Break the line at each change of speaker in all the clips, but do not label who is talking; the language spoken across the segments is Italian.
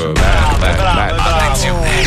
Oh,
Attenzione.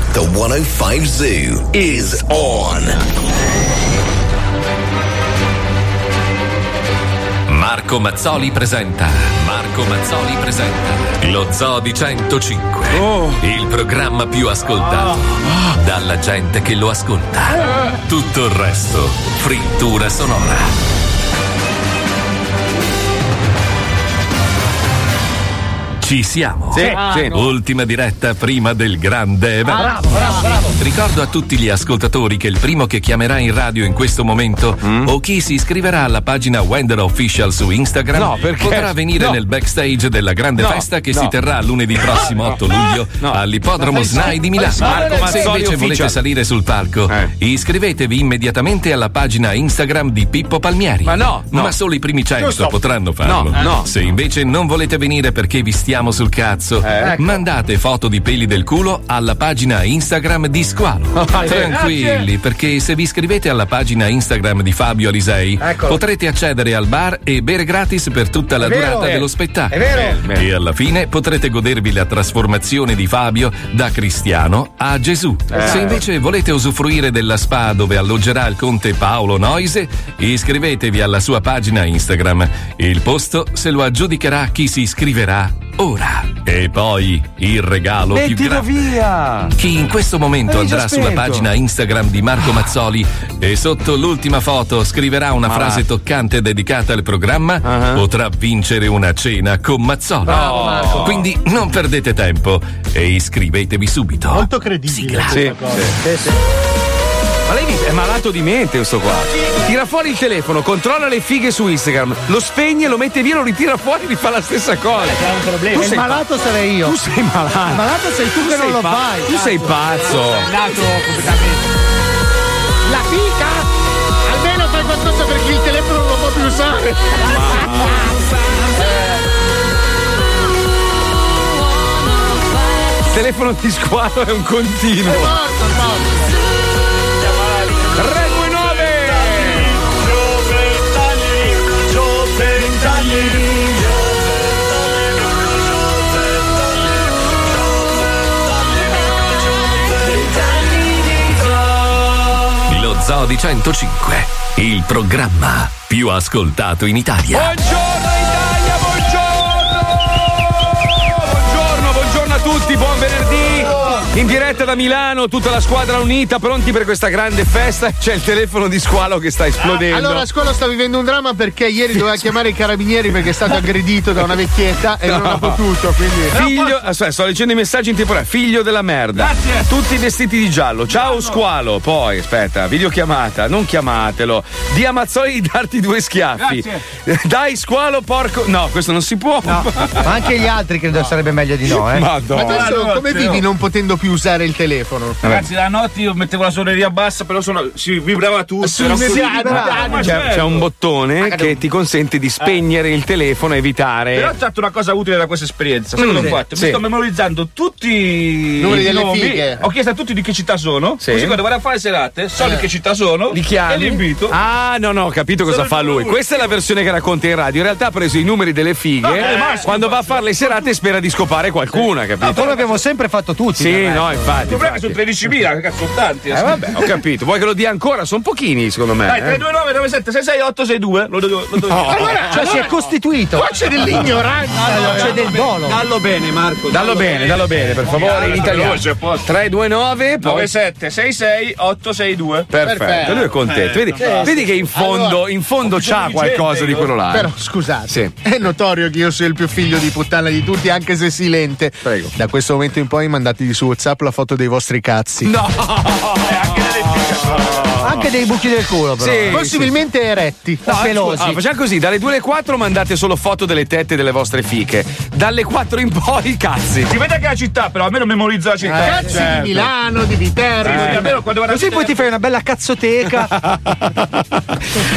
the 105 Zoo is on.
Marco Mazzoli presenta. Marco Mazzoli presenta. Lo Zoo di 105. Il programma più ascoltato. Dalla gente che lo ascolta. Tutto il resto. Frittura sonora. Ci siamo.
Sì,
Ah,
sì.
Ultima diretta prima del grande evento.
Bravo, bravo, bravo.
Ricordo a tutti gli ascoltatori che il primo che chiamerà in radio in questo momento
Mm?
o chi si iscriverà alla pagina Wender Official su Instagram
No, perché?
potrà venire
No.
nel backstage della grande
No,
festa che
no.
si terrà lunedì prossimo 8 luglio all'ippodromo
Ma fai-
SNAI di Milano.
fai- Marco
Se
Mazzoli
invece volete
Official.
salire sul palco,
Eh.
iscrivetevi immediatamente alla pagina Instagram di Pippo Palmieri. Ma
no, no.
ma solo i primi 100
Giusto.
potranno farlo.
No, eh. no.
Se invece non volete venire perché vi stiamo sul cazzo,
ecco.
mandate foto di peli del culo alla pagina Instagram di Squalo.
vai. Ah,
Tranquilli, perché se vi iscrivete alla pagina Instagram di Fabio Alisei,
Eccolo.
potrete accedere al bar e bere gratis per tutta la
Ecco. È vero.
durata
Eh,
dello spettacolo.
è vero. Bello.
E alla fine potrete godervi la trasformazione di Fabio da cristiano a Gesù.
Eh.
Se invece volete usufruire della spa dove alloggerà il conte Paolo Noise, iscrivetevi alla sua pagina Instagram. Il posto se lo aggiudicherà chi si iscriverà ora. E poi il regalo più grande.
via!
Chi in questo momento
Avevi già
andrà sulla
spento.
pagina Instagram di Marco Mazzoli e sotto l'ultima foto scriverà una
Ma
frase
va. Ah.
toccante dedicata al programma, potrà vincere una cena con Mazzoli.
Bravo, Marco.
Quindi non perdete tempo e iscrivetevi subito.
Molto credibile
Sigla.
questa cosa.
Ma lei è malato di mente questo qua. Tira fuori il telefono, controlla le fighe su Instagram, lo spegne, lo mette via, lo ritira fuori, rifà la stessa cosa.
Eh, È un problema.
Tu
il
sei
malato sarei io.
Tu sei malato.
Il malato sei tu, che non
sei
lo
pa-
fai.
Tu sei pazzo.
La fica! Almeno fai qualcosa perché il telefono non lo può più usare.
Il telefono di squalo è un continuo. 329
Lo Zoo di 105, il programma più ascoltato in Italia.
Buongiorno Italia, buongiorno! Buongiorno, buongiorno a tutti, buon venerdì! In diretta da Milano, tutta la squadra unita, pronti per questa grande festa. C'è il telefono di squalo che sta esplodendo.
Ah, Allora, a scuola sta vivendo un dramma perché ieri doveva chiamare i carabinieri perché è stato aggredito da una vecchietta e non
No.
ha potuto. Quindi.
Figlio, aspetta, sto leggendo i messaggi in temporanea. Figlio della merda. Grazie. Tutti vestiti di giallo. Ciao squalo. Poi, aspetta, videochiamata, non chiamatelo. Di Amazzoli di darti due schiaffi. Dai squalo porco. No, questo non si può.
Ma anche gli altri credo sarebbe meglio di no, eh.
Madonna.
Ma adesso come vivi non potendo più usare il telefono?
Ragazzi, la notte io mettevo la suoneria bassa, però sono- si vibrava tutto.
Si
era un
vibrava,
così vibrante.
dai,
C'è, c'è un bottone
Magari-
che ti consente di spegnere il telefono e evitare.
Però ho fatto una cosa utile da questa esperienza. Sai
Eh. Mm,
cosa ho
sì,
fatto?
sì.
Mi sto memorizzando tutti
Numeri
i
delle
nomi.
fighe.
Ho chiesto a tutti di che città sono.
Sì.
Così quando vado a fare serate, so di che città sono.
Eh. Li chiami?
E li invito.
Ah, no, no, ho capito cosa
Sono
fa
il
lui.
numero uno.
Questa è la versione che racconta in radio. In realtà ha preso i numeri delle fighe.
No, delle maschi,
quando va a fare le serate spera di scopare qualcuna, capito?
Poi l'abbiamo sempre fatto tutti.
Sì,
veramente.
no, infatti.
Il problema è che sono
infatti.
13.000, che cazzo, sono tanti.
Eh, vabbè, ho capito. Vuoi che lo dia ancora? Sono pochini, secondo me.
Dai,
eh.
329 97 668 62 Lo devo. Lo devo
No.
Cioè si è costituito.
Qua c'è dell'ignoranza.
c'è del dolo.
Dallo bene, Marco.
Dallo bene, dallo bene, per favore, in italiano.
Veloce, apposta.
329, poi.
97 66 862
Perfetto.
Perfetto.
lui è contento. Vedi, vedi che in fondo,
Allora,
in fondo c'ha
di
qualcosa
gente,
di quello là. eh.
Però scusate,
Sì.
è notorio che io sia il più figlio di puttana di tutti, anche se silente.
Prego.
Da questo momento in poi mandategli su WhatsApp la foto dei vostri cazzi.
No,
Ah.
anche delle fighe.
Anche dei buchi del culo, però.
Sì,
Possibilmente eretti.
No, pelosi.
Ah, facciamo così, dalle 2 alle 4 mandate solo foto delle tette delle vostre fiche. Dalle 4 in poi, cazzi.
Si vede che è la città, però almeno memorizza la
Eh,
città.
Cazzi
certo.
di Milano, di Viterbo.
Sì, almeno quando vado a
Così poi ti fai una bella cazzoteca.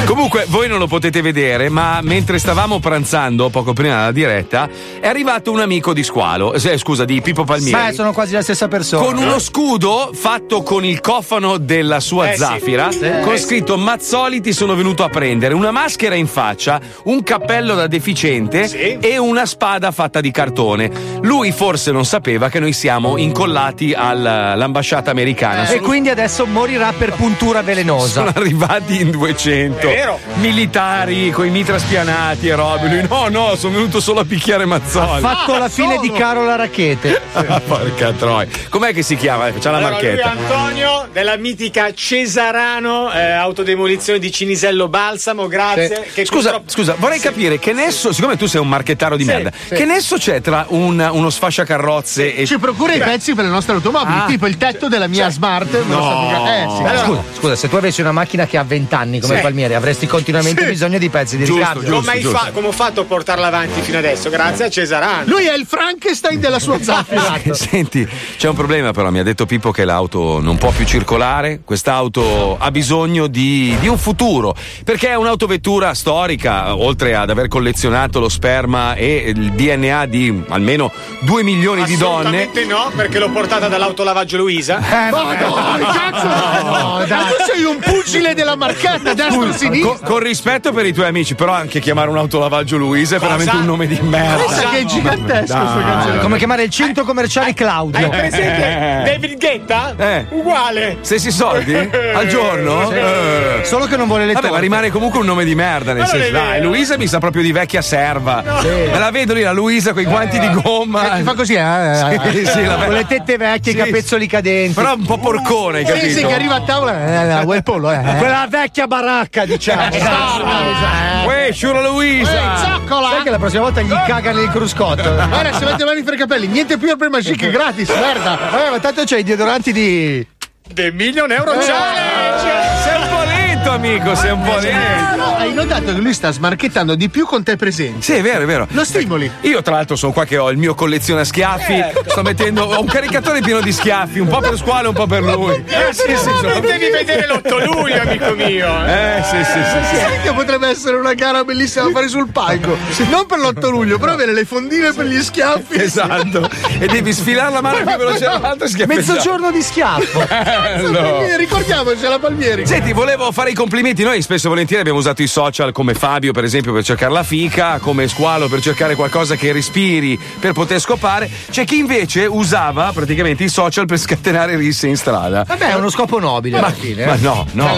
Comunque, voi non lo potete vedere, ma mentre stavamo pranzando, poco prima della diretta, è arrivato un amico di Squalo, eh, scusa, di Pippo
Beh,
Palmieri.
eh, sono quasi la stessa persona. Eh.
Con uno scudo fatto con il cofano della sua
Eh, sì.
zafira, con scritto Mazzoli ti sono venuto a prendere, una maschera in faccia, un cappello da deficiente
Sì.
e una spada fatta di cartone. Lui forse non sapeva che noi siamo incollati al- all'ambasciata americana.
E
eh,
Eh.
Sono
quindi adesso morirà per puntura velenosa.
sono arrivati in 200
È vero.
militari con i mitra spianati e robe. Lui, no, no, sono venuto solo a picchiare Mazzoli.
Fatto la fine di Carola Racchete.
Porca troia. Com'è che si chiama? C'ha la
Allora, lui è
marchetta.
Antonio della mitica Cesarano, eh, autodemolizione di Cinisello Balsamo, grazie. che
Scusa,
purtroppo-
scusa, vorrei capire che nesso, siccome tu sei un marchettaro di merda, che nesso c'è tra un- uno sfasciacarrozze e
Ci procura i pezzi per le nostre automobili,
Ah.
tipo il tetto della
Cioè.
mia smart. me lo sta procurando- Eh, sì.
Ma Scusa, scusa, se tu avessi una macchina che ha 20 anni come Palmieri, avresti continuamente bisogno di pezzi di
Giusto,
ricambio.
giusto.
Come, hai fa- come ho fatto a portarla avanti fino adesso? Grazie a Cesarano.
Lui è il Frankenstein della sua zaffira.
Senti, c'è un problema però, mi ha detto Pippo che l'auto non può più circolare, quest'auto ha bisogno di, di un futuro, perché è un'autovettura storica, oltre ad aver collezionato lo sperma e il DNA di almeno 2 milioni di donne.
Assolutamente no, perché l'ho portata dall'autolavaggio Luisa.
Eh, ma-
Madonna, cazzo!
Ah,
No, dai. Ma tu sei un pugile della marchetta
Co-
destra-sinistra.
con rispetto per i tuoi amici, però anche chiamare un autolavaggio Luisa è veramente un nome di
Eh,
merda.
Pensa che è gigantesco sto cazzo.
come chiamare il centro commerciale Claudio?
eh,
Eh.
Hai presente David Guetta?
Eh.
Uguale.
Stessi soldi? Al giorno? Eh.
Solo che non vuole le
Vabbè, ma
torte.
rimane comunque un nome di merda, nel
non è
senso, dai,
vero.
Luisa mi sa proprio di vecchia serva. Me la vedo lì, la Luisa con i guanti di gomma.
Eh, Ti fa così, eh?
Sì, sì, la-
con le tette vecchie, i
Sì.
capezzoli cadenti.
Però un po' porcone, hai
Pensi
capito?
che arriva a tavola, eh, vuoi il pollo, eh?
Quella vecchia baracca, diciamo.
Cioè,
cioè, eh.
Uè, sciura
Ehi,
Luisa!
Sai
zoccola!
che la prossima volta gli cagano il cruscotto?
Guarda, se mette le mani fra i capelli, niente più Herbe Magic, gratis, merda!
Vabbè, ma tanto c'hai i deodoranti di.
The Million Euro
Eh.
Challenge.
Sei un po' lento, amico, sei un po' lento.
Hai notato che lui sta smarchettando di più con te presenti?
Sì, è vero, è vero.
Lo stimoli.
Io, tra l'altro, sono qua che ho il mio collezione a schiaffi.
Eh.
Sto mettendo. Ho un caricatore pieno di schiaffi, un po' per squalo, un po' per lui. Eh, sì, sì, sono-
Devi vedere l'8 luglio, amico mio.
Eh, sì, sì, sì. sì.
Sai che potrebbe essere una gara bellissima da fare sul palco? Non per l'8 luglio, però avere le fondine per gli schiaffi.
Esatto, e devi sfilare la mano più veloce dell'altra e schiaffeggiare.
Mezzogiorno di schiaffo.
Bello.
Ricordiamoci la Palmieri.
Senti, volevo fare i complimenti. Noi spesso e volentieri abbiamo usato i social come Fabio, per esempio, per cercare la fica, come Squalo per cercare qualcosa che respiri per poter scopare. C'è chi invece usava praticamente i social per scatenare risse in strada.
Vabbè, è uno scopo nobile alla fine.
Ma
eh.
no, no.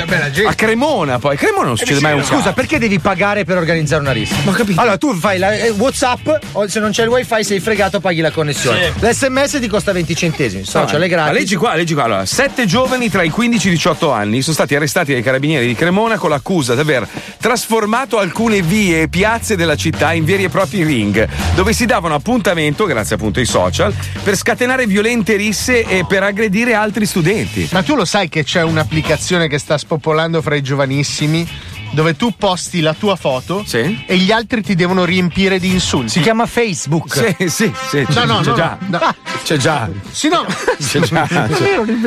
A Cremona poi. A Cremona non succede mai un
Scusa, perché devi pagare per organizzare una rissa? Ma capito. Allora, tu fai la eh, WhatsApp, o se non c'è il wifi, sei fregato, paghi la connessione. L'SMS ti costa 20 centesimi. Social è
Ma
gratis.
leggi qua, leggi qua. Allora, sette giovani tra i 15 e i 18 anni sono stati arrestati dai carabinieri di Cremona con l'accusa di aver trasformato alcune vie e piazze della città in veri e propri ring, dove si davano appuntamento, grazie appunto ai social, per scatenare violente risse e per aggredire altri studenti.
Ma tu lo sai che c'è un'applicazione che sta spopolando fra i giovanissimi dove tu posti la tua foto
Sì.
e gli altri ti devono riempire di insulti.
Si chiama Facebook.
Sì, sì, sì, c'è,
no,
c'è
no,
già.
no, no.
C'è già.
Sì, no.
C'è già. C'è,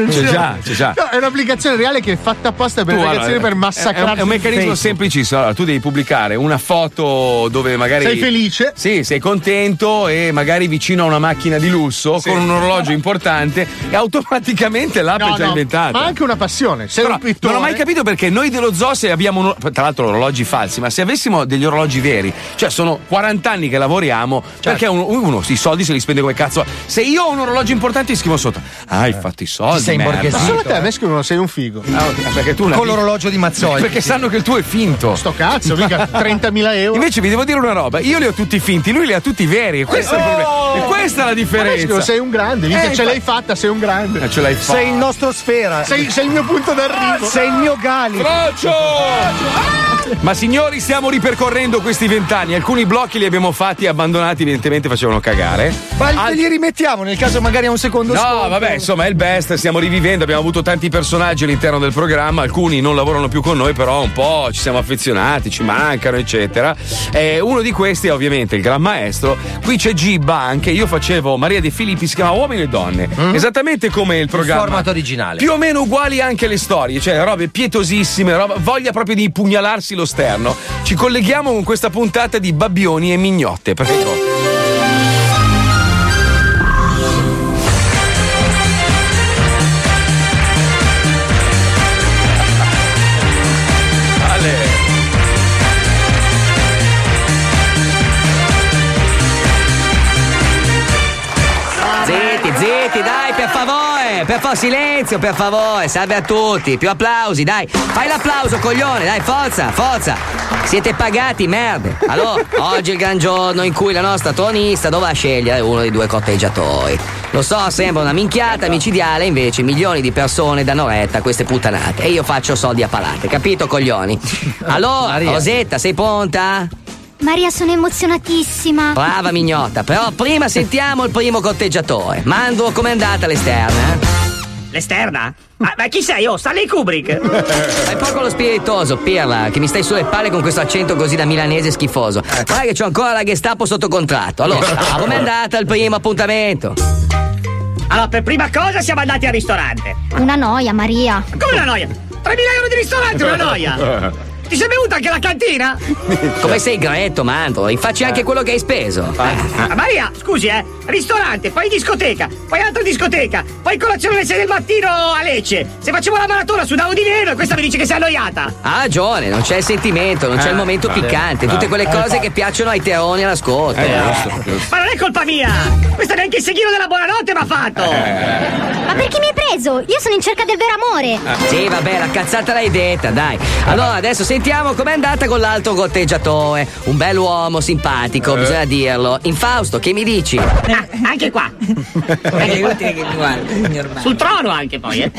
c'è già, c'è già.
No, è un'applicazione reale che è fatta apposta per
Tu,
le
allora,
ragazzine per
è-
massacrare.
È, un meccanismo semplicissimo. Allora, tu devi pubblicare una foto dove magari.
Sei felice.
Sì, sei contento e magari vicino a una macchina di lusso con un orologio importante e automaticamente l'app è
No,
già
no,
inventata.
ma eh? anche una passione. Sei
Però
un pittore.
non ho mai capito perché noi dello zoo se abbiamo un- tra l'altro orologi falsi, ma se avessimo degli orologi veri, cioè sono 40 anni che lavoriamo,
Certo.
perché uno, uno i soldi se li spende come cazzo. Se io ho un orologio importante scrivo sotto. Ah, hai fatto i soldi.
sei
merda."
Ma
imborghesito. eh.
solo te a me scrivono sei un figo.
Ah, ok, perché tu la-
Con l'orologio di Mazzoli.
perché sanno che il tuo è finto.
Sto cazzo, mica 30.000 euro.
Invece vi devo dire una roba, io li ho tutti finti, lui li ha tutti veri, e Oh! questo è il problema. E questa è la
Ma me scrivono,
differenza.
Oh! sei un grande, mica
Eh,
ce l'hai
infatti-
fatta, sei un grande.
Eh, Ce l'hai fatta.
Sei il nostro sfera.
Sei, sei il mio punto d'arrivo.
Sei il mio Gali.
Frocio! Ma signori, stiamo ripercorrendo questi vent'anni. Alcuni blocchi li abbiamo fatti, abbandonati, evidentemente facevano cagare.
Ma te li rimettiamo nel caso magari a un secondo
No,
sconto.
Ah, vabbè, insomma, è il best, stiamo rivivendo, abbiamo avuto tanti personaggi all'interno del programma, alcuni non lavorano più con noi, però un po' ci siamo affezionati, ci mancano, eccetera. E uno di questi è ovviamente il Gran Maestro. Qui c'è Gibba anche, io facevo Maria De Filippi, si chiama Uomini e Donne,
Mm?
esattamente come il programma.
format originale.
Più o meno uguali anche le storie, cioè robe pietosissime, roba- voglia proprio di pugnalarsi lo sterno. Ci colleghiamo con questa puntata di Babbioni e Mignotte, prego.
Zitti, zitti, dai, per favore! Per favore, silenzio, per favore, salve a tutti, più applausi, dai! Fai l'applauso, coglione, dai, forza, forza! Siete pagati, merde! Allora, oggi è il gran giorno in cui la nostra tronista dovrà scegliere uno dei due cotteggiatori. Lo so, sembra una minchiata micidiale, invece milioni di persone danno retta a queste puttanate. E io faccio soldi a palate, capito, coglioni? Allora, Rosetta, sei pronta?
Maria, sono emozionatissima.
Brava mignotta, però prima sentiamo il primo cotteggiatore. Mando com'è andata l'esterna? eh? L'esterna? Ma, chi sei? Oh, Stanley Kubrick! Hai poco lo spiritoso, Pirla, che mi stai sulle palle con questo accento così da milanese schifoso. Guarda che c'ho ancora la Gestapo sotto contratto. Allora, com'è andata il primo appuntamento?
Allora, per prima cosa siamo andati al ristorante.
Una noia, Maria.
Come una noia? 3.000 euro di ristorante, una noia! Ti sei bevuta anche la cantina?
Come sei gretto, Mando? Rifacci anche quello che hai speso.
Ah, Maria, scusi, eh, ristorante, poi discoteca, poi altra discoteca, poi colazione alle 6 del mattino a Lecce. Se facciamo la maratona sudavo di nero e questa mi dice che sei annoiata.
Ha ragione, non c'è il sentimento, non c'è
Eh,
il momento
vale,
piccante,
vale.
tutte quelle
Eh,
cose
infatti.
che piacciono ai teoni all'ascolto.
Eh, Ma non è colpa mia! Questo neanche il seghino della buonanotte mi ha fatto! Eh.
Ma perché mi hai preso? Io sono in cerca del vero amore.
Ah. Sì, vabbè, la cazzata l'hai detta, dai. Allora, adesso sentiamo com'è andata con l'altro gotteggiatore. Un bell'uomo, simpatico,
Eh.
bisogna dirlo. Infausto, che mi dici?
Ah, anche qua! Sul trono anche poi, eh!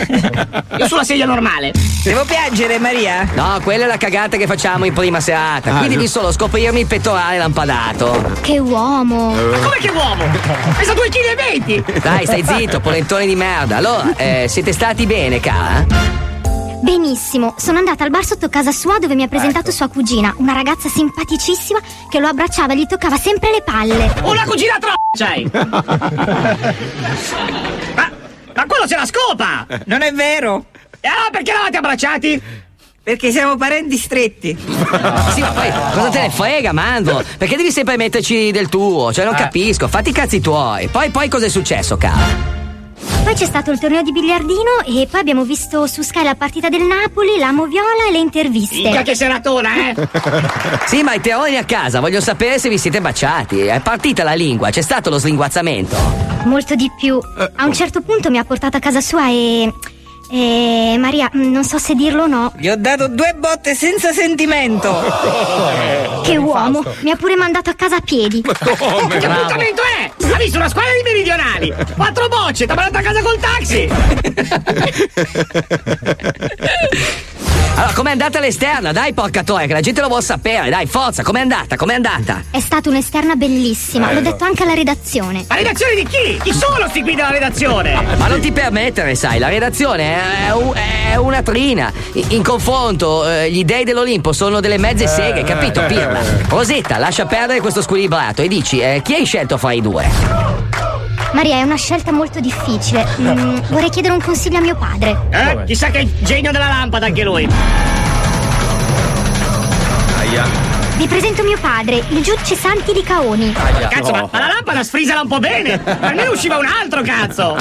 Io sulla sedia normale!
Devo piangere, Maria? No, quella è la cagata che facciamo in prima serata.
Ah,
Qui devi
giusto.
solo scoprirmi il pettorale lampadato.
Che uomo.
Ma come che uomo? Pesa 2,20 kg!
Eh. Dai, stai zitto, polentone di merda. Allora, eh, siete stati bene, eh? cara?
Benissimo, sono andata al bar sotto casa sua dove mi ha presentato
Ecco.
sua cugina, una ragazza simpaticissima che lo abbracciava e gli toccava sempre le palle.
Una cugina troppo c'hai! ma, ma quello c'è la scopa! Non è vero! E allora perché eravate abbracciati? Perché siamo parenti stretti.
Sì, ma poi cosa te ne frega, Mando? Perché devi sempre metterci del tuo? Cioè, non capisco, fatti i cazzi tuoi. Poi, poi cosa è successo, cara?
Poi c'è stato il torneo di biliardino e poi abbiamo visto su Sky la partita del Napoli, la Moviola e le interviste.
Minchia che seratona, eh!
Sì, ma i teoni a casa, voglio sapere se vi siete baciati. È partita la lingua, c'è stato lo slinguazzamento.
Molto di più.
Eh,
A
oh.
un certo punto mi ha portato a casa sua e. E Maria, mh, non so se dirlo o no.
Gli ho dato due botte senza sentimento.
Che uomo, mi ha pure mandato a casa a piedi.
Oh, che appuntamento è? Ha visto una squadra di meridionali! Quattro bocce, t'ha mandato a casa col taxi!
Allora, com'è andata l'esterna? Dai, porca troia, che la gente lo vuol sapere. Dai, forza, com'è andata? Com'è andata?
È stata un'esterna bellissima, l'ho
Bello.
detto anche alla redazione.
La redazione di chi? Chi sono sti qui della redazione?
Ma non ti permettere, sai, la redazione è, u- è una trina. I- In confronto, eh, gli dei dell'Olimpo sono delle mezze seghe, capito, Pirla? Rosetta, lascia perdere questo squilibrato e dici, eh, chi hai scelto fra i due?
Maria, è una scelta molto difficile. Mm, vorrei chiedere un consiglio a mio padre.
Eh? Chissà che è il genio della lampada anche lui!
Vi presento mio padre, il giudice Santi di Caoni.
Cazzo, ma, ma la lampada sfrisala un po' bene! Per me usciva un altro, cazzo!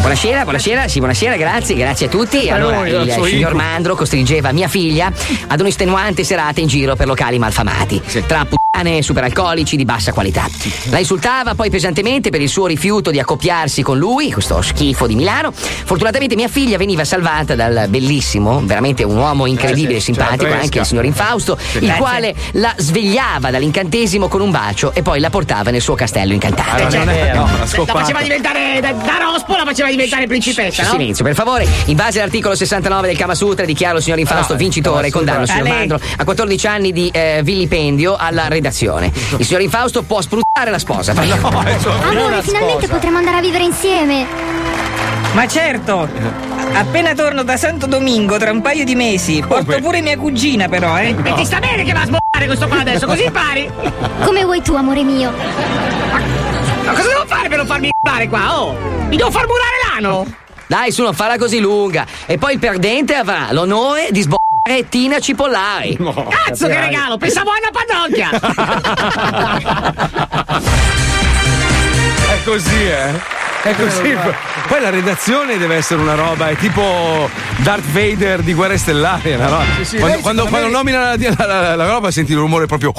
Buonasera, buonasera, sì, buonasera, grazie, grazie a tutti.
A
Allora,
noi,
il
grazie.
signor Mandro costringeva mia figlia ad un'estenuante serata in giro per locali malfamati, tra puttane e superalcolici di bassa qualità. La insultava poi pesantemente per il suo rifiuto di accoppiarsi con lui, questo schifo di Milano. Fortunatamente mia figlia veniva salvata dal bellissimo, veramente un uomo incredibile e
sì, ce la
simpatico,
fresca.
anche il signor Infausto,
Sì.
il
Eh,
quale la svegliava dall'incantesimo con un bacio e poi la portava nel suo castello incantato.
Allora, non è vero.
la
La faceva diventare da, da rospo, la faceva diventare principessa, no?
Silenzio, per favore. In base all'articolo 69 del Kama Sutra, dichiaro il signor Infausto
No, eh,
vincitore e
Kama Sutra.
condanno il signor
Ah, lei.
Mandro a 14 anni di eh, vilipendio alla redazione. Il signor Infausto può spruzzare la sposa. prego.
Amore, finalmente potremo andare a vivere insieme.
Ma certo! Appena torno da Santo Domingo tra un paio di mesi, porto pure mia cugina però, eh.
E ti sta bene che va a smontare questo qua adesso, così impari.
Come vuoi tu, amore mio?
Ma cosa devo fare per non farmi fare qua? Oh! Mi devo far murare l'ano!
Dai, su, non farla così lunga. E poi il perdente avrà l'onore di sboccare Tina Cipollari.
Cazzo che regalo, pensavo a una padocchia!
È così, eh? È così. Poi la redazione deve essere una roba, è tipo Darth Vader di Guerre Stellari. è Una roba.
Sì, sì,
quando
lei
quando-
secondo
quando
me-
nomina la, la- la- la roba senti il rumore proprio.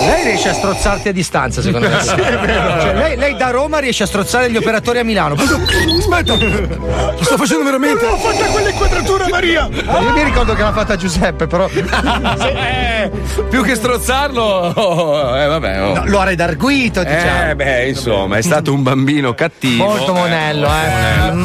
Lei riesce a strozzarti a distanza, secondo me.
Sì, è vero.
Cioè, lei, lei da Roma riesce a strozzare gli operatori a Milano. Aspetta, lo sto facendo veramente. Non l'ho fatta quell'inquadratura, Maria. io mi ricordo che l'ha fatta Giuseppe, però.
Eh, più che strozzarlo, oh, eh, vabbè. oh.
Lo ha redarguito, diciamo.
Eh, beh, insomma, è stato un bambino cattivo.
Molto monello, eh.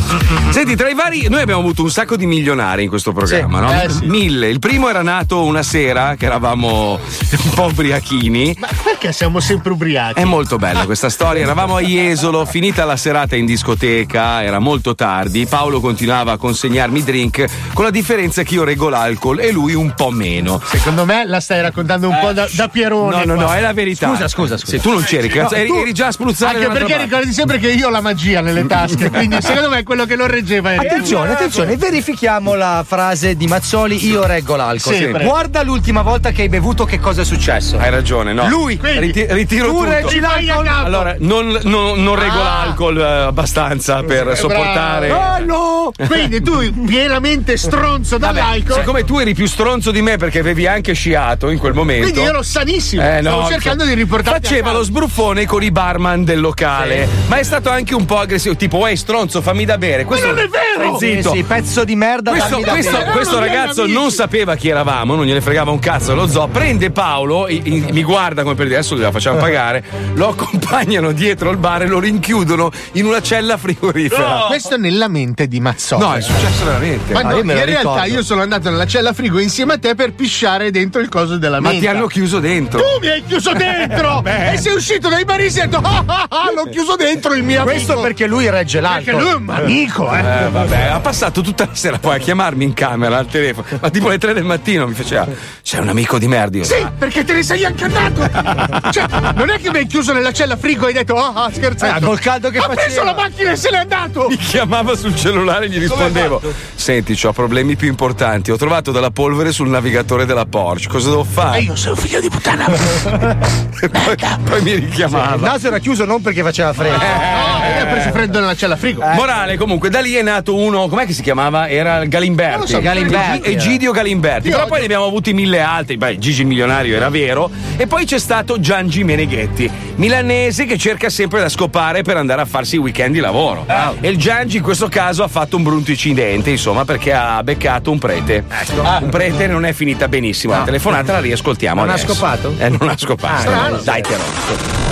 Senti, tra i vari, noi abbiamo avuto un sacco di milionari in questo programma, no?
Eh,
Mille. Il primo era nato una sera che eravamo un po' ubriachini.
Perché siamo sempre ubriachi?
È molto bella questa storia. Eravamo a Jesolo, finita la serata in discoteca, era molto tardi. Paolo continuava a consegnarmi drink, con la differenza che io reggo l'alcol e lui un po' meno.
Secondo me la stai raccontando un po' da, da Pierone.
No, Eh, no,
qua.
no, è la verità. Scusa, scusa, scusa. Se tu non c'eri, cazzo,
No,
eri,
tu-
eri già spruzzato.
Anche perché ricordi sempre che io ho la magia nelle tasche, quindi secondo me quello che non reggeva era
Attenzione, attenzione, verifichiamo la frase di Mazzoli, io reggo l'alcol.
Sempre.
Guarda l'ultima volta che hai bevuto che cosa è successo.
Hai ragione, no.
Lui,
Riti- ritiro
tu
tutto.
reggi l'alcol.
Allora, non, non, non reggo
Ah.
l'alcol eh, abbastanza per sopportare.
Bello! Ah, Quindi tu pienamente stronzo dall'alcol.
Siccome tu eri più stronzo di me perché avevi anche sciato in quel momento.
Quindi ero sanissimo.
Eh, no,
Stavo cercando
insomma.
di riportarti.
Faceva lo sbruffone con i barman del locale, ma è stato anche un po' aggressivo, tipo, uè stronzo, fammi da bere. Questo
non è vero!
Stai zitto.
Eh, Sì, sì, pezzo di merda,
Questo,
dammi da
questo-
bere.
questo
Erano miei
ragazzo
amici.
non sapeva chi eravamo, non gliene fregava un cazzo lo zoo. Prende Paolo, i- i- mi guarda come per dire adesso gliela
Eh.
facciamo pagare. Lo accompagnano dietro al bar e lo rinchiudono in una cella frigorifera.
Questo nella mente di Mazzoli.
No, è successo veramente.
Ma
Ah,
no,
io
in
me lo
realtà
ricordo.
io sono andato nella cella frigo insieme a te per pisciare dentro il coso della
Ma
menta.
ti hanno chiuso dentro.
Tu mi hai chiuso dentro!
Beh.
e sei uscito dai barisi e hai detto ah ah ah, l'ho chiuso dentro il mio
Questo
amico.
perché lui regge l'alcol.
Perché lui è un amico, eh.
Eh, vabbè, ha passato tutta la sera poi a chiamarmi in camera al telefono, ma tipo alle 3 del mattino mi faceva c'è un amico di merda. Io, "Ah."
Sì, perché te ne sei anche andato! Cioè, non è che mi hai chiuso nella cella frigo e hai detto ah ah scherzato.
Ah, col caldo che
ha
faceva.
preso la macchina e se n'è andato!
Mi chiamava sul cellulare e gli rispondevo: Senti, ho problemi più importanti. Ho trovato della polvere sul navigatore della Porsche. Cosa devo fare?
E io sono figlio di puttana!
E poi, poi mi richiamava.
Il naso era chiuso non perché faceva freddo.
E ha preso freddo nella cella frigo.
Eh. Morale, comunque, da lì è nato uno. Com'è che si chiamava? Era Galimberti.
Non lo so, Galimberti era.
Egidio Galimberti.
Io
Però
ho-
poi ne abbiamo avuti mille altri. Beh, Gigi il milionario era vero. E poi c'è stato Giangi Meneghetti, milanese che cerca sempre da scopare per andare a farsi i weekend di lavoro. E il Giangi in questo caso ha fatto un brutto incidente, insomma, perché ha beccato un prete.
Ecco.
Ah. Un prete non è finita benissimo. La telefonata la riascoltiamo.
Non ha
adesso.
scopato?
Eh, non ha
Ah,
scopato.
Strano.
Dai, che roba.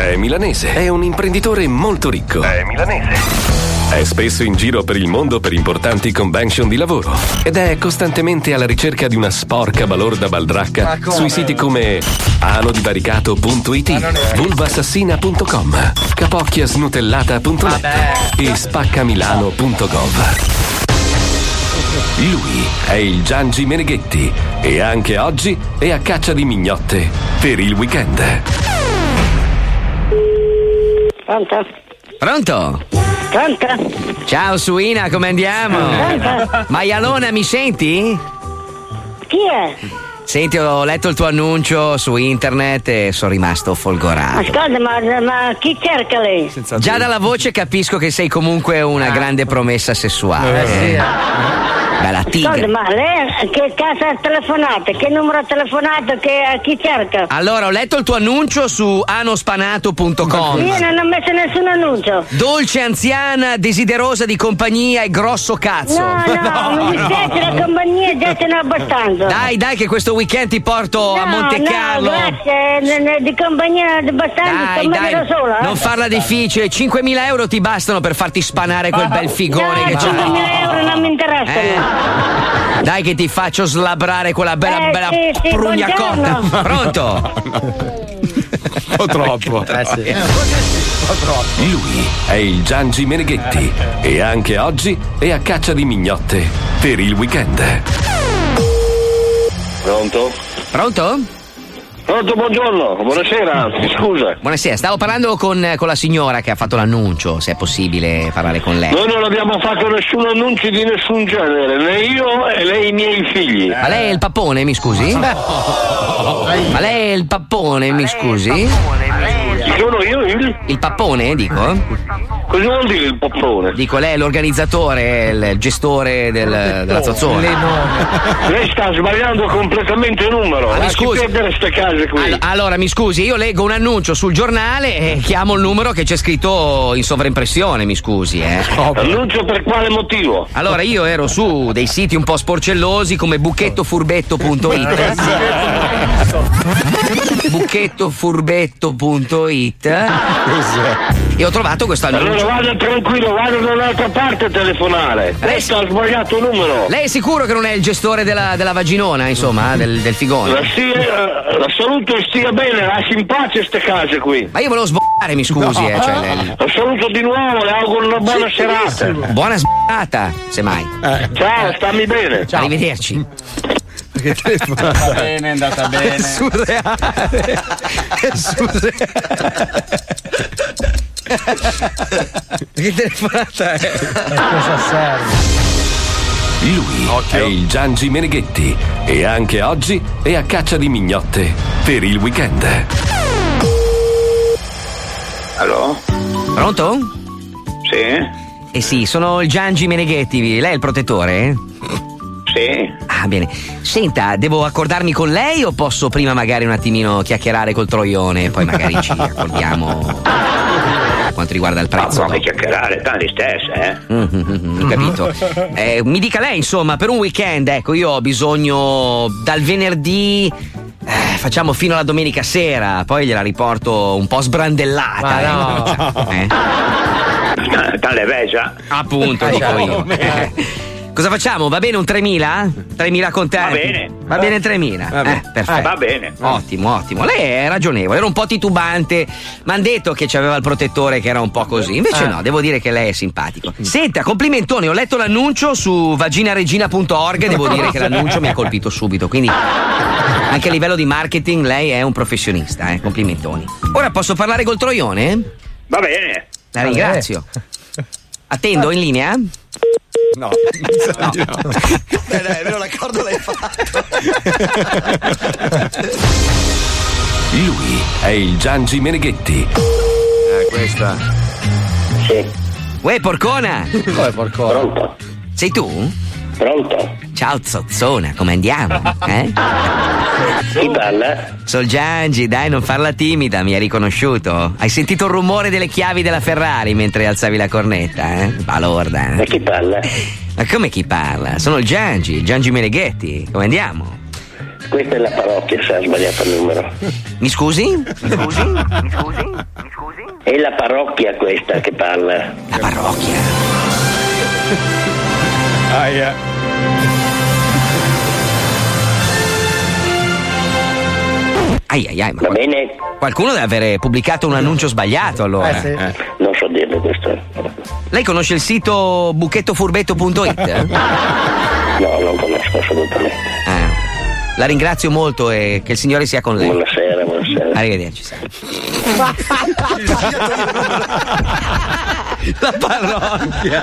È milanese. È un imprenditore molto ricco. È milanese. È spesso in giro per il mondo per importanti convention di lavoro ed è costantemente alla ricerca di una sporca balorda
Ma
baldracca
come?
sui siti come anodivaricato.it, vulvassassina.com, capocchiasnutellata.net e spaccamilano.gov. Lui è il Giangi Meneghetti e anche oggi è a caccia di mignotte per il weekend.
Pronto? Pronto? Ciao Suina, come andiamo?
Pronto?
Maialona, mi senti?
Chi è?
Senti, ho letto il tuo annuncio su internet e sono rimasto
Ah,
folgorato.
Ascolta, ma, ma chi cerca lei?
Ah. Eh,
Già dalla voce capisco che sei comunque una grande promessa sessuale.
Ah,
Bella
Ascolta,
tigre.
ma lei che casa ha telefonato? Che numero ha telefonato? Che, a chi cerca?
Allora, ho letto il tuo annuncio su
Io
anospanato.com.
non ho messo nessun annuncio.
Dolce anziana, desiderosa di compagnia e grosso cazzo.
No, no, mi dispiace, la compagnia già ce n'è abbastanza.
Dai, dai, che questo weekend ti porto a Monte Carlo.
No, grazie, ne- ne- di compagnia abbastanza,
Dai,
sto meglio da
dai,
sola. eh.
non farla difficile. 5.000 euro ti bastano per farti spanare quel bel figone
No,
che c'hai. Eh.
5.000 euro non mi interessano.
Dai, che ti faccio slabrare quella bella,
Eh,
bella
sì, sì,
prugna
buongiorno.
cotta. Pronto?
Un po' troppo. Eh,
Lui è il Giangi
Eh,
Meneghetti e anche oggi è a caccia di mignotte per il weekend.
Pronto?
Pronto?
Pronto, buongiorno, buonasera, scusa.
Buonasera, stavo parlando con, con la signora che ha fatto l'annuncio, se è possibile parlare con lei.
Noi non abbiamo fatto nessun annuncio di nessun genere, né io e lei i miei figli.
Ma lei è il pappone, mi scusi? Ma lei è il pappone, mi scusi?
Ci sono io il...
pappone, dico?
Cosa vuol dire il pappone?
Dico, lei è l'organizzatore, il il gestore del, della zozzona.
Lei sta sbagliando completamente il numero.
Ah, mi
Lasci
scusi.
perdere queste case qui.
Allo- allora, mi scusi, io leggo un annuncio sul giornale e chiamo il numero che c'è scritto in sovraimpressione, mi scusi, eh.
Annuncio per quale motivo?
Allora, io ero su dei siti un po' sporcellosi come buchettofurbetto.it. buchettofurbetto.it. E ho trovato questo
Allora
annuncio.
vada tranquillo, vada da un'altra parte a telefonare. Questo ha sbagliato il numero.
Lei è sicuro che non è il gestore della, della vaginona, insomma, del, del
La,
figone?
stia- eh, la saluto e stia bene, lasci in pace queste case qui. Ah,
Ma io volevo sbagliare, mi scusi, eh, cioè, lei-
La saluto di nuovo, le auguro una buona serata.
Buona sbagliata, semmai.
Ciao, stammi bene.
Arrivederci.
Che telefono?
Va bene, è andata bene.
È surreale. È surreale.
Che telefonata è?
Cosa serve?
Lui è il Giangi Meneghetti e anche oggi è a caccia di mignotte per il weekend.
Allora?
Pronto?
Sì?
Eh sì, sono il Giangi Meneghetti, lei è il protettore?
Sì.
Ah, bene. Senta, devo accordarmi con lei o posso prima magari un attimino chiacchierare col troione? Poi magari ci accordiamo per quanto riguarda il prezzo.
Come chiacchierare, tanti stesse, eh?
Mhm, Ho capito. Eh, mi dica lei, insomma, per un weekend, ecco, io ho bisogno dal venerdì. eh, facciamo fino alla domenica sera, poi gliela riporto un po' sbrandellata.
Ma
eh. Eh?
Eh, Tale vesa.
Appunto,
Eh,
dico
già.
io. Cosa facciamo? Va bene un 3000? 3000 con te?
Va bene.
Va bene 3000. Eh, perfetto.
Va bene.
Ottimo, ottimo. Lei è ragionevole, era un po' titubante. Mi hanno detto che c'aveva il protettore che era un po' così. Invece
Ah.
no, devo dire che lei è simpatico. Mm. Senta, complimentoni, ho letto l'annuncio su vaginaregina.org e devo dire che l'annuncio mi ha colpito subito. Quindi anche a livello di marketing lei è un professionista, eh. Complimentoni. Ora posso parlare col troione?
Va bene.
La ringrazio. Attendo in linea? No.
Beh, dai, almeno l'accordo l'hai fatto.
Lui è il Giangi Meneghetti.
Eh, questa.
Sì.
Uè, porcona! Come porcona? Pronto. Sei tu?
Pronto.
Ciao zozzona, come andiamo? Eh?
Chi parla?
Sol Giangi, dai, non farla timida, mi hai riconosciuto. Hai sentito il rumore delle chiavi della Ferrari mentre alzavi la cornetta, eh? Balorda. Ma
chi parla?
Ma come chi parla? Sono il Giangi, il Giangi Meneghetti. Come andiamo?
Questa è la parrocchia, se ha sbagliato il numero.
Mi scusi?
È la parrocchia questa che parla.
La parrocchia.
Aia.
Ai ai ai, ma
Va bene?
qualcuno deve aver pubblicato un annuncio sbagliato allora.
Eh, sì. Non so dirle questo.
Lei conosce il sito buchettofurbetto.it?
No, non conosco assolutamente.
Ah. La ringrazio molto e che il Signore sia con lei.
Buonasera, buonasera.
Arrivederci. Sara. La parrocchia.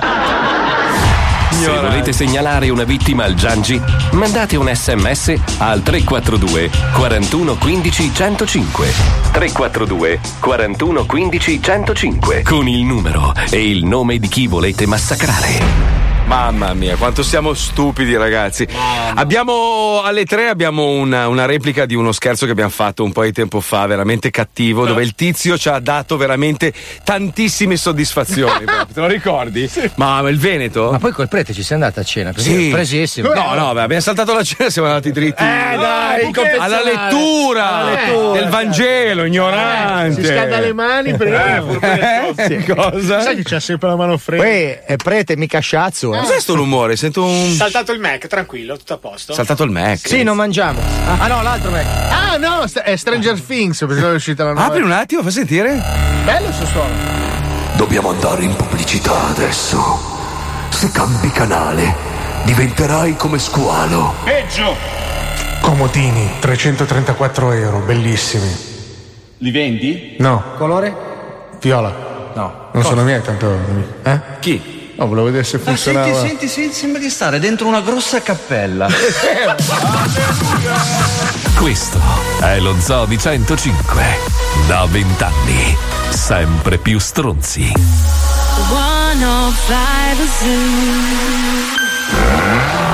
Se volete segnalare una vittima al Giangi, mandate un sms al 342 41 15 105. 342 41 15 105 con il numero e il nome di chi volete massacrare.
Mamma mia, quanto siamo stupidi, ragazzi. Abbiamo alle tre abbiamo una, una replica di uno scherzo che abbiamo fatto un po' di tempo fa, veramente cattivo, dove il tizio ci ha dato veramente tantissime soddisfazioni. proprio. Te lo ricordi? Ma il Veneto?
Ma poi col prete ci sei andata a cena, perché
Sì.
è presissimo.
No, no, beh, abbiamo saltato la cena e siamo andati dritti. Eh,
dai,
alla
confessionale.
lettura,
Alla lettura,
del Vangelo, ignorante.
Si scalda le mani
Eh,
per
Eh, cosa?
Sai che c'ha sempre la mano fredda.
Uè, è eh, prete, mica sciazzo. eh.
Cos'è sto rumore? Sento un.
Saltato il Mac, tranquillo, tutto a posto.
Saltato il Mac.
Sì, non mangiamo. Ah, no, l'altro Mac.
Ah no, st- è Stranger Things, perché è uscita la nuova.
Apri un attimo, fa sentire.
Bello sto suono.
Dobbiamo andare in pubblicità adesso. Se cambi canale, diventerai come squalo.
Peggio!
Comodini, 334 euro, bellissimi.
Li vendi?
No,
Colore?
viola.
No.
Non sono miei tanto. Eh?
Chi?
No, volevo vedere se
Ma
funzionava.
senti, senti, senti, sembra di stare dentro una grossa cappella.
Questo è lo Zoo di 105. Da vent'anni, sempre più stronzi.
105 Zoo.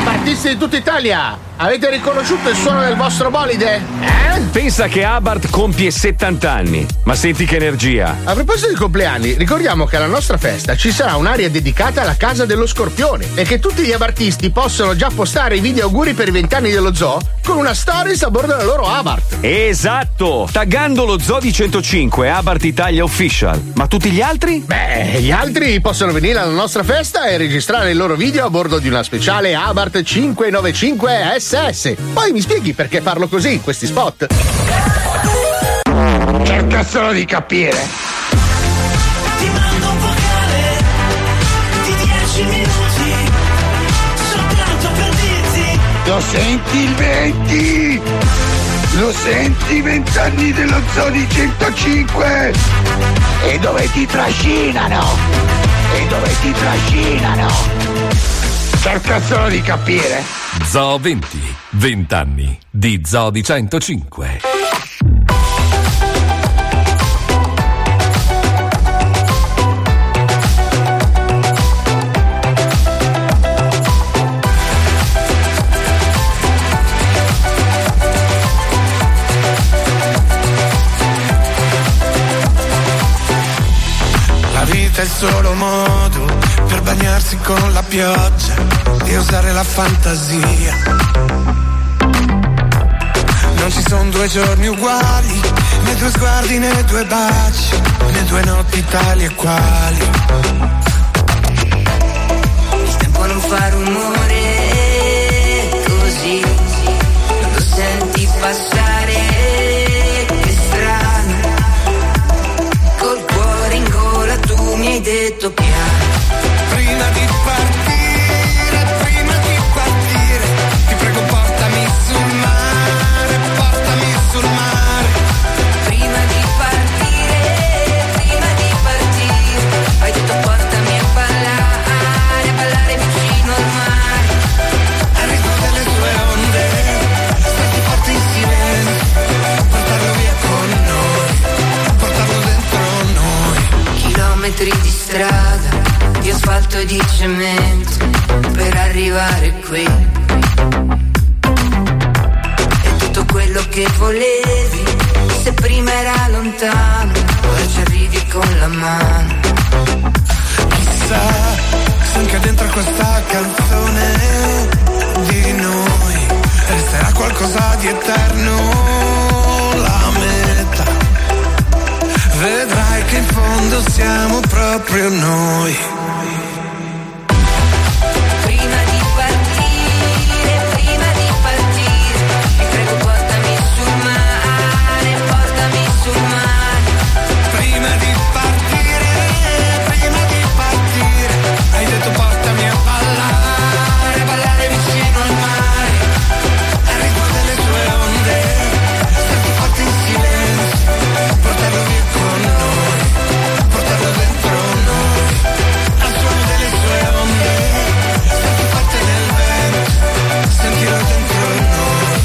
Abartisti di tutta Italia, avete riconosciuto il suono del vostro bolide? Eh?
Pensa che Abarth compie 70 anni, ma senti che energia.
A proposito di compleanni, ricordiamo che alla nostra festa ci sarà un'area dedicata alla casa dello scorpione e che tutti gli abartisti possono già postare i video auguri per i vent'anni dello zoo con una stories a bordo della loro Abarth.
Esatto! Taggando lo Zoo di 105 Abarth Italia Official. Ma tutti gli altri?
Beh, gli altri possono venire alla nostra festa e registrare il loro video a bordo di una speciale Abarth 595 SS. Poi mi spieghi perché parlo così in questi spot. Cerca solo di capire.
Di 10 minuti. Soltanto per dirti.
Lo senti il 20? Lo senti i vent'anni dello Zoni 105? E dove ti trascinano? E dove ti trascinano? Cerca solo di capire.
Zoo 20. 20 anni di Zoo di 105.
La vita è il solo modo per bagnarsi con la pioggia e usare la fantasia. Non ci sono due giorni uguali, né due sguardi né due baci, né due notti tali e quali. Il tempo non fa rumore così, non lo senti passare, che strano. Col cuore in gola tu mi hai detto piano Prima di partire, prima di partire Ti prego portami sul mare, portami sul mare Prima di partire, prima di partire Hai detto portami a ballare, a ballare vicino al mare Al ritmo delle tue onde Senti forte in silenzio Portarlo via con noi Portarlo dentro noi Chilometri di strada Di asfalto e di cemento Per arrivare qui E tutto quello che volevi Se prima era lontano Ora ci arrivi con la mano Chissà Se anche dentro questa canzone Di noi Resterà qualcosa di eterno La meta Vedrai che in fondo siamo proprio noi. Prima di partire, prima di partire, ti prego portami sul mare, portami sul mare. Prima di partire, prima di partire, hai detto portami a ballare, ballare vicino al mare. Al ritmo delle tue onde, senti forte in silenzio, portarlo via con noi, portarlo dentro noi, al suono delle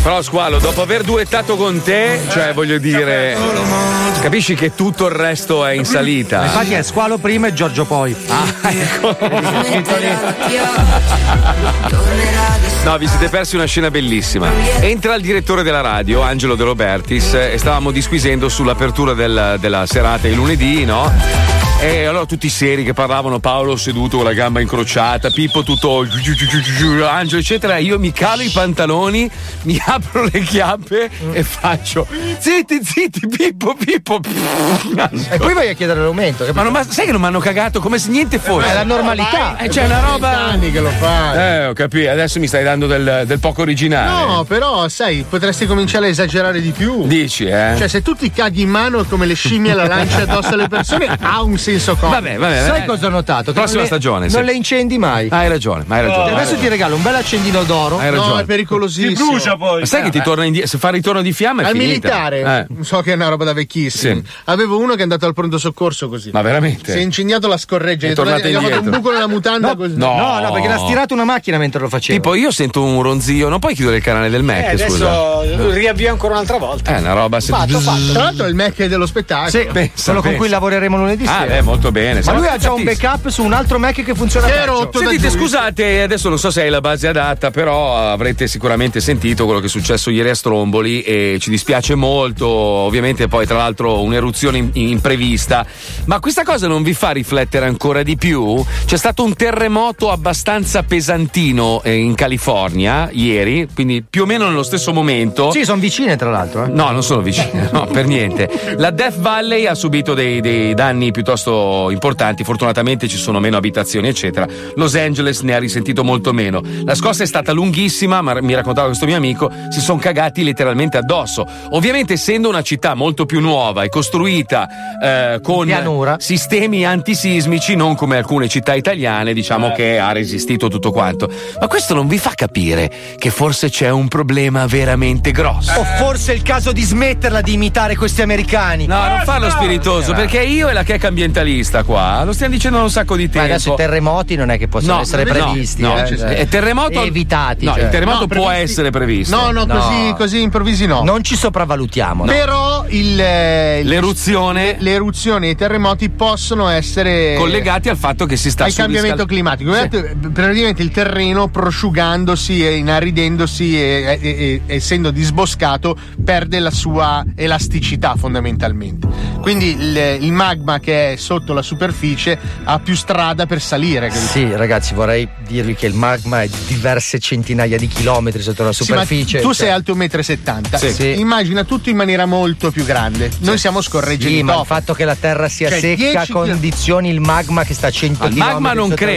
Però, Squalo, dopo aver duettato con te, cioè voglio dire. Capisci che tutto il resto è in salita.
Infatti è Squalo prima e Giorgio poi.
Ah, ecco. No, vi siete persi una scena bellissima. Entra il direttore della radio, Angelo De Robertis, e stavamo disquisendo sull'apertura del- della serata il lunedì, no? E allora tutti seri che parlavano, Paolo seduto con la gamba incrociata, Pippo tutto giu- giu- giu- giu- giu- giu, Angelo eccetera, io mi calo i pantaloni, mi apro le chiappe e faccio zitti zitti Pippo Pippo.
E poi vai a chiedere l'aumento.
Ma, non- ma sai che non mi hanno cagato come se niente fosse?
È la normalità.
Eh, c'è una roba.
anni che lo fai.
Eh, ho capito, adesso mi stai dando del, del poco originale.
No, però, sai, potresti cominciare a esagerare di più.
Dici, eh?
Cioè, se tu ti caghi in mano come le scimmie la lanci addosso alle persone, ha
Ah,
un senso comico.
Vabbè, vabbè, vabbè.
Sai cosa ho notato? Che non
Prossima
le-
stagione,
Non
sì.
le incendi mai.
Hai ragione, ma hai ragione.
Cioè,
hai
Adesso ti
ragione.
regalo un bel accendino d'oro.
Hai ragione.
No, è pericolosissimo.
Ma sai che ti torna indietro? Se fa ritorno di fiamma è
Al
finita.
militare,
Eh.
so che è una roba da vecchissimi. Avevo uno che è andato al pronto soccorso così.
Ma veramente?
Si è incendiato la scorreggia.
È
gli È tornato-
tornato
gli ha fatto un
indietro.
buco nella mutanda così.
no.
No, no, perché l'ha stirato una macchina mentre lo faceva.
Tipo, io sento un ronzio, non puoi chiudere il canale del Mac,
Eh, adesso-
scusa.
riavvio ancora un'altra volta.
È una roba. se-
Fatto, fatto. Tra l'altro è il Mac dello spettacolo.
Mm. Sì,
pensa,
quello con
pensa.
cui lavoreremo lunedì
Ah,
sera.
beh, molto bene.
Ma
siamo
lui ha già un
figatissimi.
backup su un altro Mac che funziona peggio.
Sentite, scusate, adesso non so se hai la base adatta, però avrete sicuramente sentito quello che è successo ieri a Stromboli e ci dispiace molto, ovviamente poi tra l'altro un'eruzione in- imprevista, ma questa cosa non vi fa riflettere ancora di più? C'è stato un terremoto abbastanza pesantino eh, in California ieri, quindi più o meno nello stesso momento.
Sì, sono vicine tra l'altro. eh.
No, non sono vicine, no, per niente. La Death Valley ha subito dei, dei danni piuttosto importanti, fortunatamente ci sono meno abitazioni, eccetera. Los Angeles ne ha risentito molto meno. La scossa è stata lunghissima, ma mi raccontava questo mio amico, si sono cagati letteralmente addosso. Ovviamente, essendo una città molto più nuova e costruita eh, con sistemi antisismici, non come alcune città italiane, diciamo che ha resistito tutto quanto. Ma questo non vi fa capire che forse c'è un problema veramente grosso.
O forse è il caso di smetterla di imitare questi americani.
No, non farlo
Eh,
spiritoso, perché io e la checca ambientalista qua lo stiamo dicendo da un sacco di tempo.
Ma adesso i terremoti non è che possono
No,
essere
no,
previsti.
no,
eh,
cioè,
cioè,
il terremoto-
evitati.
no,
cioè.
il terremoto No, può previsti- essere previsto.
No, no, così, così improvvisi no.
Non ci sopravvalutiamo.
Però il, eh, il-
L'eruzione-
le, le eruzioni e i terremoti possono essere
Collegati al fatto che si sta
al eh, cambiamento climatico. Guardate, praticamente il terreno prosciugandosi e inaridendosi e, e- e- e- essendo disboscato perde la sua elasticità fondamentalmente. Quindi il, il magma che è sotto la superficie ha più strada per salire. capito?
Sì, ragazzi, vorrei dirvi che il magma è di diverse centinaia di chilometri sotto la
Sì, ma
superficie.
tu
cioè-
sei alto 1,70 m.
Sì. Sì.
Immagina tutto in maniera molto più grande. Noi siamo scorreggenti.
Sì, ma
dopo.
il fatto che la terra sia
Cioè,
secca
10
condizioni il magma che sta a 100
Al
km.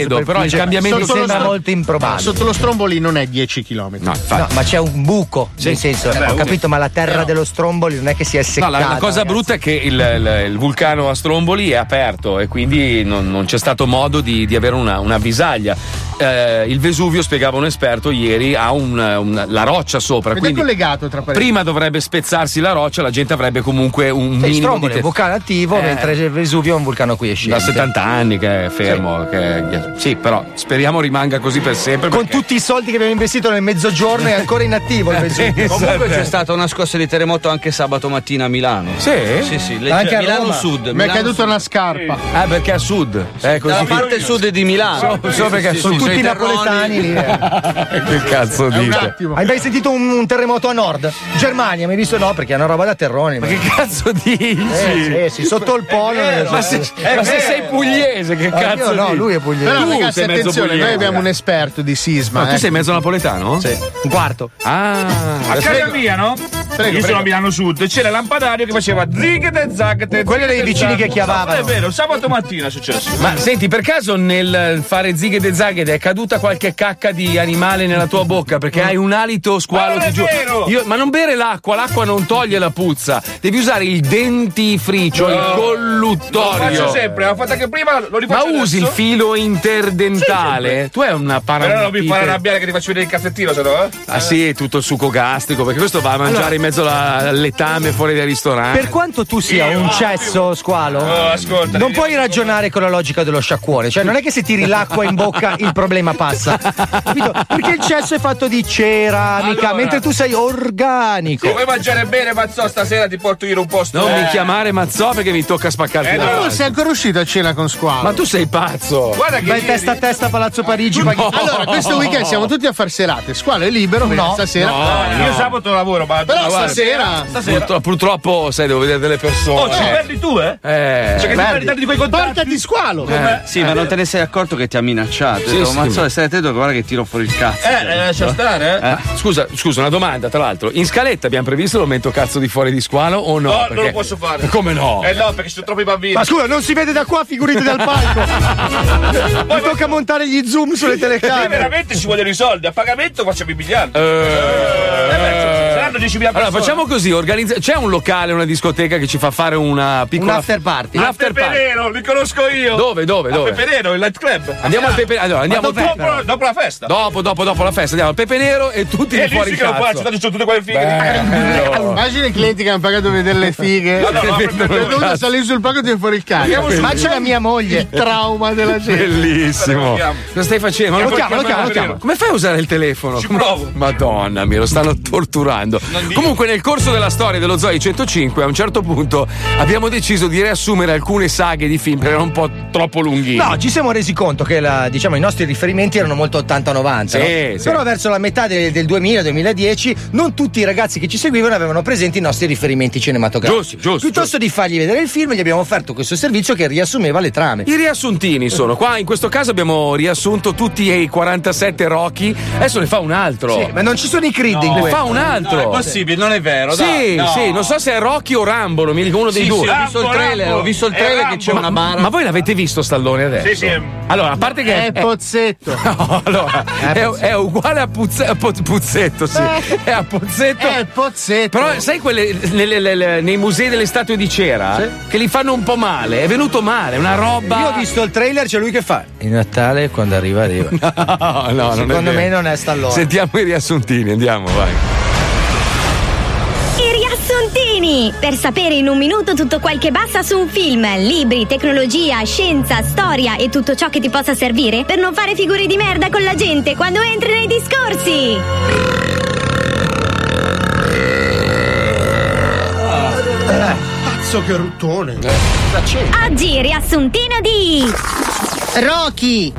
mi
Sotto lo
sembra
stro-
molto improbabile.
Sotto lo stromboli non è 10 km.
No, ma c'è un buco, nel senso,
Eh,
Vabbè,
ho
ok.
capito, ma la terra dello stromboli non è che sia
No,
seccata.
la, la cosa brutta è che il, il- il vulcano a Stromboli è aperto e quindi non, non c'è stato modo di, di avere una, una visaglia. Eh, il Vesuvio, spiegava un esperto ieri, ha un- un- la roccia sopra.
Ed è
quindi
collegato tra parentesi.
prima dovrebbe spezzarsi la roccia, la gente avrebbe comunque un
Sì,
minimo di
Stromboli è un
te-
vulcano attivo,
Eh.
mentre il Vesuvio è un vulcano qui esce.
da 70 anni che è fermo. che è ghiaccio. Sì, però speriamo rimanga così per sempre.
Con
perché-
tutti i soldi che abbiamo investito nel mezzogiorno è ancora inattivo il Vesuvio.
Esatto.
Comunque c'è stata una scossa di terremoto anche sabato mattina a Milano.
Sì?
Sì, sì, legge-
Anche a
Milano
Roma.
Sud.
Mi è
Milano
caduta una scarpa.
Ah, perché a sud? Eh, così.
Dalla parte sud di Milano.
So- so perché sono tutti
sui terroni.
napoletani lì, eh.
che cazzo dite?
Hai mai sentito un, un terremoto a nord? Germania, mi hai visto? No, perché è una roba da terroni. Ma che
cazzo dici?
Eh, sì, sì, sotto il polo.
ma se- eh, ma se sei pugliese, che
Ah,
cazzo
Io no,
dici?
lui è pugliese.
Però
Tu
ragazzi,
sei mezzo
attenzione,
pugliese,
noi abbiamo un
ragazzi.
esperto di sisma.
Ma tu
eh.
sei mezzo napoletano? Sì.
Un quarto.
Ah,
A casa mia, no? Io
prego.
sono a Milano Sud, c'era il lampadario che faceva zigate zaggate.
Quelli erano i
zighete,
vicini
zaggate.
che chiamavano.
No, È vero, sabato mattina è successo.
Ma senti, per caso nel fare zighede zaghede è caduta qualche cacca di animale nella tua bocca? Perché hai un alito squalo,
Ma non
ti
è
giuro.
vero!
Io- ma non bere l'acqua, l'acqua non toglie la puzza. Devi usare il dentifricio, il
No.
colluttorio.
Lo faccio sempre, l'ho fatta anche prima, lo
Ma
rifaccio
usi il
adesso.
filo interdentale? Tu hai una para.
Però non mi fa arrabbiare che ti faccio vedere il caffettino, se no, eh?
Ah sì, tutto il succo gastrico, perché questo va a mangiare
Allora,
in mezzo alla- al letame fuori dai ristoranti.
Per quanto tu sia
Io-
un cesso, squalo,
Oh, ascolta,
non
io-
puoi ragionare con la logica dello sciacquone. Cioè, non è che se tiri l'acqua in bocca il problema passa. Capito? Perché il cesso è fatto di ceramica,
Allora.
mentre tu sei organico.
Se vuoi mangiare bene, Mazzò, stasera ti porto io un posto.
Non
Eh.
mi chiamare Mazzò perché mi tocca spaccarti
Eh,
la
tu non
faccia.
sei ancora uscito a cena con squalo.
Ma tu sei pazzo.
Guarda che
Vai
ieri-
testa a testa a Palazzo Parigi. paghi-
Allora, questo weekend siamo tutti a far serate. Squalo è libero,
No.
stasera.
No, no.
Io sabato lavoro, ma.
Però
Ma guarda,
stasera.
purtro- purtroppo, sai, devo vedere delle persone.
Oh, ci perdi tu, eh?
Eh.
Cioè, che ti perdi tanti di quei contatti.
Portati squalo.
Eh, sì, ma non te ne sei accorto che ti ha minacciato.
Sì,
Ho detto, "Oh,
sì.
Mazzola, stai attento che guarda che tiro fuori il cazzo. Eh.
Eh, eh, lascia
stare,
Ma Scusa, scusa, una domanda, tra l'altro. In scaletta abbiamo previsto l'aumento cazzo di fuori di squalo o no?
No, non
Perché-
lo posso fare.
Come no?
Eh no, perché ci sono troppi bambini.
Ma scusa, non si vede da qua, figurati dal palco. Mi tocca montare gli zoom sulle
Lì
telecamere.
veramente ci vogliono i soldi. A pagamento facciamo i miliardi. Eh, beh, saranno 10.000 persone.
Allora facciamo così, organizza- c'è un locale, una discoteca che ci fa fare una piccola
Un after party.
Un
A
after party.
Peperero, li conosco io.
Dove, dove,
A
dove?
Peperero, il Eh. night club.
Andiamo al Pepe allora,
Ma
andiamo
dopo, dopo, dopo la festa.
Dopo, dopo, dopo la festa, andiamo al Pepe Nero e tutti
E
di
lì
fuori
sì che lo faccio,
cazzo.
tanto ci sono tutte quelle
Bello.
fighe.
Immagina Eh, i clienti che hanno pagato per vedere le fighe.
No, no, no,
Perché
proprio-
è dovuto salire sul palco e tirare fuori il
Andiamo
cazzo.
su-
Ma c'è la mia moglie. Il trauma della gente.
Bellissimo.
Chiamo. Eh,
Cosa stai facendo?
Chiamo,
Ma-
chiamo, chiamo, chiamo.
Come fai a usare il telefono?
Ci
Come-
provo.
Madonna mia, lo stanno torturando. Comunque, nel corso della storia dello Zoe 105, a un certo punto abbiamo deciso di riassumere alcune saghe di film perché erano un po' troppo lunghine.
No, ci siamo resi conto che la- diciamo, i nostri riferimenti erano molto 80-90.
Sì,
no?
sì.
Però verso la metà de- del 2000-2010 non tutti i ragazzi che ci seguivano avevano presenti i nostri riferimenti cinematografici.
Giusto, giusto,
Piuttosto di fargli vedere il film, gli abbiamo offerto questo servizio che riassumeva le trame.
I riassuntini sono qua, in questo caso abbiamo riassunto tutti e i 47 Rocky, adesso ne fa un altro.
Sì, ma non ci sono i Creed in
Ne
questo.
fa un altro.
No, è possibile, non è vero,
Sì,
dai, no.
sì, non so se è Rocky o Rambo, non mi dico uno dei
Sì,
due.
sì, ho visto il trailer, ho visto il trailer
È
che c'è
Rambo.
una bara.
Ma, ma voi l'avete visto Stallone adesso?
Sì, sì.
Allora, a parte che
È pozzetto.
No, allora,
Eh,
è, è uguale a Puzze- a Po- Puzzetto, sì. È a Pozzetto. È
Pozzetto.
Però sai quelle nelle- le- le- nei musei delle statue di cera che li fanno un po' male, è venuto male, una roba
Io ho visto il trailer, c'è lui che fa. Il Natale quando arriva arriva.
No, no, non è
Secondo me
vero.
non è Stallone.
Sentiamo i riassuntini, andiamo, vai.
I riassuntini! Per sapere in un minuto tutto quel che basta su un film, libri, tecnologia, scienza, storia e tutto ciò che ti possa servire per non fare figure di merda con la gente quando entri nei discorsi!
Cazzo che ruttone.
Eh. Oggi riassuntino di...
Rocky!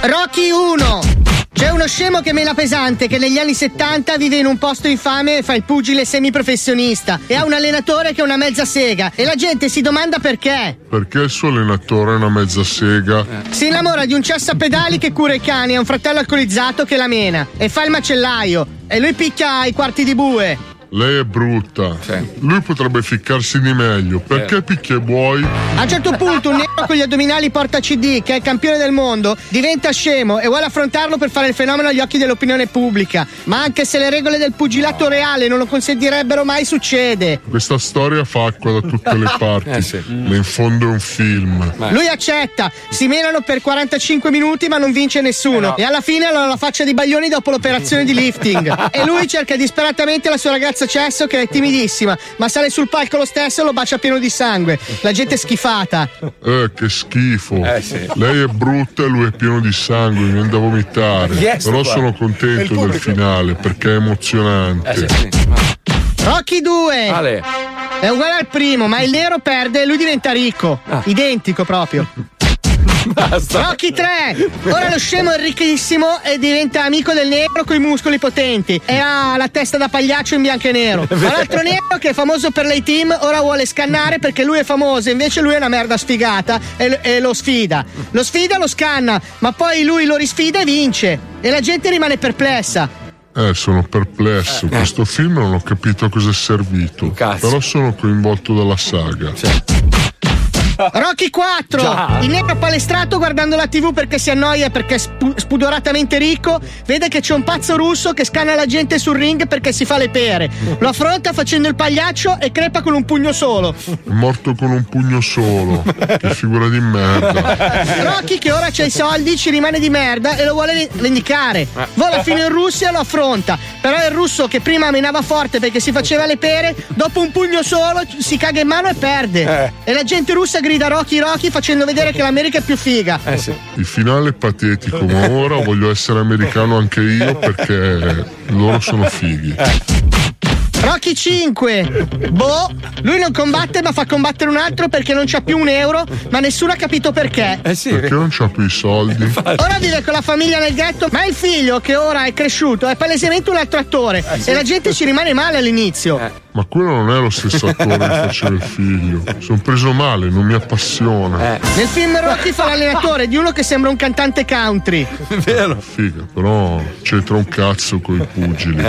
Rocky 1! C'è uno scemo che mela pesante che negli anni 70 vive in un posto infame e fa il pugile semiprofessionista e ha un allenatore che è una mezza sega e la gente si domanda perché.
Perché il suo allenatore è una mezza sega?
Si innamora di un cesso a pedali che cura i cani e ha un fratello alcolizzato che la mena e fa il macellaio e lui picchia i quarti di bue.
Lei è brutta. Lui potrebbe ficcarsi di meglio.
Eh.
Perché picchia i buoi?
A un certo punto un nero con gli addominali porta CD, che è il campione del mondo, diventa scemo e vuole affrontarlo per fare il fenomeno agli occhi dell'opinione pubblica. Ma anche se le regole del pugilato reale non lo consentirebbero mai, succede.
Questa storia fa acqua da tutte le parti.
Eh,
Ma in fondo è un film.
Lui accetta, si menano per 45 minuti ma non vince nessuno e alla fine hanno la faccia di Baglioni dopo l'operazione di lifting e lui cerca disperatamente la sua ragazza Cesso che è timidissima ma sale sul palco lo stesso e lo bacia pieno di sangue. La gente è schifata.
Eh, che schifo.
Eh, sì.
Lei è brutta e lui è pieno di sangue, mi viene da vomitare.
Chi è sto
Però
qua?
sono
È il
contento del
pubblico. Eh,
finale perché è emozionante.
Rocky 2
Ale.
è uguale al primo, ma il nero perde e lui diventa ricco. Identico proprio. Rocky 3 Ora lo scemo è ricchissimo e diventa amico del nero con i muscoli potenti e ha la testa da pagliaccio in bianco e nero. Ma l'altro nero che è famoso per lei team ora vuole scannare perché lui è famoso, invece lui è una merda sfigata e, l- e lo sfida. Lo sfida, lo scanna, ma poi lui lo risfida e vince. E la gente rimane perplessa.
Eh, sono
Eh,
perplesso. Questo film non ho capito a cosa è servito. Però sono coinvolto dalla saga.
Rocky 4,
Già.
il nero palestrato guardando la TV perché si annoia perché è spu- spudoratamente ricco, vede che c'è un pazzo russo che scanna la gente sul ring perché si fa le pere. Lo affronta facendo il pagliaccio e crepa con un pugno solo.
È morto con un pugno solo. che figura di merda.
Rocky che ora c'ha i soldi, ci rimane di merda e lo vuole vendicare. Vola fino in Russia e lo affronta. Però il russo che prima menava forte perché si faceva le pere, dopo un pugno solo si caga in mano e perde. E la gente russa grida Rocky Rocky facendo vedere che l'America è più figa.
Il finale è patetico, ma ora voglio essere americano anche io perché loro sono fighi.
Rocky 5. Boh, lui non combatte ma fa combattere un altro perché non c'ha più un euro, ma nessuno ha capito perché.
Eh. Perché non c'ho più i soldi?
Ora vive con la famiglia nel ghetto, ma il figlio che ora è cresciuto è palesemente un altro attore e la gente ci rimane male all'inizio.
Ma quello non è lo stesso attore che faceva il figlio. Sono preso male, non mi appassiona.
Nel film Rocky fa l'allenatore di uno che sembra un cantante country.
È vero. Figa, però c'entra un cazzo con i pugili.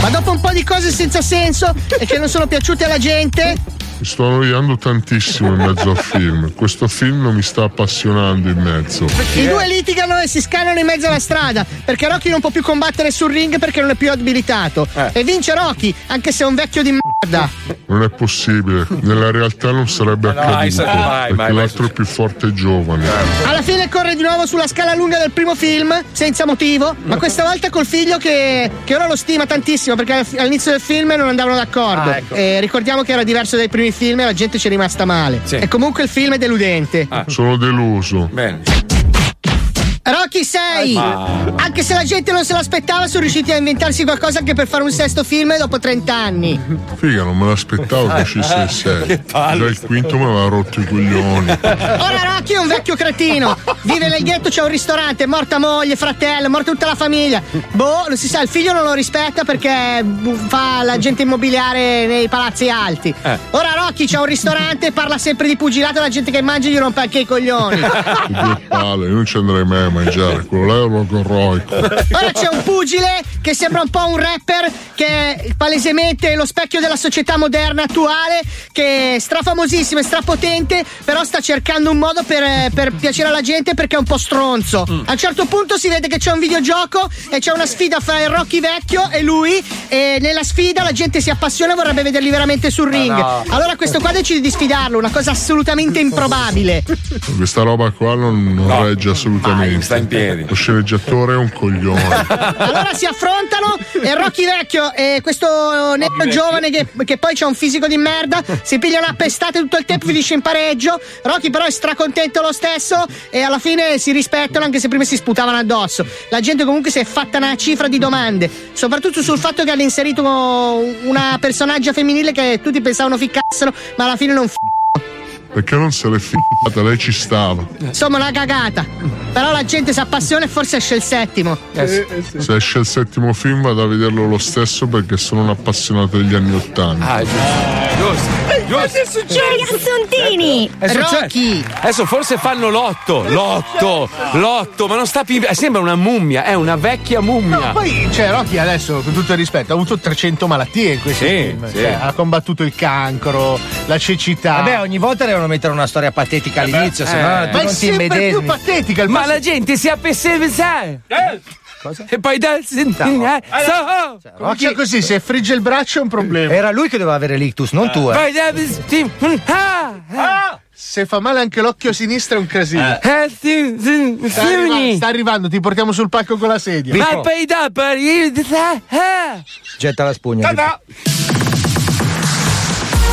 Ma dopo un po' di cose senza senso e che non sono piaciute alla gente,
Mi sto annoiando tantissimo in mezzo al film. Questo film non mi sta appassionando in mezzo.
i due litigano e si scannano in mezzo alla strada perché Rocky non può più combattere sul ring perché non è più abilitato.
Eh.
E vince Rocky, anche se è un vecchio di merda.
Non è possibile, nella realtà non sarebbe
no, mai,
accaduto.
sai- mai,
perché
mai, mai
l'altro è più forte e giovane.
Alla fine corre di nuovo sulla scala lunga del primo film, senza motivo, ma questa volta col figlio che, che ora lo stima tantissimo perché alla- all'inizio del film non andavano d'accordo.
Ah, ecco.
E ricordiamo che era diverso dai primi film e la gente ci è rimasta male. E comunque il film è deludente.
Sono deluso.
Rocky 6!
Ah.
Anche se la gente non se l'aspettava, sono riusciti a inventarsi qualcosa anche per fare un sesto film dopo 30 anni.
Figa, non me l'aspettavo
Ah,
che uscisse il 6. Già il quinto mi aveva rotto i coglioni.
Ora Rocky è un vecchio cretino. Vive nel ghetto, c'è un ristorante, è morta moglie, fratello, è morta tutta la famiglia. Boh, lo si sa, il figlio non lo rispetta perché bu- fa l'agente immobiliare nei palazzi alti.
Eh.
Ora Rocky c'ha un ristorante, parla sempre di pugilato, la gente che mangia gli rompe anche i coglioni.
Che Due palle, io non ci andrei mai a mangiare. Quello là è un luogo eroico.
Ora c'è un pugile che sembra un po' un rapper, che è palesemente lo specchio della società moderna attuale, che è strafamosissimo e strapotente, però sta cercando un modo per, per piacere alla gente perché è un po' stronzo. A un certo punto si vede che c'è un videogioco e c'è una sfida fra il Rocky vecchio e lui, e nella sfida la gente si appassiona e vorrebbe vederli veramente sul ring.
no.
Allora questo qua decide di sfidarlo, una cosa assolutamente improbabile.
Questa roba qua non, non regge assolutamente. sta in piedi. Lo sceneggiatore è un coglione.
Allora si affrontano e Rocky vecchio e questo nero giovane che, che poi c'ha un fisico di merda si pigliano a pestate tutto il tempo finisce in pareggio Rocky però è stracontento lo stesso e alla fine si rispettano anche se prima si sputavano addosso la gente comunque si è fatta una cifra di domande soprattutto sul fatto che hanno inserito una personaggia femminile che tutti pensavano ficcassero ma alla fine non f-
Perché non se l'è ficcata? Lei ci stava.
insomma una cagata però la gente si appassiona e forse esce il settimo
Se esce il settimo film vado a vederlo lo stesso perché sono un appassionato degli anni Ottanta.
Cosa è successo?
Ragazzontini!
Eh, Ecco. È successo. Adesso forse fanno l'otto, l'otto, l'otto, ma non sta più. eh, Sembra una mummia, è una vecchia mummia.
No, poi cioè, Rocky adesso, con tutto il rispetto, ha avuto 300 malattie in questi
Sì,
film.
sì.
Cioè, ha combattuto il cancro, la cecità.
Vabbè, ogni volta devono mettere una storia patetica all'inizio, se
eh.
no tu
Ma è
non ti
sempre più
immedesimi.
patetica
Ma la
gente si appeseve
Cosa?
E poi dal eh? sentire.
Cioè, Rocky è così, se frigge il braccio è un problema.
Era lui che doveva avere l'ictus, non tu. Eh. Ah,
Se fa male anche l'occhio sinistro è un casino.
Eh,
Sta arrivando, sta arrivando, ti portiamo sul palco con la sedia.
Ma poi eh.
Questo
Getta la spugna.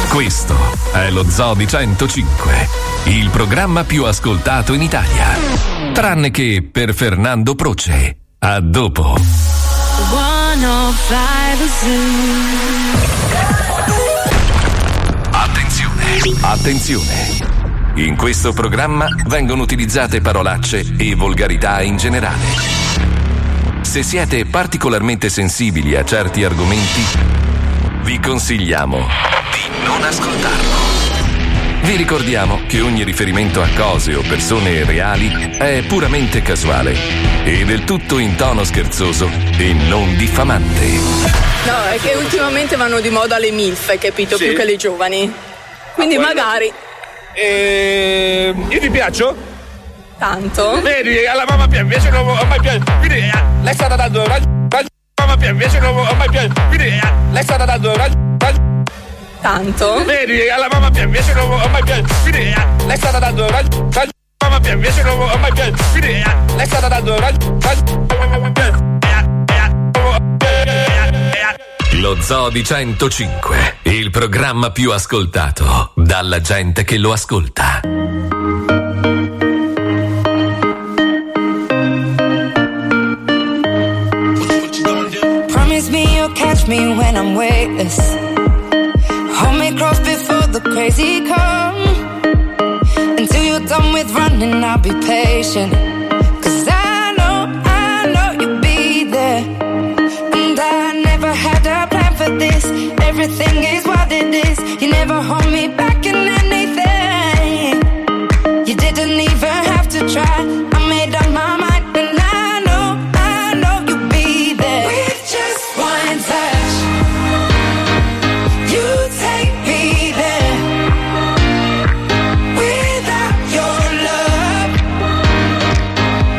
Questo è lo Zoo di 105, il programma più ascoltato in Italia. Tranne che per Fernando Proce. A dopo.
105
Attenzione, attenzione. In questo programma vengono utilizzate parolacce e volgarità in generale. Se siete particolarmente sensibili a certi argomenti, vi consigliamo di non ascoltarlo. Vi ricordiamo che ogni riferimento a cose o persone reali è puramente casuale e del tutto in tono scherzoso e non diffamante.
No, è che ultimamente vanno di moda le MILF, hai capito?
Sì.
Più che le giovani. Quindi magari
eh, io ti piaccio?
Tanto.
Vedi, alla mamma Pia invece non ho mai piaciuto. Quindi eh, lei sta dando una alla mamma Pia invece non ho mai piaciuto. Quindi eh, lei sta dando una
Tanto.
Vedi, alla mamma Pia invece non ho mai piaciuto. Quindi eh, lei sta dando una alla mamma Pia invece non ho mai piaciuto. Quindi eh, lei sta dando una
Lo Zoo di 105, il programma più ascoltato dalla gente che lo ascolta.
Promise me you'll catch me when I'm weightless. Hold me close before the crazy come. Until you're done with running, I'll be patient. Cause I know, I know you'll be there. And I never had a plan for this. Everything is what it is. You never hold me back in anything. You didn't even have to try. I made up my mind, and I know, I know you'll be there. With just one touch, you take me there. Without your love,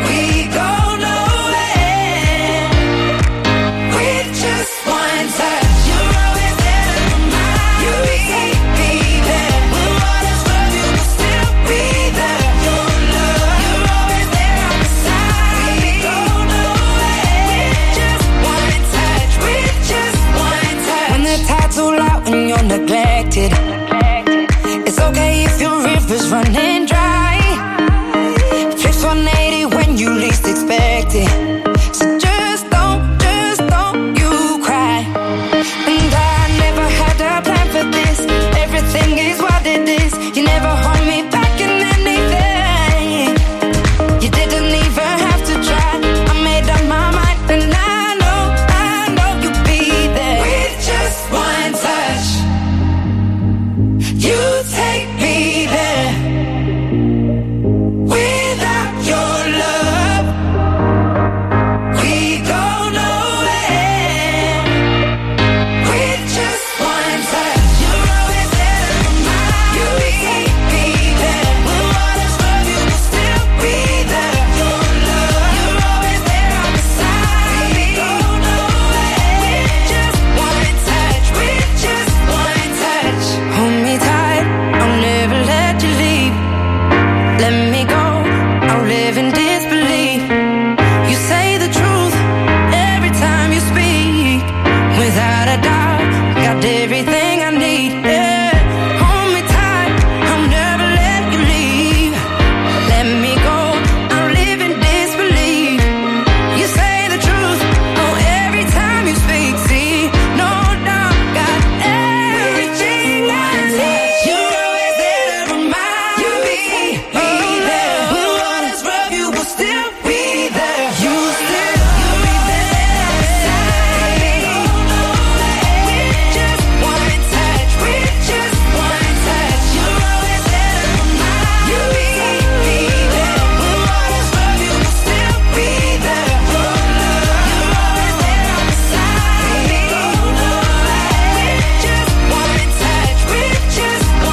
we go nowhere. With just one touch, you're always there in my You take me there. When all is rough, you will still be there. Your love, you're always there on the side. We go nowhere. With just one touch, with just one touch. When the tide's too loud and you're neglected, it's okay if your river's running dry. Flips 180 when you least expect it. So just don't, just don't you cry. And I never had a plan for this. Everything is what it is. You never hold me back in anything. You didn't even have to try. I made up my mind, and I know, I know you'll be there. With just one touch, you take me there. Without your love, we go nowhere. With just one touch, you're always there in my You take me there. When all is rough, you will still be there. Your love, you're always there on the side. We go nowhere. With just one touch, with just one touch. Hold me tight, I'll never let you leave. Let me go, I'll live in disbelief. You say the truth every time you speak. Without a doubt, got everything I need. Yeah. Hold me tight, I'll never let you leave. Let me go, I'll live in disbelief. You say the truth, oh, every time you speak. See, no doubt, got everything I need. You're always there to remind You me. take Oh, me there. love. When all is rough, you will still be there. You still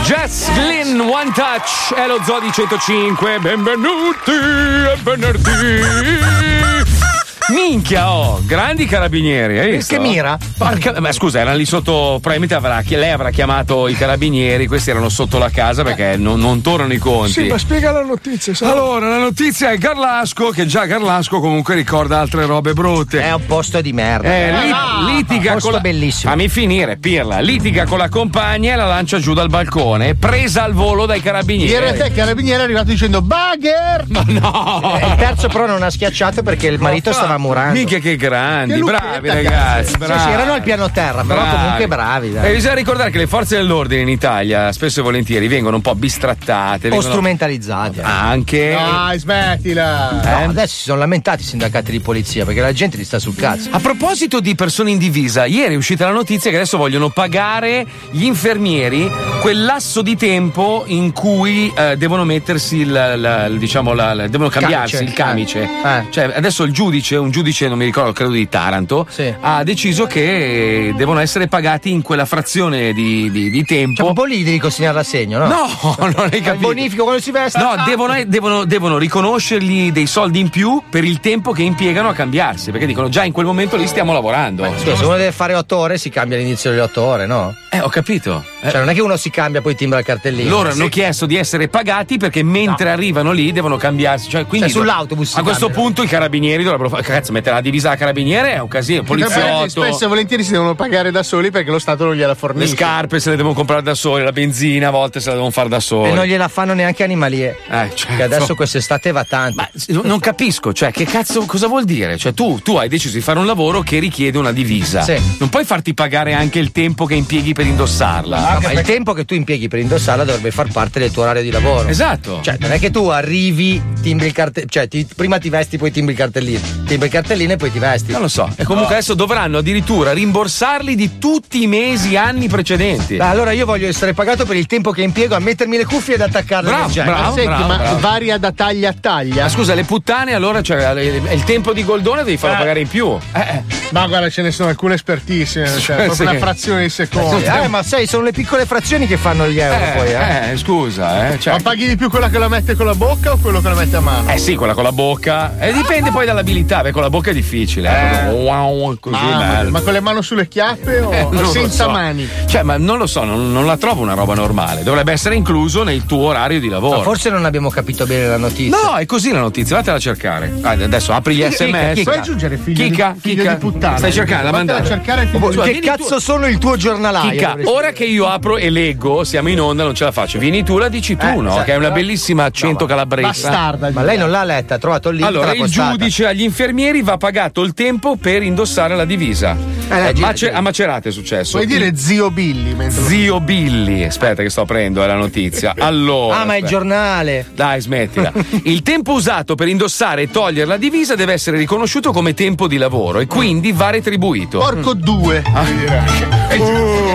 Jess Glynn One Touch è lo Zoo di 105. Benvenuti e venerdì. Minchia, oh, grandi carabinieri. hai visto?
Che mira?
Porca- ma scusa, erano lì sotto. Probabilmente avrà, chi- lei avrà chiamato i carabinieri. Questi erano sotto la casa perché non, non tornano i conti.
Sì, ma spiega la notizia. sai?
Allora, la notizia è Garlasco, che già Garlasco comunque ricorda altre robe brutte. È un posto di merda.
Eh, no,
litiga
un posto
con la...
bellissimo.
Fammi finire, pirla. Litiga con la compagna e la lancia giù dal balcone, presa al volo dai carabinieri.
In realtà il carabiniere è arrivato dicendo Bugger!
Ma no!
Eh, Il terzo però non ha schiacciato perché il marito stava murando.
Minchia che grandi,
Che lucchetta,
bravi ragazzi,
cazzo.
bravi.
Sì, sì, erano al piano terra, però
Bravi. Esatto.
comunque bravi. dai.
E bisogna ricordare che le forze dell'ordine in Italia spesso e volentieri vengono un po' bistrattate.
O
vengono-
strumentalizzati.
Ah, Anche.
Dai, smettila!
Eh?
No, adesso si sono lamentati i sindacati di polizia perché la gente li sta sul cazzo.
A proposito di persone in divisa, ieri è uscita la notizia che adesso vogliono pagare gli infermieri quel lasso di tempo in cui eh, devono mettersi il, la- la- il- diciamo la- la- devono cambiarsi
Camice. eh,
il camice. Cioè, adesso il giudice, un un giudice, non mi ricordo, credo di Taranto, ha deciso che devono essere pagati in quella frazione di, di- di tempo.
Cioè, un po' lì devi consegnare l'assegno, no?
No, non hai
Fa Il
capito.
bonifico quando si veste.
No, devono, eh, devono- devono riconoscergli dei soldi in più per il tempo che impiegano a cambiarsi, perché dicono già in quel momento lì stiamo lavorando.
Scusa, se uno deve fare 8 ore si cambia all'inizio delle 8 ore, no?
Eh, ho capito.
Cioè, non è che uno si cambia poi timbra il cartellino.
Loro
Sì.
hanno chiesto di essere pagati perché mentre arrivano lì devono cambiarsi. Cioè, quindi
Cioè, sull'autobus si
A questo punto i carabinieri dovrebbero fare. Cazzo, mettere la divisa da carabinieri è un casino. il
Perché Spesso e
Poliziotto.
volentieri si devono pagare da soli perché lo Stato non gliela
Le
fornisce.
scarpe se le devono comprare da soli, la benzina a volte se la devono fare da
E
soli.
non gliela fanno neanche animalie.
Eh, certo.
Che adesso quest'estate va tanto.
No, Non capisco, cioè, che cazzo, cosa vuol dire? Cioè, tu, tu hai deciso di fare un lavoro che richiede una divisa.
Sì.
Non puoi farti pagare anche il tempo che impieghi per indossarla.
No, ma il tempo che tu impieghi per indossarla dovrebbe far parte del tuo orario di lavoro.
Esatto.
Cioè, non è che tu arrivi, timbri il cartellino. Cioè, ti- prima ti vesti, poi timbri il cartellino. Timbri il cartellino e poi ti vesti.
Non lo so. E comunque adesso dovranno addirittura rimborsarli di tutti i mesi, anni precedenti.
Beh, allora io voglio essere pagato per il tempo che impiego a mettermi le cuffie ed attaccarle
Bravo,
al jack.
bravo,
Senti,
bravo,
ma
bravo.
Varia da taglia a taglia.
Ma scusa, le puttane allora cioè, le- le- il tempo di Goldone devi
Eh.
farlo pagare in più.
Ma guarda, ce ne sono alcune espertissime, cioè, proprio
Sì.
una frazione di secondo.
Sì, eh,
ma sai, sono le piccole frazioni che fanno gli
Eh, eh, scusa, eh. Cioè,
Ma paghi di più quella che la mette con la bocca o quello che la mette a mano?
eh sì, quella con la bocca. Eh, dipende poi dall'abilità, perché con la bocca è difficile. eh, proprio wow, così
Mamma mia,
bello.
ma con le mani sulle chiappe o
Eh, non lo
senza
so.
mani?
Cioè, ma non lo so, non, non la trovo una roba normale. Dovrebbe essere incluso nel tuo orario di lavoro.
Ma forse non abbiamo capito bene la notizia.
No, è così la notizia, vattela a cercare. Ah, Adesso apri gli sms.
Puoi aggiungere figlio,
Chicca,
di, figlio
chicca.
di puttana?
Stai cercando la
Vattela a
mandata.
cercare figlio
Oh,
di
cioè,
che
vieni tu-
cazzo sono il tuo giornalaio?
Chicca,
dovresti-
ora che io apro e leggo, siamo in onda, non ce la faccio. Vieni tu, la dici tu,
Eh,
no?
certo.
Che è una bellissima accento calabrese. Eh?
Ma lei non l'ha letta, ha trovato lì.
Allora, il giudice agli infermieri va pagato il tempo per indossare la divisa.
Eh,
Eh, Mace- a Macerata è successo.
Puoi dire zio Billy mentre lo-
Zio Billy, aspetta che sto prendo eh, la notizia.
Oh,
Allora,
Ah, ma è il
aspetta.
giornale.
Dai, smettila. Il tempo usato per indossare e togliere la divisa deve essere riconosciuto come tempo di lavoro e quindi va retribuito.
Porco due.
Ah. Eh,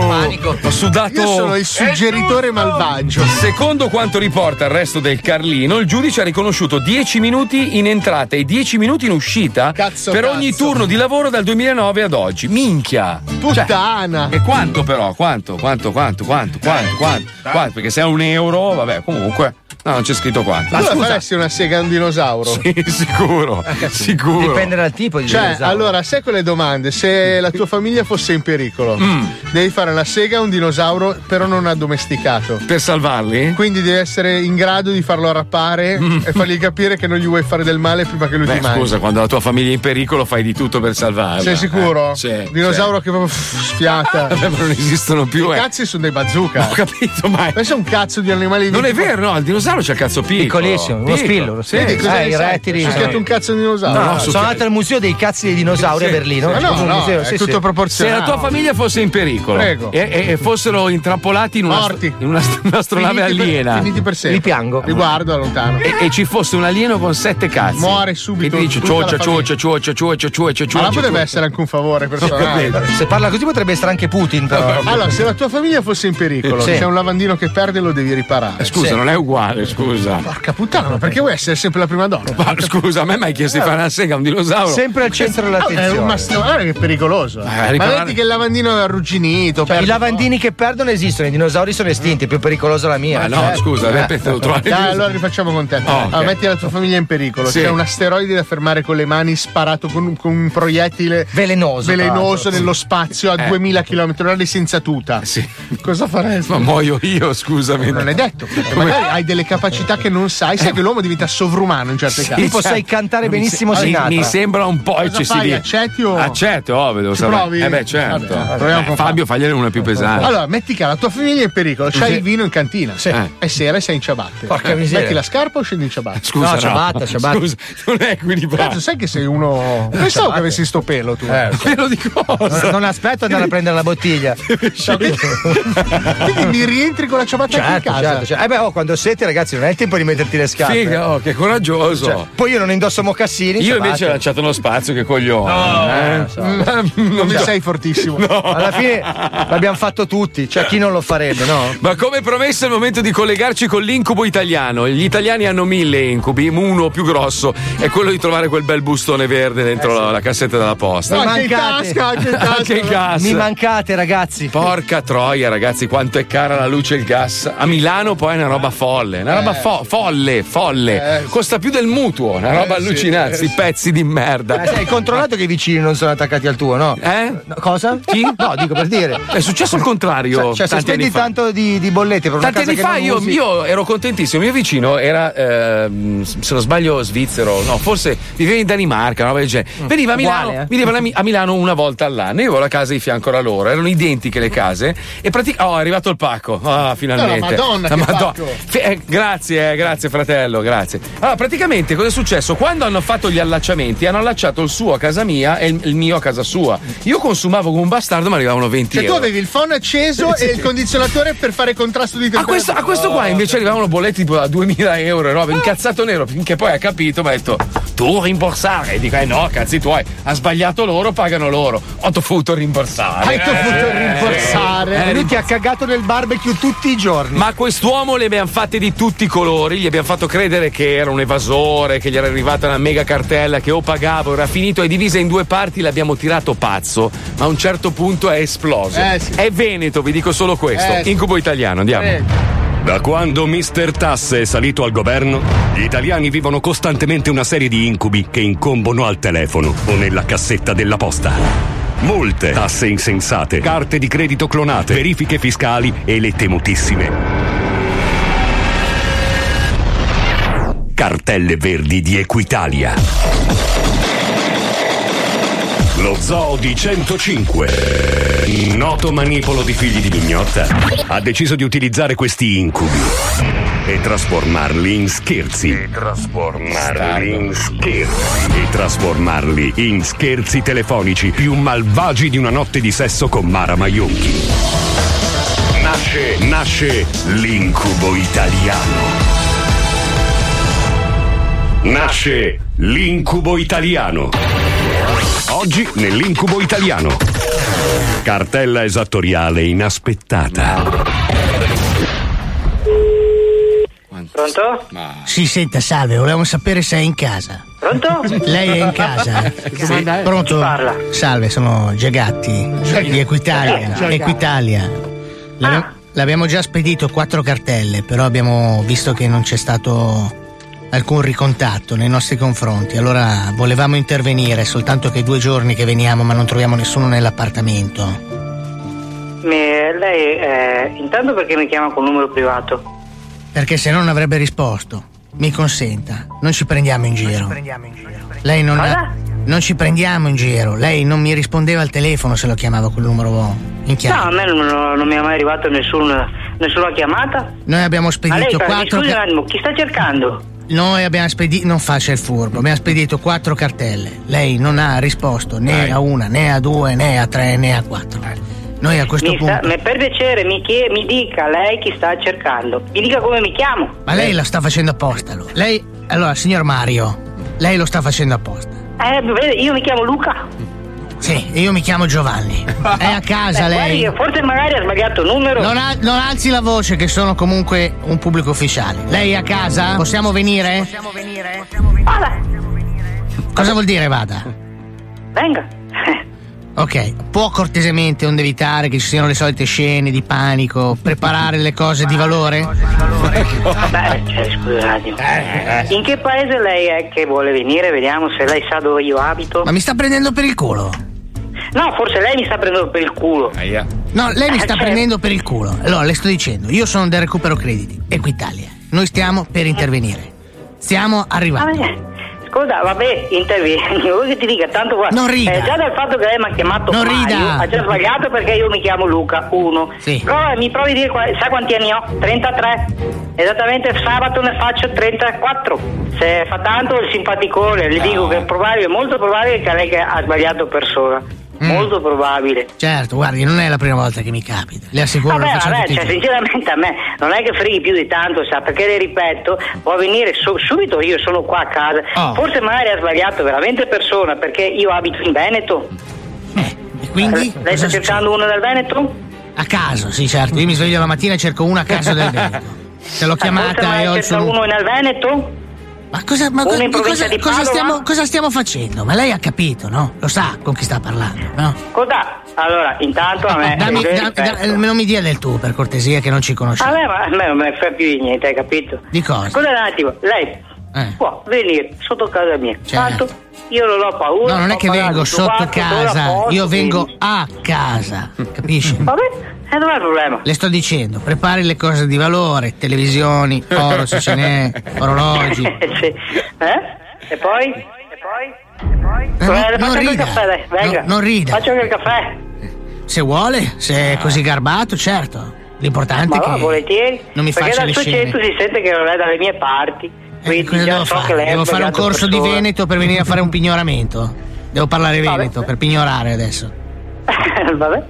panico.
Ho sudato.
Io sono il suggeritore malvagio.
Secondo quanto riporta il resto del Carlino, il giudice ha riconosciuto 10 minuti in entrata e 10 minuti in uscita per
cazzo.
ogni turno di lavoro dal 2009 ad oggi. Minchia! Cioè,
Puttana!
E quanto però? Quanto? Quanto? Quanto? Quanto? Quanto? Quanto? Quanto? Perché se è un euro, vabbè, comunque. No, non c'è scritto quanto. Ah,
Ma tu la faresti una sega a un dinosauro?
Sì, sicuro.
Ah,
sicuro. Eh,
Dipende dal tipo di
Cioè,
dinosauro.
allora, sai quelle domande? Se la tua famiglia fosse in pericolo,
Mm.
devi fare una sega a un dinosauro, però non addomesticato.
Per salvarli? Mm.
Quindi devi essere in grado di farlo arrappare e fargli capire che non gli vuoi fare del male prima che lui
Beh,
ti mangi.
scusa, quando la tua famiglia è in pericolo fai di tutto per salvarla.
Sei sicuro?
Eh, sì.
Dinosauro che proprio pff, sfiata.
Vabbè, ma non esistono più,
I
eh.
cazzi sono dei bazooka.
Ho capito, ma.
Questo è un cazzo di animale di
Non è vero, no, il dinosauro c'è il cazzo piccolo.
Piccolissimo, uno spillo, uno
Sì.
spillo. Eh, i rettili.
C'è scritto un cazzo di dinosauro.
No, sono andato al museo dei cazzi dei dinosauri a Berlino.
Ma
Eh,
C'è
no,
un
no,
museo,
è
sì,
tutto
sì.
Se
proporzionato.
la tua famiglia fosse in pericolo
Prego.
E, e- e fossero intrappolati in una,
Morti.
in una- in un'astronave
Finiti per-
aliena
finiti per sempre.
Li piango.
Li guardo da lontano.
e, e ci fosse un alieno con sette cazzi
Muore subito
che ti dice
tutta la
cioccia
famiglia.
cioccia cioccia cioccia cioccia
Ma
cioccia
la potrebbe essere anche un favore personale.
Se parla così potrebbe essere anche Putin, però.
Allora, se la tua famiglia fosse in pericolo,
Sì.
c'è un lavandino che perde, lo devi riparare.
Eh, scusa
Sì.
non è uguale scusa
Porca puttana, ma perché vuoi essere sempre la prima donna?
Ma scusa a me mi hai chiesto di fare una sega a un dinosauro
Sempre al centro dell'attenzione.
Ah, È un mastro, guarda che è pericoloso.
Eh,
ma
riparare-
vedi che il lavandino è arrugginito.
Cioè,
perde-
I lavandini che perdono esistono, i dinosauri sono estinti, è più pericolosa la mia. Eh.
Ma no, scusa, adesso devo trovare-
Dai, allora rifacciamo con te.
Oh, ok.
Allora, Ah, metti la tua famiglia in pericolo.
Sì.
C'è un asteroide da fermare con le mani, sparato con un, con un proiettile velenoso,
tra l'altro.
nello spazio a
Eh.
2000 km orari senza tuta. Cosa faresti?
ma muoio io scusami Eh.
Non è detto, perché magari hai delle capacità che non sai, sai che l'uomo diventa sovrumano in certe casi.
Sì, certo. Mi se- mi- Mi sembra un po'
Cosa
eccessivo.
fai, accetti o-
Accetto, ovvio, devo
Ci
sapere.
provi?
Eh beh, certo.
Vabbè, proviamo
Beh,
con
Fabio, fagliene una più pesante.
Allora, metti che la tua famiglia è in pericolo, c'hai
Sì.
il vino in cantina,
Eh.
è sera e sei in ciabatte.
Porca
Eh.
miseria.
Metti la scarpa o scendi in ciabatte?
Scusa, no. Scusa, non è equilibrato.
Cazzo, sai che sei uno. Pensavo che avessi sto pelo tu.
Pelo di cosa? cosa?
Eh, Non aspetto di andare a prendere la bottiglia.
Quindi mi Cioè, rientri con la ciabatta anche in
Certo,
casa.
certo, certo. Eh beh, oh, quando siete, ragazzi, non è il tempo di metterti le scarpe. Cioè,
Figa, oh, che coraggioso.
poi io non indosso mocassini.
Io
ciabatte.
invece ho lanciato uno spazio che coglione. eh.
Non
mi
ne
do-
sei fortissimo.
Alla fine l'abbiamo fatto tutti, cioè chi non lo farebbe, no?
Ma come promesso è il momento di collegarci con l'incubo italiano. Gli italiani hanno mille incubi, uno più grosso è quello di trovare quel bel bustone verde dentro la, la cassetta della posta.
Mi
Eh anche in
mancate.
tasca, anche in tasca.
Anche in casa.
Mi mancate, ragazzi.
Porca troia, ragazzi, quanto è cara la luce e il gas. A Milano poi è una roba folle, una
Eh.
roba fo- folle, folle. Costa più del mutuo, una roba
Eh, sì,
allucinante,
eh, sì.
sti pezzi di merda.
Eh, sai, hai controllato che i vicini non sono attaccati al tuo, no?
Eh?
Cosa? Chi? No, dico per dire.
È successo il contrario.
Cioè, cioè, se
tanti anni
spendi
fa.
tanto di, di bollette per una
Tanti
casa
anni
che
fa
non
io,
usi-
io ero contentissimo. Il mio vicino era, ehm, se non sbaglio, svizzero, no, forse viveva in Danimarca, una roba del genere. Veniva a Milano,
Uguale, eh?
veniva alla Mi- a Milano una volta all'anno. Io avevo la casa di fianco alla loro, erano identiche le case. E praticamente, oh, è arrivato il pacco. Ah, finalmente.
Oh,
Madonna,
La
che
Madonna.
pacco.
Fe- eh, grazie, eh, grazie, fratello, grazie. Allora, praticamente, cosa è successo? Quando hanno fatto gli allacciamenti, hanno allacciato il suo a casa mia e il, il mio a casa sua. Io consumavo come un bastardo, ma arrivavano 20
Cioè, tu
euro.
avevi il phone acceso
Sì.
e il condizionatore per fare contrasto di
A
temperatura.
questo, a questo qua invece arrivavano bollette tipo da 2000 euro, e roba, incazzato nero, finché poi ha capito, mi ha detto tu rimborsare. E dico, eh no, cazzi tuoi, ha sbagliato loro, pagano loro. Ho dovuto rimborsare.
Hai dovuto
Eh,
rimborsare.
eh,
Lui
rim-
Ti ha cagato nel barbecue tutti i giorni.
ma a quest'uomo le abbiamo fatte di tutti i colori, gli abbiamo fatto credere che era un evasore, che gli era arrivata una mega cartella, che o pagavo, era finito, è divisa in due parti, l'abbiamo tirato pazzo, ma a un certo punto è esploso.
Eh, sì.
È Veneto, vi dico solo questo.
Eh, sì.
Incubo italiano, andiamo.
Da quando Mr. Tasse è salito al governo, gli italiani vivono costantemente una serie di incubi che incombono al telefono o nella cassetta della posta. Molte tasse insensate, carte di credito clonate, verifiche fiscali e le temutissime. Cartelle verdi di Equitalia. Lo zoo di 105, noto manipolo di figli di mignotta, ha deciso di utilizzare questi incubi e trasformarli in scherzi. E trasformarli in scherzi. E trasformarli in scherzi telefonici più malvagi di una notte di sesso con Mara Maionchi. Nasce, nasce l'incubo italiano. Nasce l'incubo italiano. Oggi nell'incubo italiano. Cartella esattoriale inaspettata.
Pronto?
Sì, senta, salve, volevamo sapere se è in casa.
Pronto?
Lei è in casa?
Sì.
Pronto?
Parla.
Salve, sono Giagatti di Equitalia.
Giagatti. Ah.
Equitalia. L'abbia- L'abbiamo già spedito quattro cartelle, però abbiamo visto che non c'è stato alcun ricontatto nei nostri confronti. Allora volevamo intervenire, soltanto che è due giorni che veniamo ma non troviamo nessuno nell'appartamento.
Mi- lei, eh, intanto perché mi chiama col numero privato?
Perché se no non avrebbe risposto. Mi consenta, non ci prendiamo in giro.
Prendiamo in giro.
Lei non,
Cosa?
non ci prendiamo in giro. Lei non mi rispondeva al telefono se lo chiamavo col numero in
No,
chiaro.
a me non, non mi è mai arrivato nessun, nessuna chiamata.
Noi abbiamo
Ma lei,
spedito
mi
quattro.
scusi un
ca-
attimo, chi sta cercando?
Noi abbiamo spedito. Non faccia il furbo. Abbiamo spedito quattro cartelle. Lei non ha risposto né a una, né a due, né a tre, né a quattro. Noi a questo
Mi
punto.
sta- mi- per piacere, mi, chie- mi dica lei chi sta cercando. Mi dica come mi chiamo.
Ma lei la sta facendo apposta. allora. Lei. Allora, signor Mario, lei lo sta facendo apposta.
Eh, vede, io mi chiamo Luca.
Sì, io mi chiamo Giovanni. È a casa
Beh,
lei.
guardi, forse magari ha sbagliato il numero.
Non, al- non alzi la voce che sono comunque un pubblico ufficiale. Lei è a casa? Possiamo venire? Possiamo venire? Cosa vuol dire vada?
Venga.
Ok, può cortesemente onde evitare che ci siano le solite scene di panico, preparare le cose di valore?
Beh, cioè, scusi un attimo. In che paese lei è che vuole venire? Vediamo se lei sa dove io abito.
Ma mi sta prendendo per il culo.
No, forse lei mi sta prendendo per il culo.
No, lei mi
Eh,
sta
cioè-
prendendo per il culo. Allora, le sto dicendo, io sono del recupero crediti, Equitalia. Noi stiamo per intervenire. Stiamo arrivando.
Ah, eh. Scusa, vabbè, intervieni, vuoi che ti dica? Tanto guarda,
Non rida.
eh, già dal fatto che lei mi ha chiamato
Non
Mario,
rida.
ha già sbagliato perché io mi chiamo Luca, uno.
Sì.
Prova, mi provi a dire, qua- sa quanti anni ho? 33. Esattamente sabato ne faccio 34. Se fa tanto il simpaticone, le dico che è probabile, molto probabile che lei che ha sbagliato persona. molto probabile.
Mm. Certo, guardi, non è la prima volta che mi capita. Le assicuro,
Vabbè,
lo faccio
vabbè,
tutti i
cioè,
giorni.
sinceramente a me non è che frighi più di tanto, sa, perché le ripeto, può venire su- subito, io sono qua a casa.
Oh.
Forse magari ha sbagliato veramente persona, perché io abito in Veneto.
Eh,
Eh,
E quindi?
Lei sta cercando uno del Veneto?
A caso, sì, certo. Io mi sveglio la mattina e cerco una a caso del Veneto. Se l'ho
Forse
chiamata
magari
e ho il
cerca
suo numero.
uno nel Veneto?
Ma cosa, ma
Uno
co-
in provincia
cosa-
di
cosa
Padova?
stiamo, cosa stiamo facendo? Ma lei ha capito, no? Lo sa con chi sta parlando, no?
Cos'ha? Allora, intanto a me...
Dammi-
io
da- da-
ripeto.
non mi dia del tu, per cortesia, che non ci
A
conosciamo.
me, ma- a me non me ne frega più di niente, hai capito?
Di cosa? Eh.
Scusa un attimo, lei può venire sotto casa mia. Tanto io non ho paura.
Certo. No, non è
ho
che
pagato
vengo
il suo
sotto
quarto, sono a
casa,
posto,
io vengo
quindi-
a casa, capisci?
Vabbè, e dov'è il problema?
Le sto dicendo, prepari le cose di valore, televisioni, oro se ce n'è, orologi.
Sì. Eh? E poi? E poi? E poi?
non-
Eh, le
non
faccio anche il
rida.
caffè, dai, venga.
No, non rida.
Faccio anche il caffè.
Se vuole, se è così garbato, certo. L'importante
Eh. Ma
è
va,
che
volentieri.
non mi
Perché
faccia
dal
le
suo
scene.
centro si sente che non è dalle mie parti. Quindi
cosa
già
devo
so che
fare?
lei ha
Devo fare un
sbagliato
corso di
persona.
Veneto per venire a fare un pignoramento. Devo parlare
Vabbè.
Veneto per pignorare adesso.
Vabbè.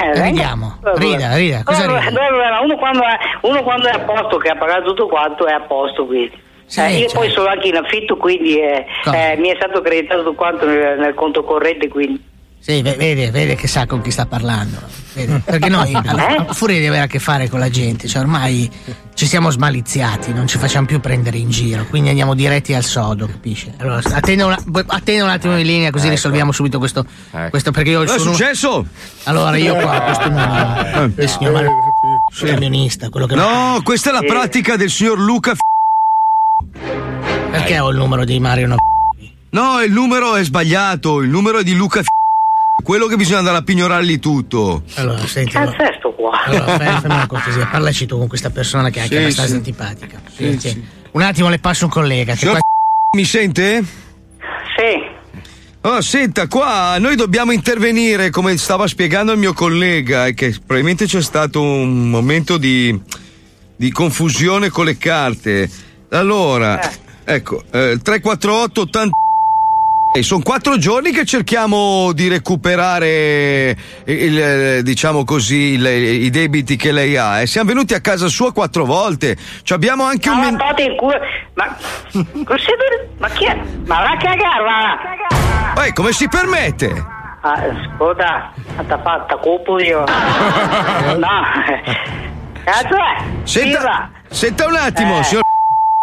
Eh,
Ridiamo. Rida, rida, cosa
Allora,
ridi?
allora, uno, quando è, uno quando è a posto, che ha pagato tutto quanto, è a posto quindi. Eh, io
certo.
poi sono anche in affitto, quindi eh, eh, mi è stato creditato tutto quanto nel, nel conto corrente, quindi.
Sì, ve- vede, vede che sa con chi sta parlando. Vede, Perché noi, alla- a furia di avere a che fare con la gente, cioè ormai ci siamo smaliziati, non ci facciamo più prendere in giro, quindi andiamo diretti al sodo, capisci? Allora, attenda un, attenda un attimo in linea così risolviamo subito questo, questo perché io ho il
Cosa è
suo numero-
successo?
Allora io qua ho questo numero, il signor Mar- il camionista, quello che
Eh.
Eh,
No, questa è la
Sì.
pratica del signor Luca. F-
Perché ho il numero di Mario No?
No, il numero è sbagliato. Il numero è di Luca. F- Quello che bisogna andare a pignorarli tutto.
Allora, senti. ma- Allora, fai- fammi una cortesia, parlaci tu con questa persona che è anche
Sì,
abbastanza
sì.
antipatica. Sì, sì. Un attimo le passo un collega. Che qua...
Mi sente?
Sì.
Oh, senta, qua noi dobbiamo intervenire, come stava spiegando il mio collega, è che probabilmente c'è stato un momento di, di confusione con le carte. Allora, ecco, eh, 348 80 e sono Eh, quattro giorni che cerchiamo di recuperare il, eh, diciamo così, il- i debiti che lei ha. E siamo venuti a casa sua quattro volte. Ci abbiamo anche un. men-
Fate il culo. Ma. Cos'è per- Ma chi è? Ma va a cagare, va!
Eh, come si permette?
Ah, ascolta, ti ha fatto colpo io. No. Cazzo è?
Senta, senta un
Eh.
attimo, signor.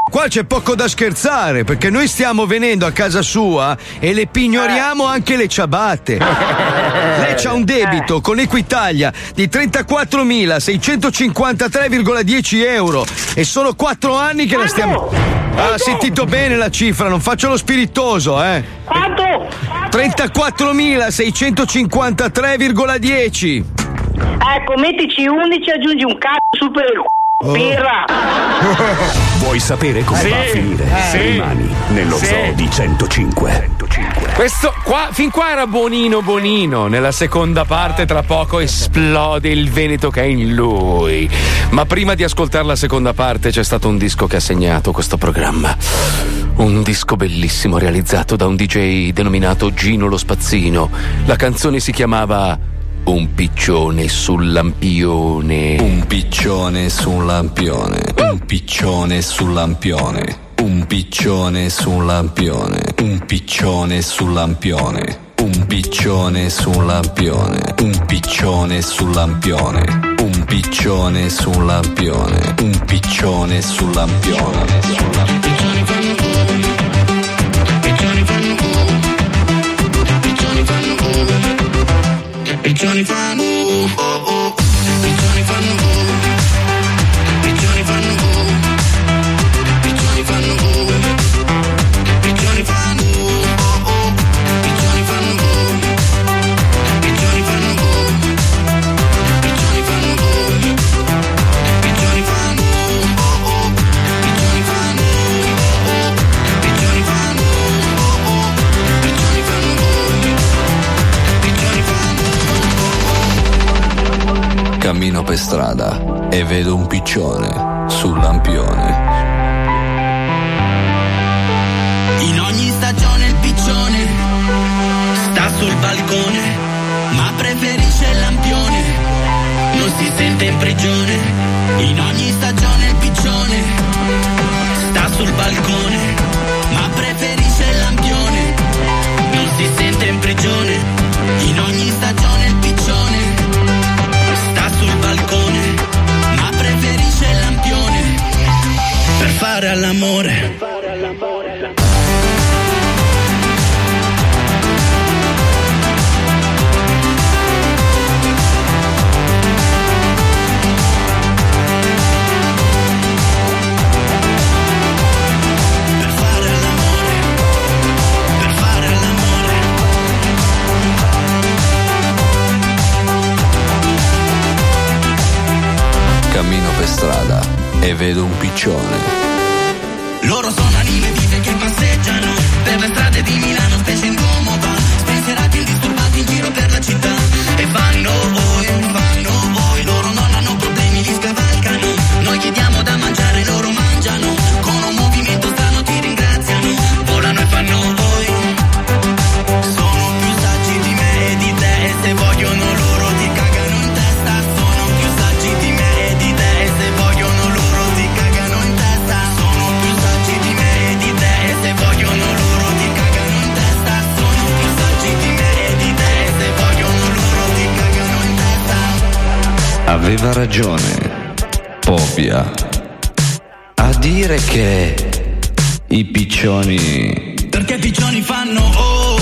Qua c'è poco da scherzare perché noi stiamo venendo a casa sua e le
Eh.
pignoriamo anche le ciabatte. Lei c'ha un
Eh.
debito con Equitalia di 34.653,10 euro e sono quattro anni che la stiamo. Ha sentito bene la cifra, non faccio lo spiritoso, eh.
Quanto?
34.653,10.
Eh,
Ecco, mettici 11 e aggiungi un cazzo su per il
Oh,
c***o. Pirra!
Vuoi sapere come
Sì.
Ecco, va a finire?
Eh.
Se
Sì.
rimani nello
Sì.
zoo di 105.
Questo qua, fin qua era Bonino Bonino. Nella seconda parte, tra poco, esplode il Veneto che è in lui. Ma prima di ascoltare la seconda parte, c'è stato un disco che ha segnato questo programma. Un disco bellissimo realizzato da un DJ denominato Gino lo Spazzino. La canzone si chiamava Un piccione sul lampione.
Un
piccione sul lampione, un piccione sul lampione, un piccione sul lampione, un piccione sul lampione, un piccione sul lampione, un piccione sul lampione, un piccione sul lampione, un piccione sul lampione.
Piccioni fanno oh oh oh Piccioni fanno oh Piccioni fanno oh Piccioni fanno oh Piccioni fanno oh oh Piccioni fanno oh Piccioni fanno oh Piccioni fanno oh Piccioni fanno oh oh Piccioni fanno oh oh Piccioni fanno oh oh Piccioni fanno oh Piccioni fanno
Cammino per strada e vedo un piccione sul lampione.
In ogni stagione il piccione sta sul balcone preferisce il lampione, non si sente in prigione, in ogni stagione il piccione sta sul balcone, ma preferisce il lampione, non si sente in prigione, in ogni stagione il piccione sta sul balcone, ma preferisce il lampione per fare all'amore.
Cammino per strada e vedo un piccione.
Loro sono anime vive che passeggiano per le strade di Milano, specie in comoda, spensierati indisturbati in giro per la città e fanno voi, fanno voi, loro non hanno problemi, li scavalcano, noi chiediamo da mangiare, loro mangiano, con un movimento strano ti ringraziano, volano e fanno voi, sono più saggi di me e di te e se vogliono loro ti cagano in testa, sono più saggi di me e di te e se vogliono loro ti cagano in testa, sono più saggi di me e di te e se vogliono loro ti cagano in testa, sono più saggi di me e di te e se vogliono loro ti cagano in testa.
Aveva ragione, Povia, a dire che i piccioni
Perché i piccioni fanno oh,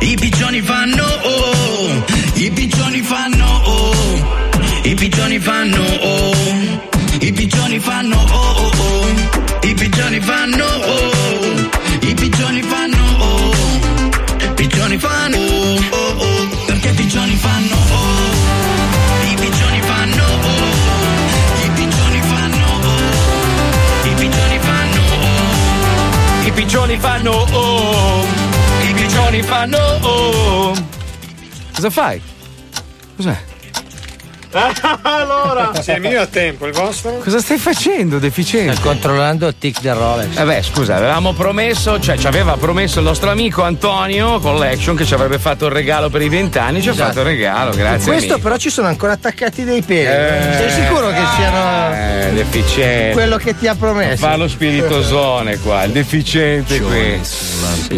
i piccioni fanno oh, i piccioni fanno oh, i piccioni fanno oh, i piccioni fanno oh oh oh, i piccioni fanno oh, i piccioni fanno oh, i piccioni fanno oh, oh, oh. perché i piccioni fanno oh, i piccioni fanno oh, i piccioni fanno oh, i piccioni fanno oh.
I piccioni fanno oh, i piccioni fanno oh.
Cosa fai? Cos'è?
allora, se il mio a tempo, il vostro?
Cosa stai facendo, deficiente? Sto
controllando il tic del Rolex.
Vabbè, scusa, avevamo promesso, cioè ci aveva promesso il nostro amico Antonio Collection che ci avrebbe fatto il regalo per i vent'anni, ci ha fatto il regalo,
Su
grazie.
Questo
amico.
però ci sono ancora attaccati dei peli.
Eh.
Sei sicuro che siano
Eh, deficiente.
quello che ti ha promesso?
Fa lo spiritosone qua, il deficiente qui.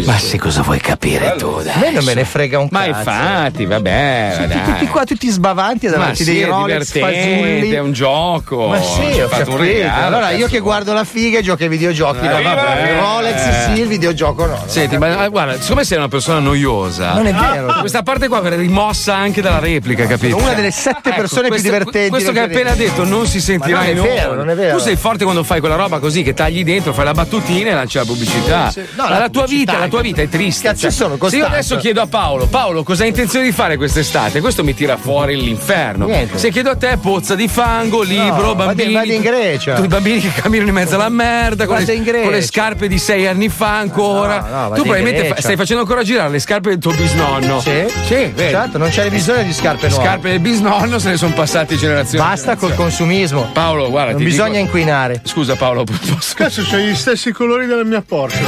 Ma se cosa vuoi capire tu? A me non me ne frega un
Ma
cazzo.
infatti, vabbè,
Siete
Eh, dai.
tutti qua tutti sbavanti
Ma
davanti
sì,
dei
è
Rolex fasulli.
divertente, è un gioco.
Ma sì,
Ci ha
ho
fatto
capito.
un regalo.
allora io
cazzo.
che guardo la figa e gioco ai videogiochi.
Eh,
no,
vabbè.
vabbè. Rolex sì, il videogioco no.
Senti, ma eh, guarda, siccome sei una persona noiosa,
Non è vero.
Questa parte qua verrà rimossa anche dalla replica, capito?
Una delle sette
Ecco,
persone
questo-
più divertenti.
Questo che
del
hai appena
pianeta.
detto non si sentirà
Ma non è
in
vero,
onda.
non è vero.
Tu sei forte quando fai quella roba così che tagli dentro, fai la battutina e lanci la pubblicità.
Sì, sì. No,
Ma
la
la, tua vita, la tua vita è triste. cioè,
Cazzo, sono
se io
costante.
adesso chiedo a Paolo, Paolo, cosa hai intenzione di fare quest'estate? Questo mi tira fuori l'inferno.
Niente.
Se chiedo a te, pozza di fango, libro,
No, vado-
bambini.
vado in Grecia.
Tu, i bambini che camminano in mezzo alla merda, con
Vado
le,
in
con le
Grecia.
scarpe di sei anni fa ancora.
No, no, vado
tu
in
probabilmente fa-
Grecia.
stai facendo ancora girare le scarpe del tuo bisnonno.
cioè. Sì?
Sì, vedi. Eh,
Certo, non c'è bisogno di scarpe nuove.
Scarpe del bisnonno se ne sono passate generazioni.
Basta col consumismo.
Paolo, guarda,
Non
ti
bisogna
dico-
inquinare.
Scusa Paolo, posso...
Cazzo, c'hai gli stessi colori della mia Porsche.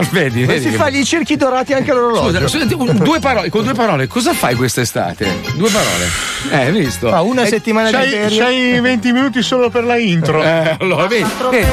vedi,
Ma
vedi.
si
che-
fa gli cerchi dorati anche
Scusa,
all'orologio.
scusa, un- due parole, con due parole, cosa fai quest'estate? Due parole. Eh, hai visto?
Ah, una
Eh,
settimana di
C'hai,
ferie.
c'hai 20 minuti solo per la intro.
Eh, allora vedi. vedi.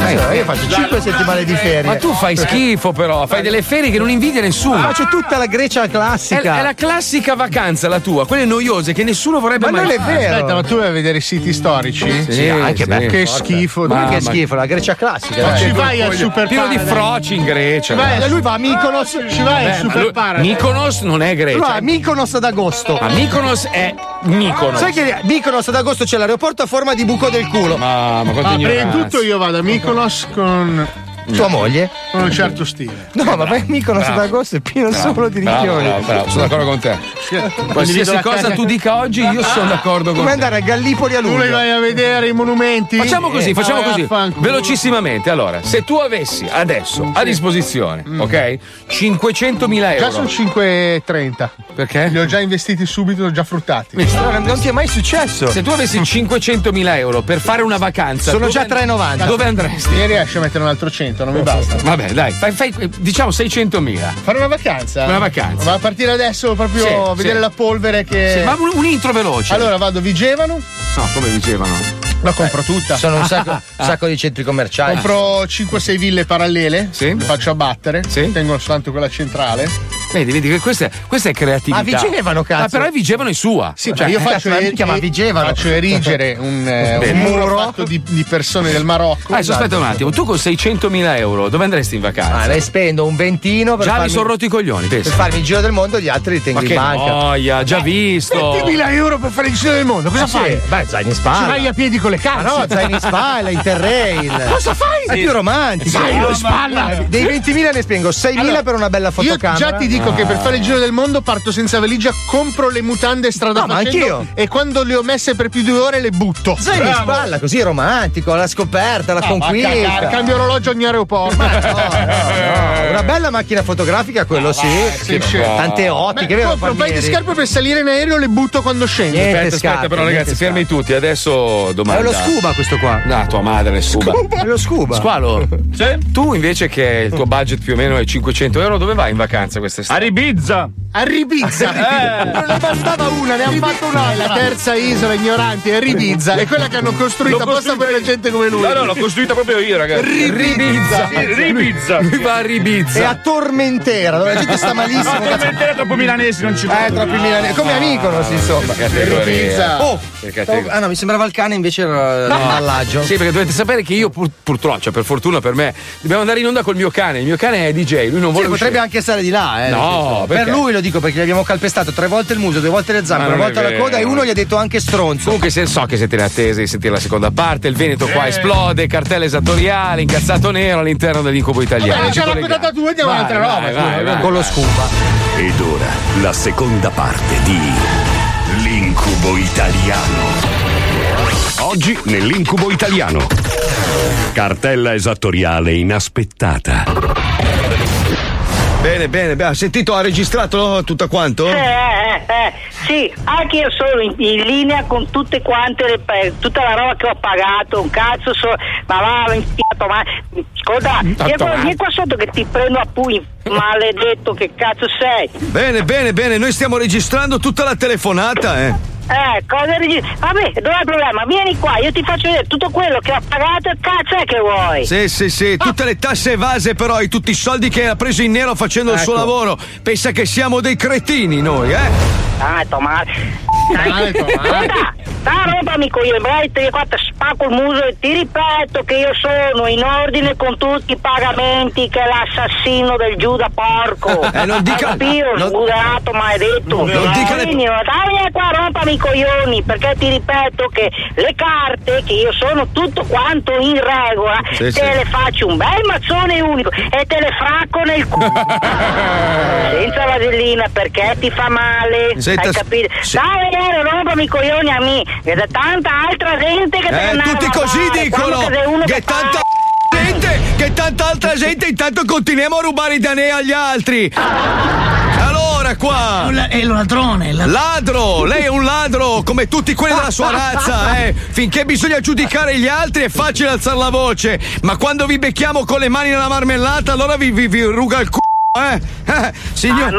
Allora, Eh, io faccio 5 settimane di ferie.
Ma tu fai schifo però, fai delle ferie che non invidia nessuno.
Faccio tutta la Grecia
È,
classica.
è la classica vacanza la tua, quelle noiose che nessuno vorrebbe
Ma
mai
non è
fare.
vero. Aspetta, ma tu vai a vedere i siti storici?
Sì, Sì, anche sì. perché
Che
porca.
schifo.
Ah, Ma-
dai.
che
ma-
schifo, la Grecia classica.
Ma
dai.
ci vai al super
Pieno di
Paradise.
froci in Grecia.
Ci vai,
Lui va a Mykonos.
ci vai al
Vabbè, ma
super
lui-
Paradise.
Mykonos non è
Lui va
Grecia.
a Mykonos ad agosto.
Ma Mykonos è Mykonos.
Sai che a Mykonos ad agosto c'è l'aeroporto a forma di buco del culo.
Ma, ma quanto
Ma prima di
ignoranza.
tutto io vado a Mykonos con,
Tua moglie?
con un certo stile.
No, ma vai a Mykonos ad
Bravo.
agosto è pieno
Bravo,
solo di
Ah, bravo,
ricchioni.
bravo, bravo, Sono d'accordo con te.
Certo.
Condivido
Qualsiasi
la
cosa
casa-
tu dica oggi, io sono d'accordo con
Ah, Come
te.
andare a Gallipoli a
Tu
luglio.
le vai a vedere i monumenti?
Facciamo così,
Eh,
facciamo
ma vai a
così.
fanculo.
Velocissimamente, allora, se tu avessi adesso a disposizione, ok? 500.000
Mm.
Eh,
Già sono
euro.
5,30.
Perché?
Li ho già investiti subito, li ho già fruttati.
Però non, non ti è mai successo.
Se tu
Mm.
avessi 500.000 euro per fare una vacanza,
Sono
dove
già
and-
3,90.
Dove andresti?
Ne riesci a mettere un altro 100, non mi basta.
Vabbè, dai, fai, fai- diciamo 600.000.
Fare una vacanza?
Una vacanza.
Ma a partire adesso proprio
Sì,
vedere la polvere che.
Sì, ma un- un intro veloce.
Allora vado Vigevano,
No, come dicevano.
la compro tutta.
Sono un sacco, un sacco di centri
Ah.
commerciali.
Compro 5-6 ville parallele, le faccio abbattere, tengo soltanto quella centrale.
Vedi, vedi che questa è, questa è creatività.
Ma Vigevano, cazzo.
Ma però Vigevano è sua.
Sì, cioè,
eh,
io faccio,
la
eri- faccio erigere un, eh, un muro fatto di, di persone del Marocco. Esatto.
Eh,
Adesso Eh, aspetta un attimo, tu con 600.000 euro dove andresti in vacanza?
Esatto. Ah, ne spendo un ventino per
Già
farmi,
mi sono rotti i coglioni,
per
pensa.
farmi il giro del mondo, gli altri li tengo
Ma
in
che
banca.
noia, già visto.
20.000 euro per fare il giro del mondo, cosa
Eh sì,
fai?
Beh, zaini in spalla.
Ci vai a piedi con le calze.
Ma no, zaini in spalla, interrail.
Cosa fai?
È
Sì. Eh,
più romantico.
Zaino in
Mamma
spalla.
mia. Dei 20.000 ne spengo 6.000
Allora,
per una bella
Io
fotocamera. Ah.
già ti dico che per fare il giro del mondo parto senza valigia, compro le mutande strada
No, ma
facendo
anch'io.
e quando le ho messe per più di due ore le butto.
Zaini in spalla, così è romantico, la scoperta, la
No, ma
conquista.
cagare, cambio orologio ogni aeroporto.
No, Ah, una bella macchina fotografica,
Ah,
quello sì. Che- Tante ottiche,
Beh,
vero?
Compro un paio di
Palmieri? Eh,
scarpe per salire in aereo e le butto quando scendo.
Aspetta, aspetta, però ragazzi, fermi tutti, adesso domanda.
È lo scuba
questo qua.
No, tua madre è scuba.
È lo scuba.
Squalo, tu invece che il tuo budget più o meno è 500 euro, dove vai in vacanza quest'estate? Eh. A Ribizza.
A Ribizza. Non ne bastava una, ne hanno fatto un'altra. La terza isola ignoranti è Ribizza. È quella che hanno costruito
L'ho
apposta per la gente come lui.
No, no, l'ho costruita proprio io, ragazzi.
Ribizza.
Ribizza. Lui va a Ribizza.
E a Tormentera, dove la gente sta malissimo.
No, Tormentera è troppo milanesi, non ci
Eh,
vado.
troppi milanesi. Come amico, non si insomma.
Che categoria.
Pizza. Oh,
Che categoria.
ah no, mi sembrava il cane, invece era
No.
l'allaggio.
Sì, perché dovete sapere che io pur- purtroppo, cioè per fortuna per me, dobbiamo andare in onda col mio cane. Il mio cane è DJ, lui non vuole
Sì, potrebbe
uscire.
anche stare di là, eh.
No,
nel senso.
perché?
per lui lo dico perché gli abbiamo calpestato tre volte il muso, due volte le zampe, una
Ma non è
volta la
vero.
coda e uno gli ha detto anche stronzo.
Comunque se- so che siete in attesa di sentire la seconda parte, il Veneto qua esplode, cartella esattoriale, incazzato nero all'interno dell'incubo italiano.
Vabbè,
Ci
c'è la
colleghiamo.
puntata 2 andiamo
Vai,
un'altra
vai,
roba.
vai,
scusa.
vai.
Con lo
scuba.
Ed ora la seconda parte di L'incubo italiano. Oggi nell'incubo italiano. Cartella esattoriale inaspettata.
Bene, bene, beh, ha sentito, ha registrato tutta quanto?
Eh, eh, eh, sì, anche io sono in, in linea con tutte quante le, pe- tutta la roba che ho pagato, un cazzo so- ma va infiato, ma ascolta, vieni qua- vieni qua sotto che ti prendo a pugni, maledetto che cazzo sei.
Bene, bene, bene, noi stiamo registrando tutta la telefonata, eh.
Eh, cosa rigi- Vabbè, dov'è il problema? Vieni qua, io ti faccio vedere tutto quello che ho pagato, cazzo è che vuoi?
Sì, sì, sì, tutte le tasse evase però e tutti i soldi che ha preso in nero facendo il suo
Ecco.
lavoro. Pensa che siamo dei cretini noi, eh?
Ah, Tommaso. Dai, dai, rompami con i bretti, io qua ti spacco il muso e ti ripeto che io sono in ordine con tutti i pagamenti che è l'assassino del Giuda porco.
Eh, non dica-
Hai capito,
non-
sguderato, maledetto.
Non dica le-
Quindi, dai, vieni qua, rompami i coglioni, perché ti ripeto che le carte, che io sono tutto quanto in regola,
Sì,
te
sì.
le faccio un bel mazzone unico e te le fracco nel culo. Senza vasellina, perché ti fa male.
Senta,
Hai capito? Dai, vero, rompami i coglioni a me. Che da tanta altra gente che te ne
Eh,
andava
tutti
a
così
fare,
dicono!
quando sei uno
Che tanta gente, che tanta altra gente, intanto continuiamo a rubare i danè agli altri! Allora qua!
È un ladrone, è un
Ladro! Lei è un ladro, come tutti quelli della sua razza, eh! Finché bisogna giudicare gli altri è facile alzare la voce, ma quando vi becchiamo con le mani nella marmellata, allora vi, vi, vi ruga il c***o, eh! Eh, Signor...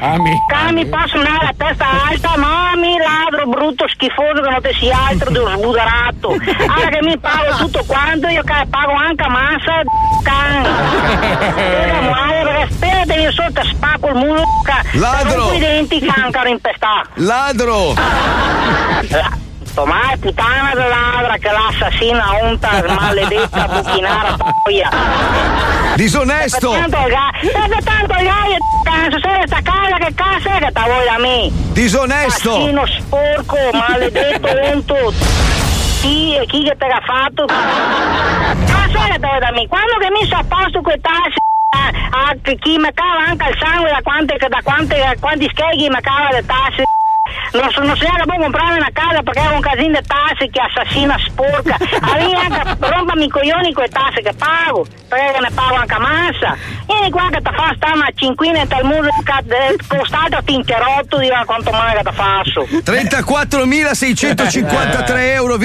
Ami! Cami, posso andare a testa alta, mami, ladro brutto schifoso che non te sia altro di uno sbudarato. Allora che mi pago tutto quanto, io ca- pago anche a massa d- can. Io la muoio, perché Aspetta, io solo ti spacco il muro, ca-
Ladro!
Te rompo i denti, cancaro in pestà.
Ladro!
Ah. Tomai, puttana da ladra, che l'assassina unta, maledetta, buchinara, poia.
Disonesto!
Tanto il gai, tanto, tanto il gai, cazzo, sei sta casa, che cazzo è che ta vuoi da me?
Disonesto!
Assassino sporco, maledetto, unto, chi, chi che te l'ha fatto? Cazzo è che te vuoi da me? Quando che mi sono posto quei tassi, a, a chi mi cava anche il sangue da quante, da quante, da quanti scheghi mi cava le tasse? Non, so- non si era può comprare una casa perché è un casino di tasse che assassina sporca. Allora rompami i coglioni con le tasse che pago, perché ne pago anche a massa. Vieni qua che ti fa sta una cinquina e tal muro costato ti interrotto di quanto male che ti faccio.
34.653,10 euro,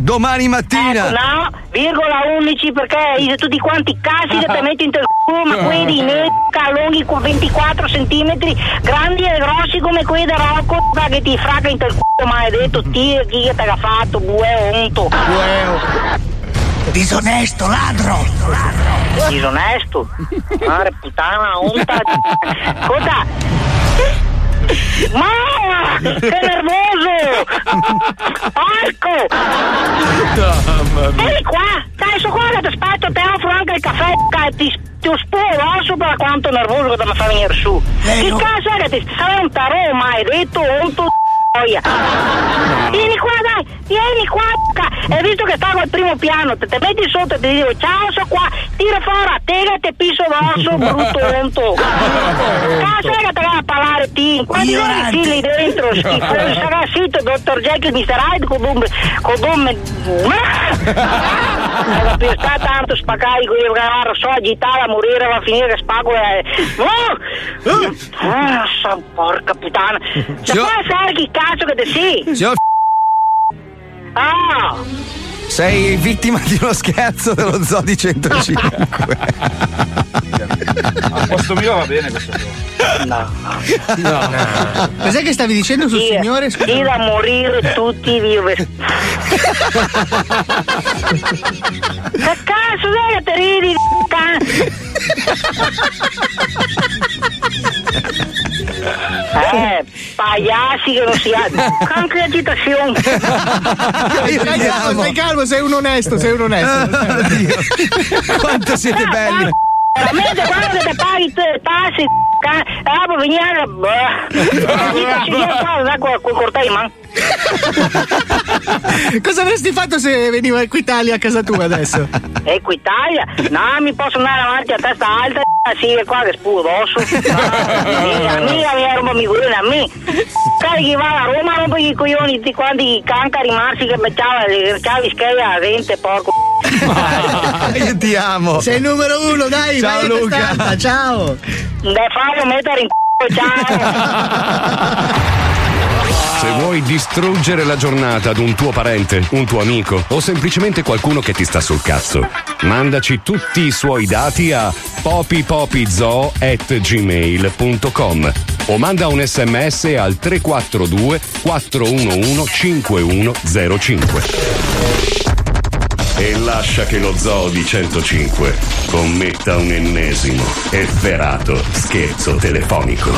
domani mattina!
Ecco Eh, No, virgola 11 perché i- tutti quanti casi che ti metti in te ma quelli neca, lunghi con 24 centimetri, grandi e grossi come quelli da Rocco, da che ti fracca in quel c***o maledetto, ti, chi che te l'ha fatto, bueo, unto.
Disonesto, ladro!
Disonesto? Mare puttana, onta. Ascolta. Ma che nervoso! Porco! Vieni qua! Dai, su qua che ti aspetto, ti offro anche il caffè, ca- ti, ti spuro, osso per quanto nervoso che te mi fa venire su. che cazzo è che ti stai un tarò, ma hai detto un tu Vieni qua, dai, vieni qua, c***a. e visto che stavo al primo piano, te, te metti sotto e ti dico ciao, sono qua, tira fuori, tega te piso d'osso, brutto onto. Cazzo è che te vai a parlare, ti? Quanti ore ti lì dentro, schifoso, sarà sito, dottor Jekyll, Mr. Hyde, con bombe, con bombe. Ma più sta tanto spaccare con il garo, so agitare, a morire, va a finire che spago e... Oh! Ah, sa porca puttana! Se
Zio-
puoi fare chi cazzo che te sì!
Zio-
Ah!
Sei vittima di uno scherzo dello zoo di 105.
A posto mio va bene questo.
No.
No.
Cos'è che stavi dicendo sul signore? Scusa.
da morire tutti vive. che cazzo dai che te ridi? ca- Eh, pagliassi che non si ha. Anche agitazione.
Stai calmo, stai calmo, sei un onesto, sei un onesto.
Ah,
Ah,
Quanto siete belli!
Veramente quando che te paghi te passi, ca- ah, può venire. boh. Mica ci viene qua, da qua, col cortei, man.
Cosa avresti fatto se veniva Equitalia a casa tua adesso?
Equitalia? No, mi posso andare avanti a testa alta, sì, è qua che spuro osso. Amica, amica, mi rompo mi coglioni a me. Cari chi va a Roma rompo i coglioni di quanti cancari marsi che mettiamo, cercavi scheglia la gente, porco.
Ah, Io ti amo.
Sei il numero uno, dai,
Ciao,
vai a
Luca.
testata, ciao.
Dai, fallo mettere in c***o, ciao.
Se vuoi distruggere la giornata ad un tuo parente, un tuo amico o semplicemente qualcuno che ti sta sul cazzo, mandaci tutti i suoi dati a popipopizoo.gmail.com o manda un sms al 342 411 5105. E lascia che lo zoo di 105 commetta un ennesimo efferato scherzo telefonico.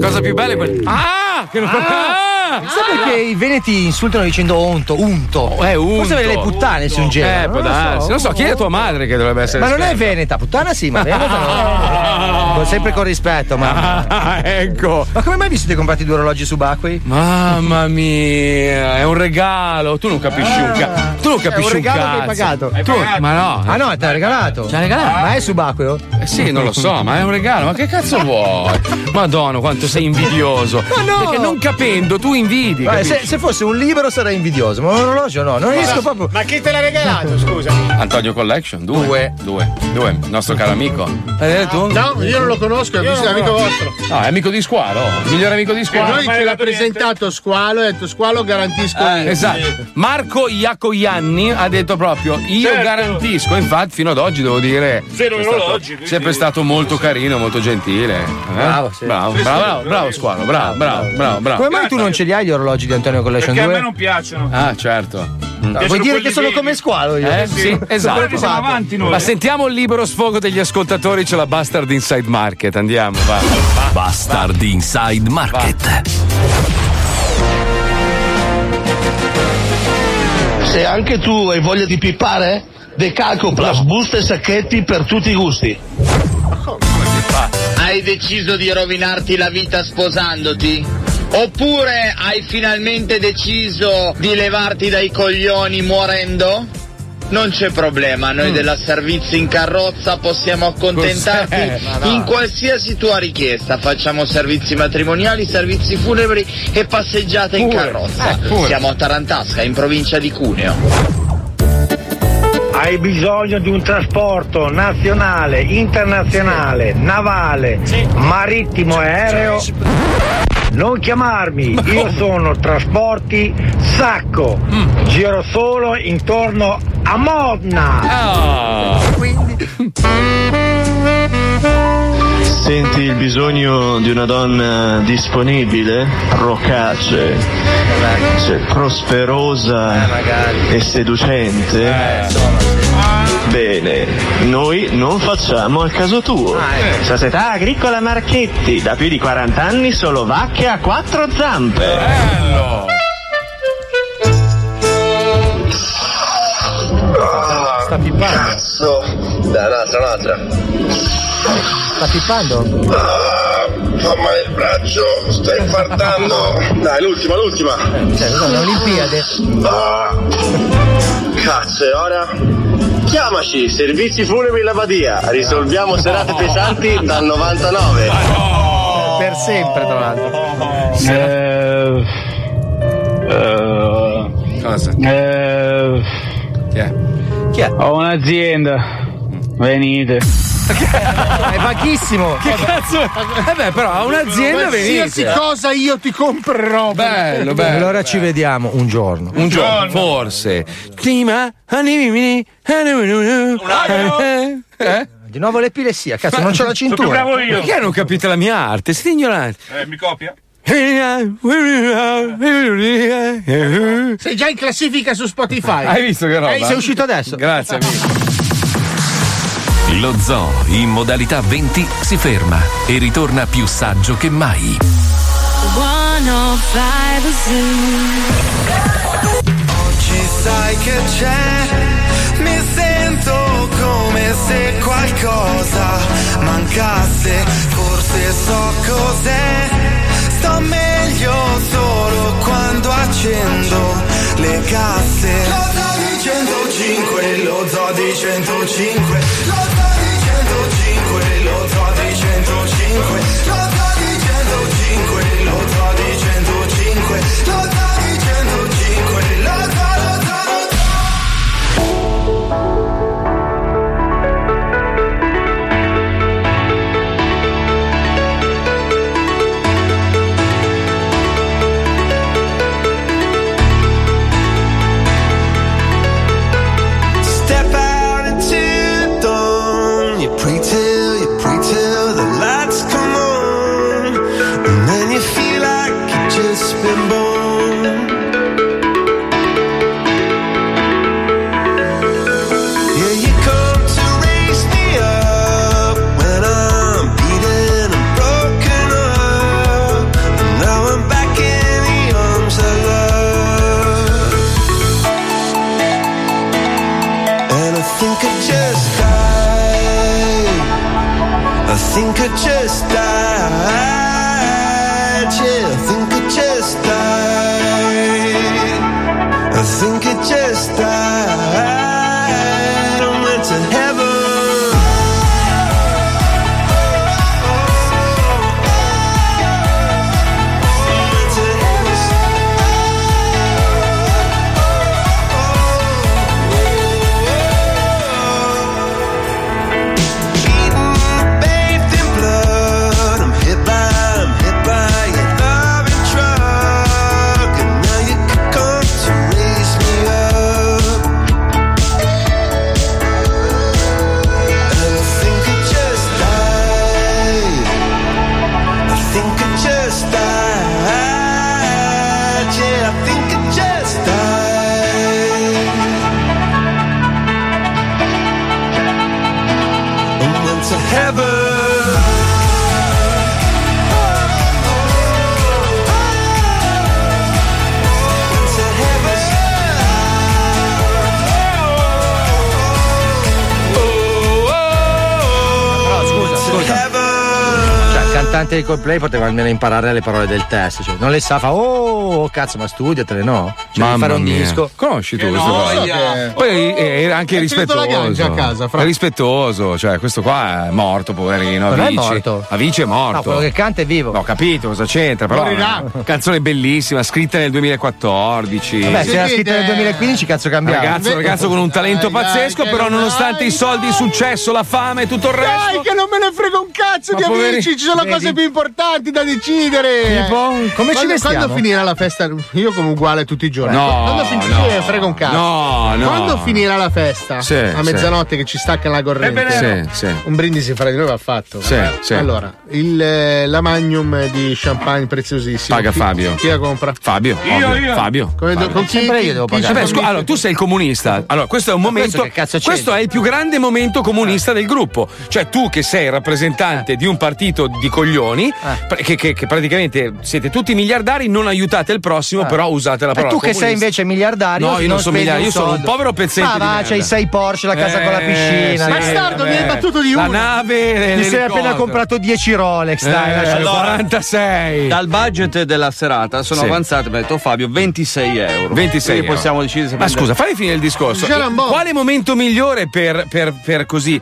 Cosa più bella è quella. Ah! Che non Ah!
Sai perché i veneti insultano dicendo onto, unto?
Oh, è unto.
Forse vede le puttane su in genere.
Eh, può darsi. Non so, chi è tua madre che dovrebbe essere
Ma non è
esperta?
veneta, puttana sì, ma veneta no. Con- Sempre con rispetto, ma.
ecco.
Ma come mai vi siete comprati due orologi subacquei?
Mamma mia, Eh, è un regalo. Tu non capisci un cazzo. Tu
È
non
Ah. Cioè, un
capisci
regalo che hai
cazzo.
pagato. Hai
Tu-
pagato.
ma no.
Ah, no, te l'ha regalato.
Te l'ha regalato?
Ma è subacqueo?
Eh sì, non lo so, ma è un regalo. Ma che cazzo vuoi? Madonna, quanto sei invidioso.
Ma no!
Perché non capendo, tu invidi.
Vabbè,
capisci?
se, se fosse un libero sarei invidioso, ma un orologio no, non riesco proprio.
Ma chi te l'ha regalato, scusami?
Antonio Collection, due. Due. Due. Nostro caro amico. Eh, tu?
No, io non lo conosco, è
Io
un
non
amico
lo conosco.
vostro.
No, è amico di Squalo. Migliore amico di
E
Squalo.
noi ce l'ha presentato Squalo e ha detto Squalo garantisco
Eh,
io.
esatto. Marco Iacoianni ha detto proprio: Io
Certo.
garantisco. Infatti, fino ad oggi devo dire:
Zero
è stato-
orologi, quindi-
Sempre stato molto carino, molto gentile. Eh?
Bravo, sì.
bravo,
Sì, sì,
bravo, bravo, bravo, Squalo. Bravo, bravo, bravo, bravo.
Come mai tu non ce li hai gli orologi di Antonio Collection 2?
piacciono. Ah, certo. Mm.
Vuoi dire che sono come squalo io?
Eh, sì, esatto.
eh.
Ma sentiamo il libero sfogo degli ascoltatori, c'è la Bastard Inside Market. Andiamo, va.
Bastard Inside Market.
Se anche tu hai voglia di pippare, decalco plus buste e sacchetti per tutti i gusti.
Hai deciso di rovinarti la vita sposandoti? Oppure hai finalmente deciso di levarti dai coglioni morendo? Non c'è problema,
Mm.
noi della servizio in carrozza possiamo accontentarti
Cos'è? Ma no.
in qualsiasi tua richiesta. Facciamo servizi matrimoniali, servizi funebri e passeggiate in
Pure,
carrozza.
eh, pure.
Siamo a Tarantasca, in provincia di Cuneo.
Hai bisogno di un trasporto nazionale, internazionale, navale, marittimo e aereo? Non chiamarmi, io sono trasporti sacco,
Mm.
giro solo intorno a
Ah.
Modna.
Senti il bisogno di una donna disponibile, rocace, cioè, prosperosa e seducente? Bene, noi non facciamo al caso tuo. Società Agricola Marchetti, da più di 40 anni solo vacche a quattro zampe.
Sta pippando. Cazzo. Dai, un'altra, un'altra. Sta pippando? Ah, fa male il braccio, sto infartando. Dai, l'ultima, l'ultima.
Cioè, sono le Olimpiadi.
Ah. Cazzo, e ora? Chiamaci, servizi funebri Lavadia. Risolviamo serate pesanti dal 99.
Ah,
Per sempre, tra l'altro.
Eh,
Cosa?
Eh. Chi è? Ho un'azienda. Venite.
È vaghissimo.
Che cazzo? Eh beh, però a un'azienda venite.
Oh, Qualsiasi cosa io ti comprerò.
Bello, bello.
allora ci vediamo un giorno.
Un giorno, forse. Prima, animini, animini. Eh? Eh?
Di nuovo l'epilessia, cazzo,
Ma-
non c'ho la
sono
cintura.
più bravo io. Perché non capite la mia arte? Siete ignoranti.
Eh, mi copia?
Sei già in classifica su Spotify.
Hai visto che roba?
Eh, sei uscito adesso.
Grazie, amico.
Lo zoo in modalità 20 si ferma e ritorna più saggio che mai.
105 Zoo. Oggi sai che c'è, mi sento come se qualcosa mancasse, forse so cos'è, sto meglio solo quando accendo le casse. Lo zoo di 105, lo zoo di 105, lo zoo di 105, lo zoo di 105, lo zoo di 105, lo zoo di 105, lo zoo di 105, lo zoo, lo zoo, lo zoo. Step out into the dawn. You pray till, you pray till the lights come on. And then you feel like you've just been born. Yeah, you come to raise me up when I'm beaten and broken up. And now I'm back in the arms of love. And I think I just died. I think I just died. Yeah, I think I just died. I think I just died. I went to heaven. I went to bathed in blood. I'm hit by, I'm hit by your love and truck. And now you come to raise me up. And I think I just died. I think I just died. Yeah, I think I just died. I went to heaven.
Però scusa, scusa. Cioè, cantante di Coldplay poteva almeno imparare le parole del testo. Cioè, non le sa, fa oh cazzo, ma studiatele, no? Cioè, devi
Mamma
fare un
mia.
disco.
Conosci tu
Che
questo
noia.
qua? Poi eh, era anche
È finito
rispettoso.
la ganja a casa, Fra.
È rispettoso, cioè questo qua è morto, poverino.
Non è
Avicii.
morto.
Avicii è morto.
No, quello che canta è vivo.
No, ho capito cosa c'entra, però.
Morirà.
una Canzone bellissima, scritta nel 2014.
Vabbè, se era scritto nel 2015, cazzo cambiamo.
Ragazzo, un ragazzo con un talento
Dai, dai,
pazzesco,
che
però
dai.
nonostante i soldi, il successo, la fame e tutto il resto.
Dai, che non me ne frega un cazzo
Ma
di
poveri-
amici, ci sono
vedi?
cose più importanti da decidere.
Tipo? Come ci
Quando-
vestiamo?
Quando finirà la festa? Io come uguale tutti i giorni.
No,
quando finisce
no.
me ne frega un cazzo.
No, no.
Quando finirà la festa?
Sì,
a
sì.
mezzanotte che ci stacca la corrente.
Sì, sì.
Un brindisi fra di noi va fatto.
Sì, sì.
Allora, il, eh, la magnum di champagne preziosissimo.
Paga
Chi-
Fabio.
Chi la compra?
Fabio, ovvio, Fabio.
Come-
Fabio.
con chi- chi- chi ci
Vabbè,
permette?
scu- allora, tu sei il comunista. Allora, questo è un momento. Questo è il più grande momento comunista del gruppo. Cioè, tu che sei il rappresentante di un partito di coglioni,
Eh.
pr- che, che- che praticamente siete tutti miliardari, non aiutate il
Eh.
prossimo, però usate la
E tu
parola.
che sei
comunista.
invece miliardario,
No, io non sono
spendi
miliardario, io sono un
soldo.
povero pezzente
Ma
di
va,
merda.
c'hai sei Porsche, la casa con la
Eh,
piscina.
sì,
Bastardo,
vabbè.
mi hai battuto di
La
uno.
nave,
Ti sei
l'elicottero.
appena comprato 10 Rolex, dai,
Eh,
lascia-
allora, 46
dal budget della serata sono
Sì.
avanzate mi ha detto Fabio 26 euro
26
Quindi
euro.
possiamo decidere se
Ma
prendere-
scusa, fai finire il discorso.
C'era un bo-
Quale momento migliore per, per- per così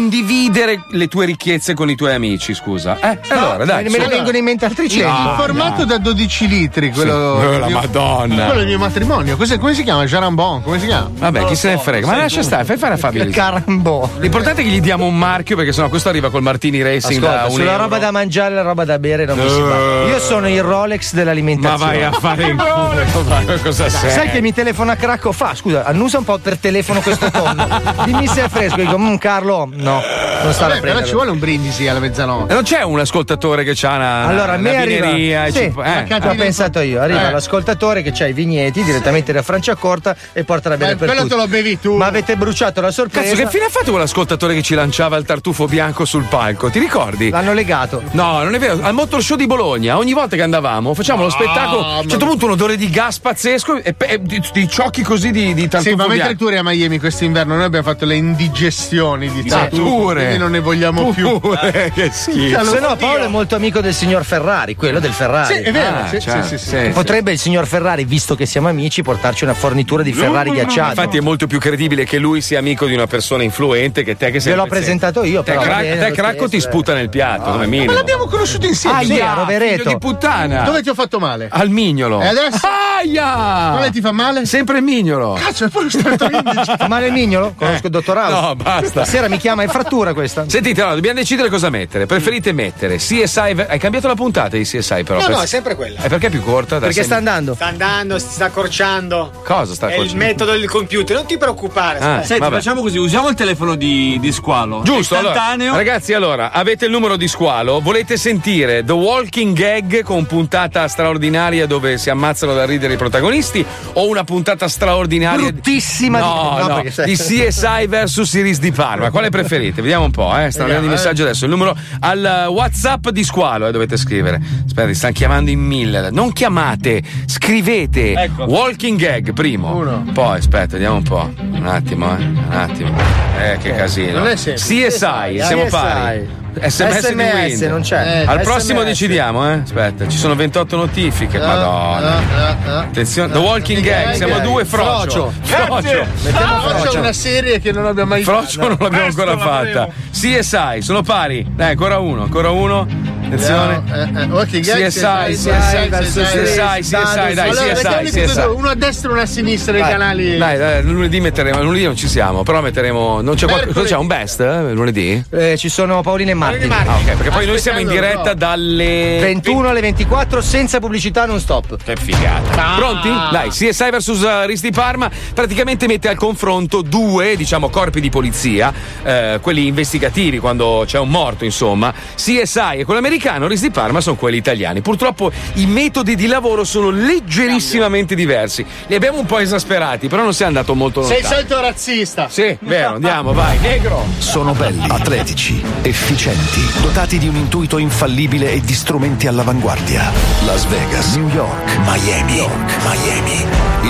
condividere le tue ricchezze con i tuoi amici? Scusa, eh? Allora, dai.
me ne
su.
vengono in mente altri
No,
cento. Il formato
no.
da 12 litri, quello.
Sì. Eh, la Madonna.
Quello del mio matrimonio. Cos'è- come si chiama? Jarambon? Come si chiama?
Vabbè, chi se ne frega, ma lascia stare, fai fare a Fabio.
Il
carambò.
L'importante è che gli diamo un marchio perché sennò questo arriva col Martini Racing
Ascolta,
da un
sulla
euro.
roba da mangiare e la roba da bere non mi si
Eh.
va. Io sono il Rolex
Ma
dell'alimentazione.
vai a fare in culo, ma cosa sei?
Sai che mi telefona Cracco? Fa, scusa, annusa un po' per telefono questo tonno. Dimmi se è fresco. Dico, "Mm, Carlo, no, non stare a
Vabbè, però
prendere.
ci vuole un brindisi alla mezzanotte.
Non c'è un ascoltatore che ha una,
Allora, a
una
me
vineria
arriva.
e
Sì,
Ah, ci- eh.
ho pensato io. Arriva
Eh.
l'ascoltatore che c'ha i vigneti direttamente da Franciacorta e porta la bere per
Eh, quello
tutti.
te lo bevi tu.
Ma avete bruciato la sorpresa.
Cazzo, che fine ha fatto quell'ascoltatore che ci lanciava il tartufo bianco sul palco? Ti ricordi?
L'hanno legato.
No, non è vero. Al Motor Show di Bologna, ogni volta che andavamo, facciamo lo spettacolo. A un certo punto un odore di gas pazzesco e, pe- e di, di ciocchi così di, di
Sì,
tartufo
ma mentre
bianco.
tu eri a Miami quest'inverno, noi abbiamo fatto le indigestioni di
Sì,
tartufo,
pure.
quindi non ne vogliamo più.
Eh,
Cioè,
Pure,
cioè,
che schifo.
Se no, Paolo è molto amico del signor Ferrari, quello del Ferrari.
Sì, è vero, sì, sì,
certo. sì, sì, sì.
Potrebbe il signor Ferrari, visto che siamo amici, portarci una fornitura di Ferrari ghiacciato.
Infatti è molto più credibile che lui sia amico di una persona influente che te che sei.
Ve l'ho
pezzente.
presentato io,
Te,
però,
crac-
va bene,
te,
lo
cracco ti
stesso,
sputa nel piatto, come
Ma
minimo.
l'abbiamo conosciuto insieme.
Aia,
Sì, Ah,
Rovereto. figlio di puttana.
Dove ti ho fatto male?
Al mignolo. Eh.
E adesso?
Aia!
Quale ti fa male?
Sempre il mignolo.
cioè,
Cazzo, è pure stato indice.
Fa male il mignolo? Conosco il dottor House.
No, basta.
Stasera mi chiama in frattura questa.
Sentite, allora, dobbiamo decidere cosa mettere. Preferite mettere CSI. Hai cambiato la puntata di CSI, però.
No,
Per-
no, è sempre quella.
Eh, perché è più corta? Da
Perché
sei-
sta
andando?
Sta andando, si sta accorciando.
Cosa sta
È il
accorciando? Ah,
metodo del computer, non ti preoccupare. aspetta.
Senti, facciamo così, usiamo il telefono di, di squalo.
Giusto, allora,
Istantaneo.
ragazzi, allora avete il numero di squalo, volete sentire The Walking Gag con puntata straordinaria dove si ammazzano da ridere i protagonisti o una puntata straordinaria
bruttissima
no,
di- no,
no,
perché sai-
di CSI vs Iris di Parma. Quale preferite? Vediamo un po', eh, sta arrivando il
Vediamo, eh.
messaggio adesso, il numero al WhatsApp di squalo, eh, dovete scrivere. Aspetta, ti stanno chiamando in mille. Non chiamate, scrivete.
Ecco.
Walking Gag primo. Poi aspetta, vediamo un po'. Un attimo, eh. Un attimo. Eh, che casino.
Non è semplice.
CSI,
CSI,
siamo
eh.
pari.
SMS,
SMS, di Wind.
non c'è. Eh,
Al
SMS.
prossimo decidiamo, eh. Aspetta, ci sono 28 notifiche.
Eh,
Madonna. Attenzione, The Walking Gag, siamo a due, Frocio.
Grazie.
Mettiamo
Ah, Frocio è
Frocio.
una serie che non abbiamo mai
Frocio non l'abbiamo ancora fatta. CSI, sono pari. Dai, ancora uno, ancora uno. Attenzione.
eh, Walking Gag,
CSI, CSI, CSI, CSI, dai,
Allora, mettiamo
CSI,
tutti e due,
CSI.
uno a destra e uno a sinistra dei
Dai,
canali.
Dai, dai, lunedì metteremo, lunedì non ci siamo, però metteremo. Non c'è qualcosa.
Mercoledì.
C'è un best eh, lunedì?
Eh, ci sono Paolino e Marti.
Ah, ok, perché poi noi siamo in diretta dalle
21 alle 24 senza pubblicità non stop.
Che
Ah.
figata. Pronti? Dai, CSI vs eh, Risti Parma praticamente mette al confronto due, diciamo, corpi di polizia, eh, quelli investigativi quando c'è un morto, insomma. CSI e quello americano, Risti Parma sono quelli italiani. Purtroppo i metodi di lavoro sono leggerissimamente diversi. Li abbiamo un po' esasperati, però non si è andato molto
Sei il
lontano.
solito razzista.
Sì, vero, andiamo, vai, negro.
Sono belli, atletici, efficienti, dotati di un intuito infallibile e di strumenti all'avanguardia. Las Vegas, New York, Miami, York, Miami.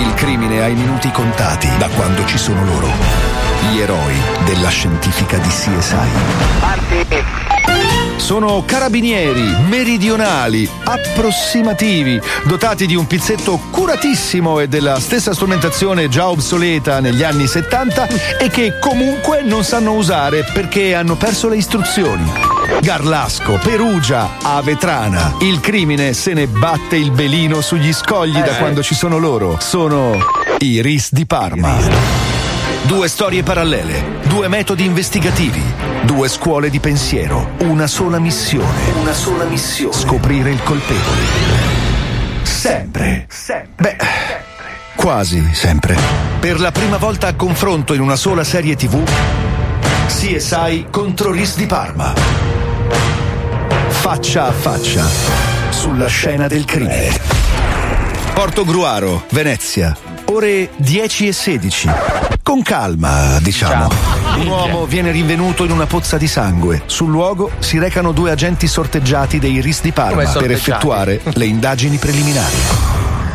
Il crimine ha i minuti contati da quando ci sono loro. Gli eroi della scientifica di CSI. sono carabinieri, meridionali, approssimativi, dotati di un pizzetto curatissimo e della stessa strumentazione già obsoleta negli anni 70 e che comunque non sanno usare perché hanno perso le istruzioni. Garlasco, Perugia, Avetrana. Il crimine se ne batte il belino sugli scogli da quando ci sono loro. Sono i RIS di Parma. Due storie parallele, due metodi investigativi, due scuole di pensiero, una sola missione. Una sola missione. Scoprire il colpevole. Sempre. Sempre. Beh, quasi sempre. Per la prima volta a confronto in una sola serie TV, CSI contro RIS di Parma. Faccia a faccia, sulla scena del crimine. Porto Gruaro, Venezia, ore 10 e 16. Con calma, diciamo. Un uomo viene rinvenuto in una pozza di sangue. Sul luogo si recano due agenti sorteggiati dei RIS di Parma
Come
per
sorteggiati?
effettuare le indagini preliminari.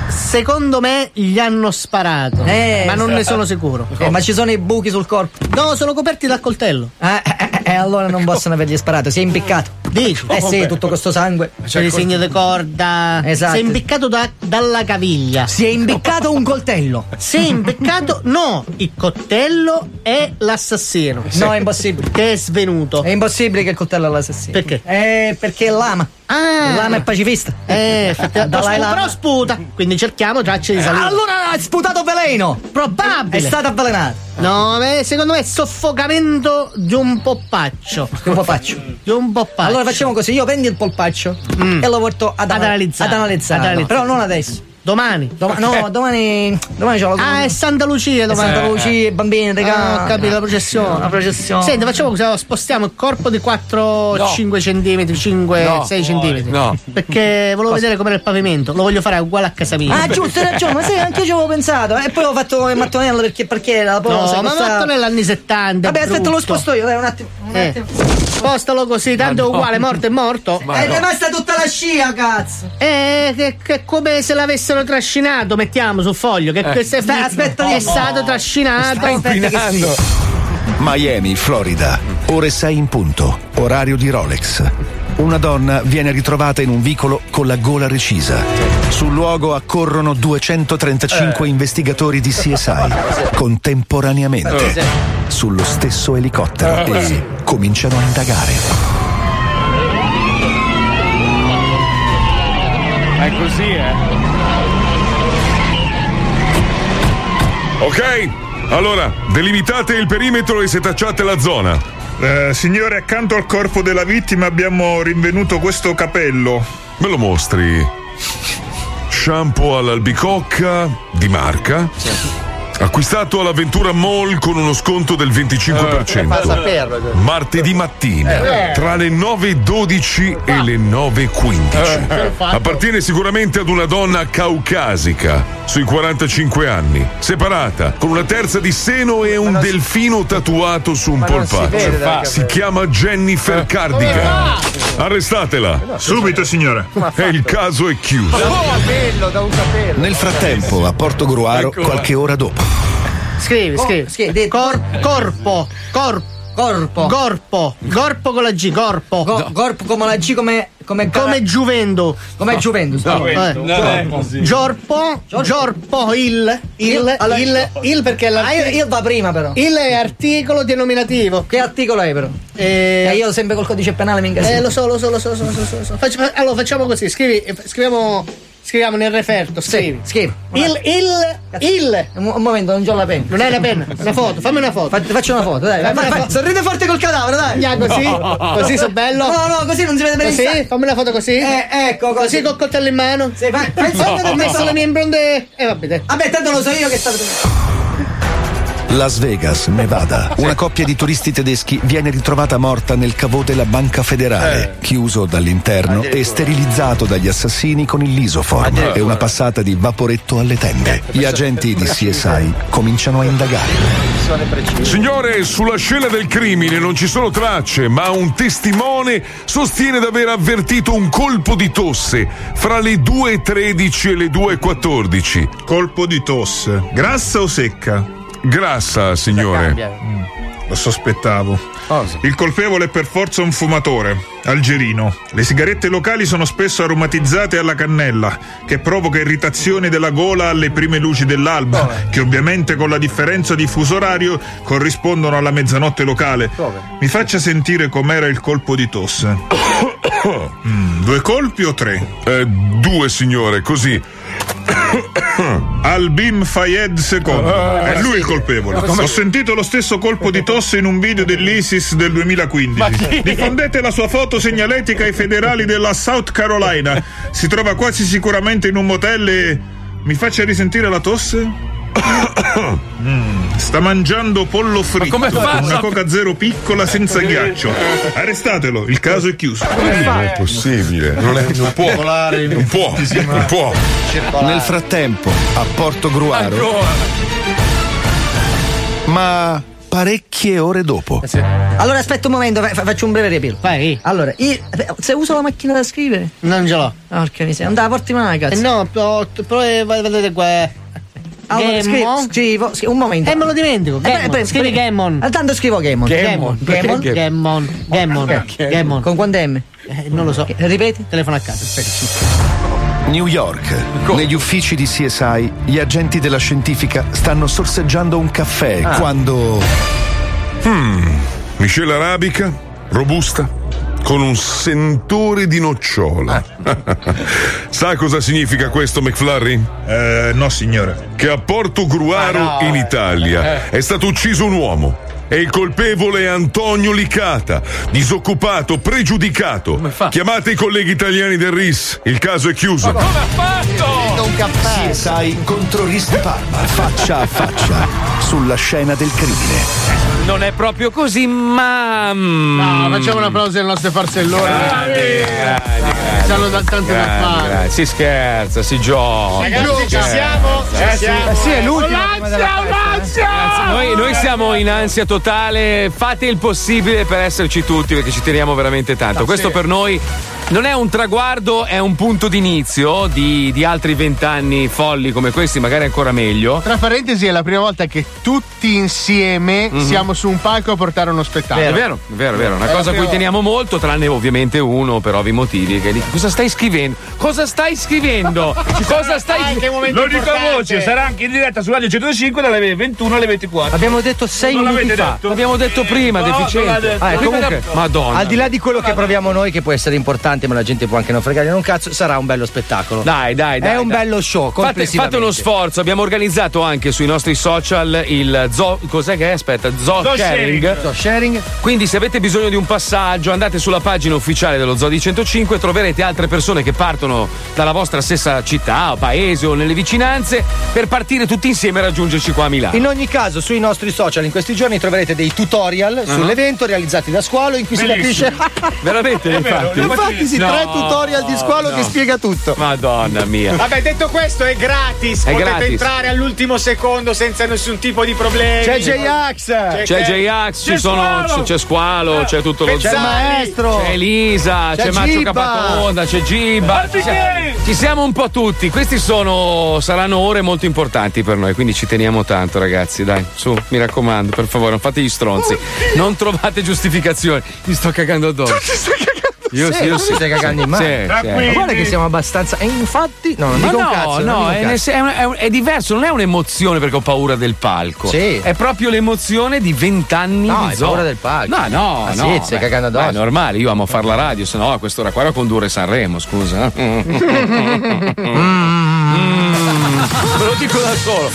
Secondo me gli hanno sparato,
Eh,
ma non ne
sì.
sono sicuro.
Eh, ma ci sono i buchi sul corpo.
No, sono coperti dal coltello.
Eh, eh, eh, eh, allora non possono avergli sparato, si è imbeccato. Dici? Eh
Oh,
sì,
vabbè.
tutto questo sangue.
C'è il segno di corda.
Esatto.
Si è imbeccato da- dalla caviglia.
Si è imbeccato un coltello.
Si è imbeccato. No, il coltello è l'assassino.
No, è impossibile.
Che è svenuto.
È impossibile che il coltello all'assassino. Perché? Eh, perché è lama.
Ah.
Lama è pacifista.
Eh, effettivamente.
Dalai Lama.
Però sputa. Quindi cerchiamo tracce di
Eh,
salute.
allora ha sputato veleno.
Probabile.
È stato avvelenato.
No, beh, secondo me è soffocamento di un poppaccio.
Un poppaccio.
Di un poppaccio.
Allora facciamo così, io prendo il polpaccio
Mm.
e lo porto
Ad
ad, ana-
analizzare.
Ad analizzare.
Ad analizzare.
Però non adesso.
Domani.
Doma- no, domani. Domani c'ho la
Ah, è Santa Lucia domani.
Santa Lucia, bambini, raga.
Ah, ho capito, la processione.
La processione.
Senti, facciamo così, allora, spostiamo il corpo di 4
No.
5 cm, 5 6 cm.
No.
Perché volevo vedere com'era il pavimento, lo voglio fare uguale a casa mia.
Ah, giusto, hai ragione, ma sì, anche io ci avevo pensato. E poi ho fatto il mattonello perché, perché era la posa.
No, ma
questa-
fatto negli anni 70.
Vabbè, aspetta, lo
sposto
sposto io, dai, un attimo. Un
Eh.
attimo.
Spostalo così, tanto è
Ma no.
uguale, morto è morto.
Ma È no. rimasta tutta la scia, cazzo.
Eh, che, che è come se l'avessero trascinato, mettiamo sul foglio. Che
Eh.
questo è,
Dai, aspetta,
è
no.
stato trascinato.
Miami, Florida, ore 6 in punto, orario di Rolex. Una donna viene ritrovata in un vicolo con la gola recisa. Sul luogo accorrono 235 investigatori di CSI contemporaneamente sullo stesso elicottero
Eh, sì.
e cominciano a indagare.
È così, eh?
Ok, allora delimitate il perimetro e setacciate la zona.
Eh, signore, accanto al corpo della vittima abbiamo rinvenuto questo capello.
Me lo mostri. Shampoo all'albicocca di marca. Acquistato all'avventura Mall con uno sconto del 25%.
Eh,
Fa saperlo, cioè.
Martedì mattina,
Eh.
tra le 9.12
Ah.
e le
Eh,
9.15. Appartiene sicuramente ad una donna caucasica, sui 45 anni, separata, con una terza di seno e un delfino tatuato su un
non si
polpaccio.
vede dai Eh. capelli.
Si chiama Jennifer Cardigan. Arrestatela.
Subito, signore.
E il caso è chiuso.
capello, da un capello.
Nel frattempo, a Porto Gruaro, qualche ora dopo.
Scrivi, scrivi. Cor- corpo, corpo. Corpo. Corpo. Corpo con la G, corpo.
corpo come la G come. Come,
Giuvendo.
Come Giuvendo.
No,
scusa.
eh. Giorpo, Giorpo, il, il,
Allora,
il, il perché
Ah,
l'articolo.
io, io va prima però.
Il è articolo denominativo.
Che articolo è però?
Eh,
Eh, io sempre col codice penale mi incasino.
Eh, lo so, lo so, lo so, lo so, lo so, lo so. Facci- fa- allora facciamo così, scrivi, eh, scriviamo, scriviamo nel referto, scrivi.
scrivi.
Il, il, il.
Un, un momento, non ho la penna.
Non hai la penna, una foto, fammi una foto.
faccio una foto, dai.
Fammi
vai,
una
vai,
foto.
sorride forte col cadavere, dai.
Ya, così, così so bello.
No, no, così non si vede bene. il
Così,
sangue.
fammi una foto così.
Eh, ecco, così.
Così col coltello in mano. Sì,
vai, fai il foto
ho
del
messo
mio-
le mie impronte. Eh, vabbè, dai.
Vabbè, tanto lo so io che stavo.
Las Vegas, Nevada. Una coppia di turisti tedeschi viene ritrovata morta nel cavò della banca federale, chiuso dall'interno e sterilizzato dagli assassini con il lisoform
Addirittura.
e una passata di vaporetto alle tende. Gli agenti di CSI cominciano a indagare.
Signore, sulla scena del crimine non ci sono tracce, ma un testimone sostiene di aver avvertito un colpo di tosse fra le 2.13 e le 2.14.
Colpo di tosse. Grassa o secca?
Grassa, signore.
Lo sospettavo. Il colpevole è per forza un fumatore, algerino. Le sigarette locali sono spesso aromatizzate alla cannella, che provoca irritazione della gola alle prime luci dell'alba, che ovviamente con la differenza di fuso orario corrispondono alla mezzanotte locale. Mi faccia sentire com'era il colpo di tosse. Mm, due colpi o tre? Eh, due, signore, così. Albim Fayed II
Ah,
è lui il colpevole.
Come?
Ho sentito lo stesso colpo di tosse in un video dell'ISIS del 2015. Diffondete la sua foto segnaletica ai federali della South Carolina. Si trova quasi sicuramente in un motel e. Mi faccia risentire la tosse? Mm, sta mangiando pollo fritto
come fa?
con una coca zero piccola senza ghiaccio. Arrestatelo, il caso è chiuso.
Non è possibile, non, è- non può, Volare. non può, non può.
Nel frattempo, a Porto Gruaro. Ma parecchie ore dopo.
Eh,
Allora aspetta un momento, fa- faccio un breve riepilogo. Vai. Allora, io- se uso la macchina da scrivere? Non ce l'ho. Porca miseria, andava, portimi una
Eh,
cazzo.
no, però eh, vedete qua.
Allora, Ah, scrivo,
Gammon?
scrivo, scrivo, un momento.
Eh, me lo dimentico. Gammon. Scrivi Gammon.
Ah, Tanto scrivo Gammon.
Gammon.
Gammon.
Perché Gammon. Gammon. Gammon.
Con quante M?
Eh, non lo so.
Ripeti?
Telefono a casa. aspetta.
New York. Negli uffici di CSI, gli agenti della scientifica stanno sorseggiando un caffè quando.
Hmm.
Mm, miscela arabica, robusta, con un sentore di nocciola.
Ah.
Sa cosa significa questo, McFlurry?
Eh, no, signore.
Che a Porto Gruaro,
Ah, no. Eh.
in Italia, è stato ucciso un uomo. E il colpevole è Antonio Licata, disoccupato, pregiudicato. Chiamate i colleghi italiani del RIS, il caso è chiuso.
fatto? Un caffè. CSI contro Risti Parma, faccia a faccia, sulla scena del crimine.
Non è proprio così, ma. mm.
No, facciamo un applauso alle nostre farsellone. C'hanno da- tanto da fare.
Si scherza, si gioca.
Ragazzi, ci
Eh.
siamo, ci
Eh, sì.
siamo.
Eh, sì, è l'ultimo.
Lazio!
eh. Noi, noi siamo in ansia totale, fate il possibile per esserci tutti perché ci teniamo veramente tanto. Questo per noi non è un traguardo, è un punto d'inizio di, di altri vent'anni folli come questi, magari ancora meglio.
Tra parentesi, è la prima volta che tutti insieme
Mhm.
siamo su un palco a portare uno spettacolo.
È vero, è vero, è vero. Una
È la
cosa a cui
prima
teniamo molto, tranne ovviamente uno per ovvi motivi. Che dice, cosa stai scrivendo? Cosa stai scrivendo? cosa stai
Lo dico a voce, sarà anche in diretta su Radio 105 dalle 21 alle 24.
Abbiamo detto 6
Non l'avete
minuti fa.
detto?
L'abbiamo detto prima,
No,
deficiente.
non l'ha detto.
Ah, e comunque, Madonna.
Al di là di quello che proviamo noi, che può essere importante, ma la gente può anche non fregare un cazzo, sarà un bello spettacolo.
Dai, dai, dai.
È un
dai.
bello show.
Fate,
complessivamente.
fate uno sforzo, abbiamo organizzato anche sui nostri social il zo, cos'è che è? Aspetta, zo,
Zo
sharing.
sharing. Zo sharing.
Quindi se avete bisogno di un passaggio andate sulla pagina ufficiale dello Zoo di 105 troverete altre persone che partono dalla vostra stessa città o paese o nelle vicinanze per partire tutti insieme e raggiungerci qua a Milano.
In ogni caso, sui nostri social in questi giorni troverete dei tutorial
Ah.
sull'evento realizzati da Squalo in cui
Bellissimo.
si capisce.
Veramente,
È vero,
infatti.
li ho fatti sì,
No,
tre tutorial di Squalo
no.
che spiega tutto.
Madonna mia.
Vabbè, detto questo, è gratis.
È
Potete
gratis.
entrare all'ultimo secondo senza nessun tipo di problemi.
C'è
J-Ax.
C'è J-Ax, ci sono- c'è Squalo, c'è tutto lo
Eh, C'è il
zoo.
maestro.
c'è Elisa, c'è,
C'è
Macio
Giba.
Capatonda, c'è Giba.
Barbie
Ci siamo-
Gay.
Ci siamo un po' tutti. Questi sono, saranno ore molto importanti per noi, quindi ci teniamo tanto, ragazzi. Dai, su, mi raccomando, per favore, non fate gli stronzi. Non trovate giustificazioni. Mi sto cagando addosso. Io
sì,
sì, io
tu
sì.
stai cagando in
Sì,
mano.
sì.
Ma guarda che siamo abbastanza. E infatti, no, non
Ma
dico
no,
un cazzo. non
no,
dico un
è,
cazzo.
nel sen- è un- è un- è diverso, non è un'emozione perché ho paura del palco.
Sì.
È proprio l'emozione di vent'anni
No,
di
hai
zoo.
paura del palco.
No, no,
Ah,
no.
sì, stai
beh,
cagando addosso.
beh, È normale, io amo fare la radio, se no a quest'ora qua ero a condurre Sanremo, scusa. eh. Mm. Ve lo dico da solo.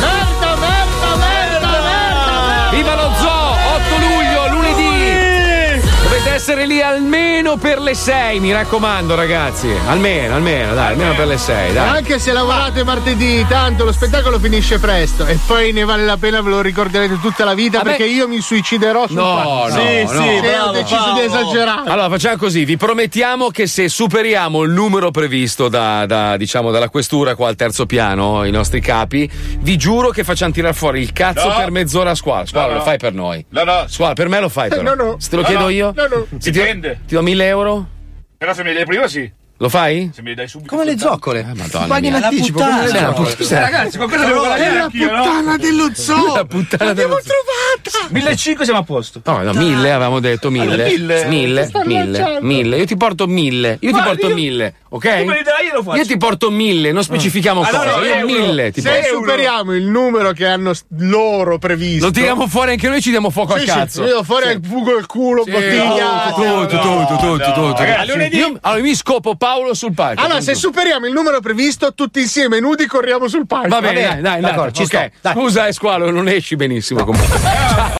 Merda, merda, merda, merda!
Viva lo zoo! 8 luglio, lunedì! Dovete essere lì almeno per le 6, mi raccomando, ragazzi. Almeno, almeno, dai, almeno per le 6, dai.
Anche se lavorate martedì, tanto lo spettacolo finisce presto e poi ne vale la pena, ve lo ricorderete tutta la vita perché io mi suiciderò sul
No, no,
palco.
no.
Sì, ho deciso di esagerare.
Allora facciamo così, vi promettiamo che se superiamo il numero previsto da, da, diciamo, dalla questura qua al terzo piano, i nostri capi, vi giuro che facciamo tirare fuori il cazzo
No.
per mezz'ora a squalo. Squalo
No,
lo
no.
fai per noi.
No, no.
Squalo, per me lo fai però.
No, no.
Se te lo
No,
chiedo
no.
io?
No, no.
Se ti-
Dipende.
Ti do 1000 euro?
Però se mi dai prima sì.
Lo fai? Eh,
Se me li dai subito.
Come le zoccole.
Madonna
Paghi in
mia.
anticipo.
La
come le
puttana.
zoccole.
Cioè, ragazzi, ma cosa devo guadagnare
la
anch'io, no?
puttana dello zoo.
La puttana
L'abbiamo
dello zoo.
trovata. 1500 siamo a posto.
No, no, mille avevamo detto,
Allora,
mille.
Certo. Ah, mille.
Mille,
Sto
mille,
lanciando.
mille. Io ti porto mille. Io ti
Ma
porto
io-
mille, ok?
Tu me li dai, io lo faccio. Ah.
ti porto mille, non specifichiamo
Allora,
cosa. Io
euro.
mille ti
Se
porto.
superiamo il numero che hanno s- loro previsto.
Lo tiriamo fuori anche noi ci diamo fuoco
Sì,
al
sì,
cazzo. Eh,
tiriamo fuori al fuoco al culo, bottiglia.
tutto, tutto, tutto, tutto, tutto.
Ragazzi, lunedì-
Io- allora mi scopo Paolo sul
Ah,
palco.
Allora, se superiamo il numero previsto, tutti insieme nudi corriamo sul palco.
Va bene, dai, dai, dai, ok. Scusa, eh, squalo, non esci benissimo comunque.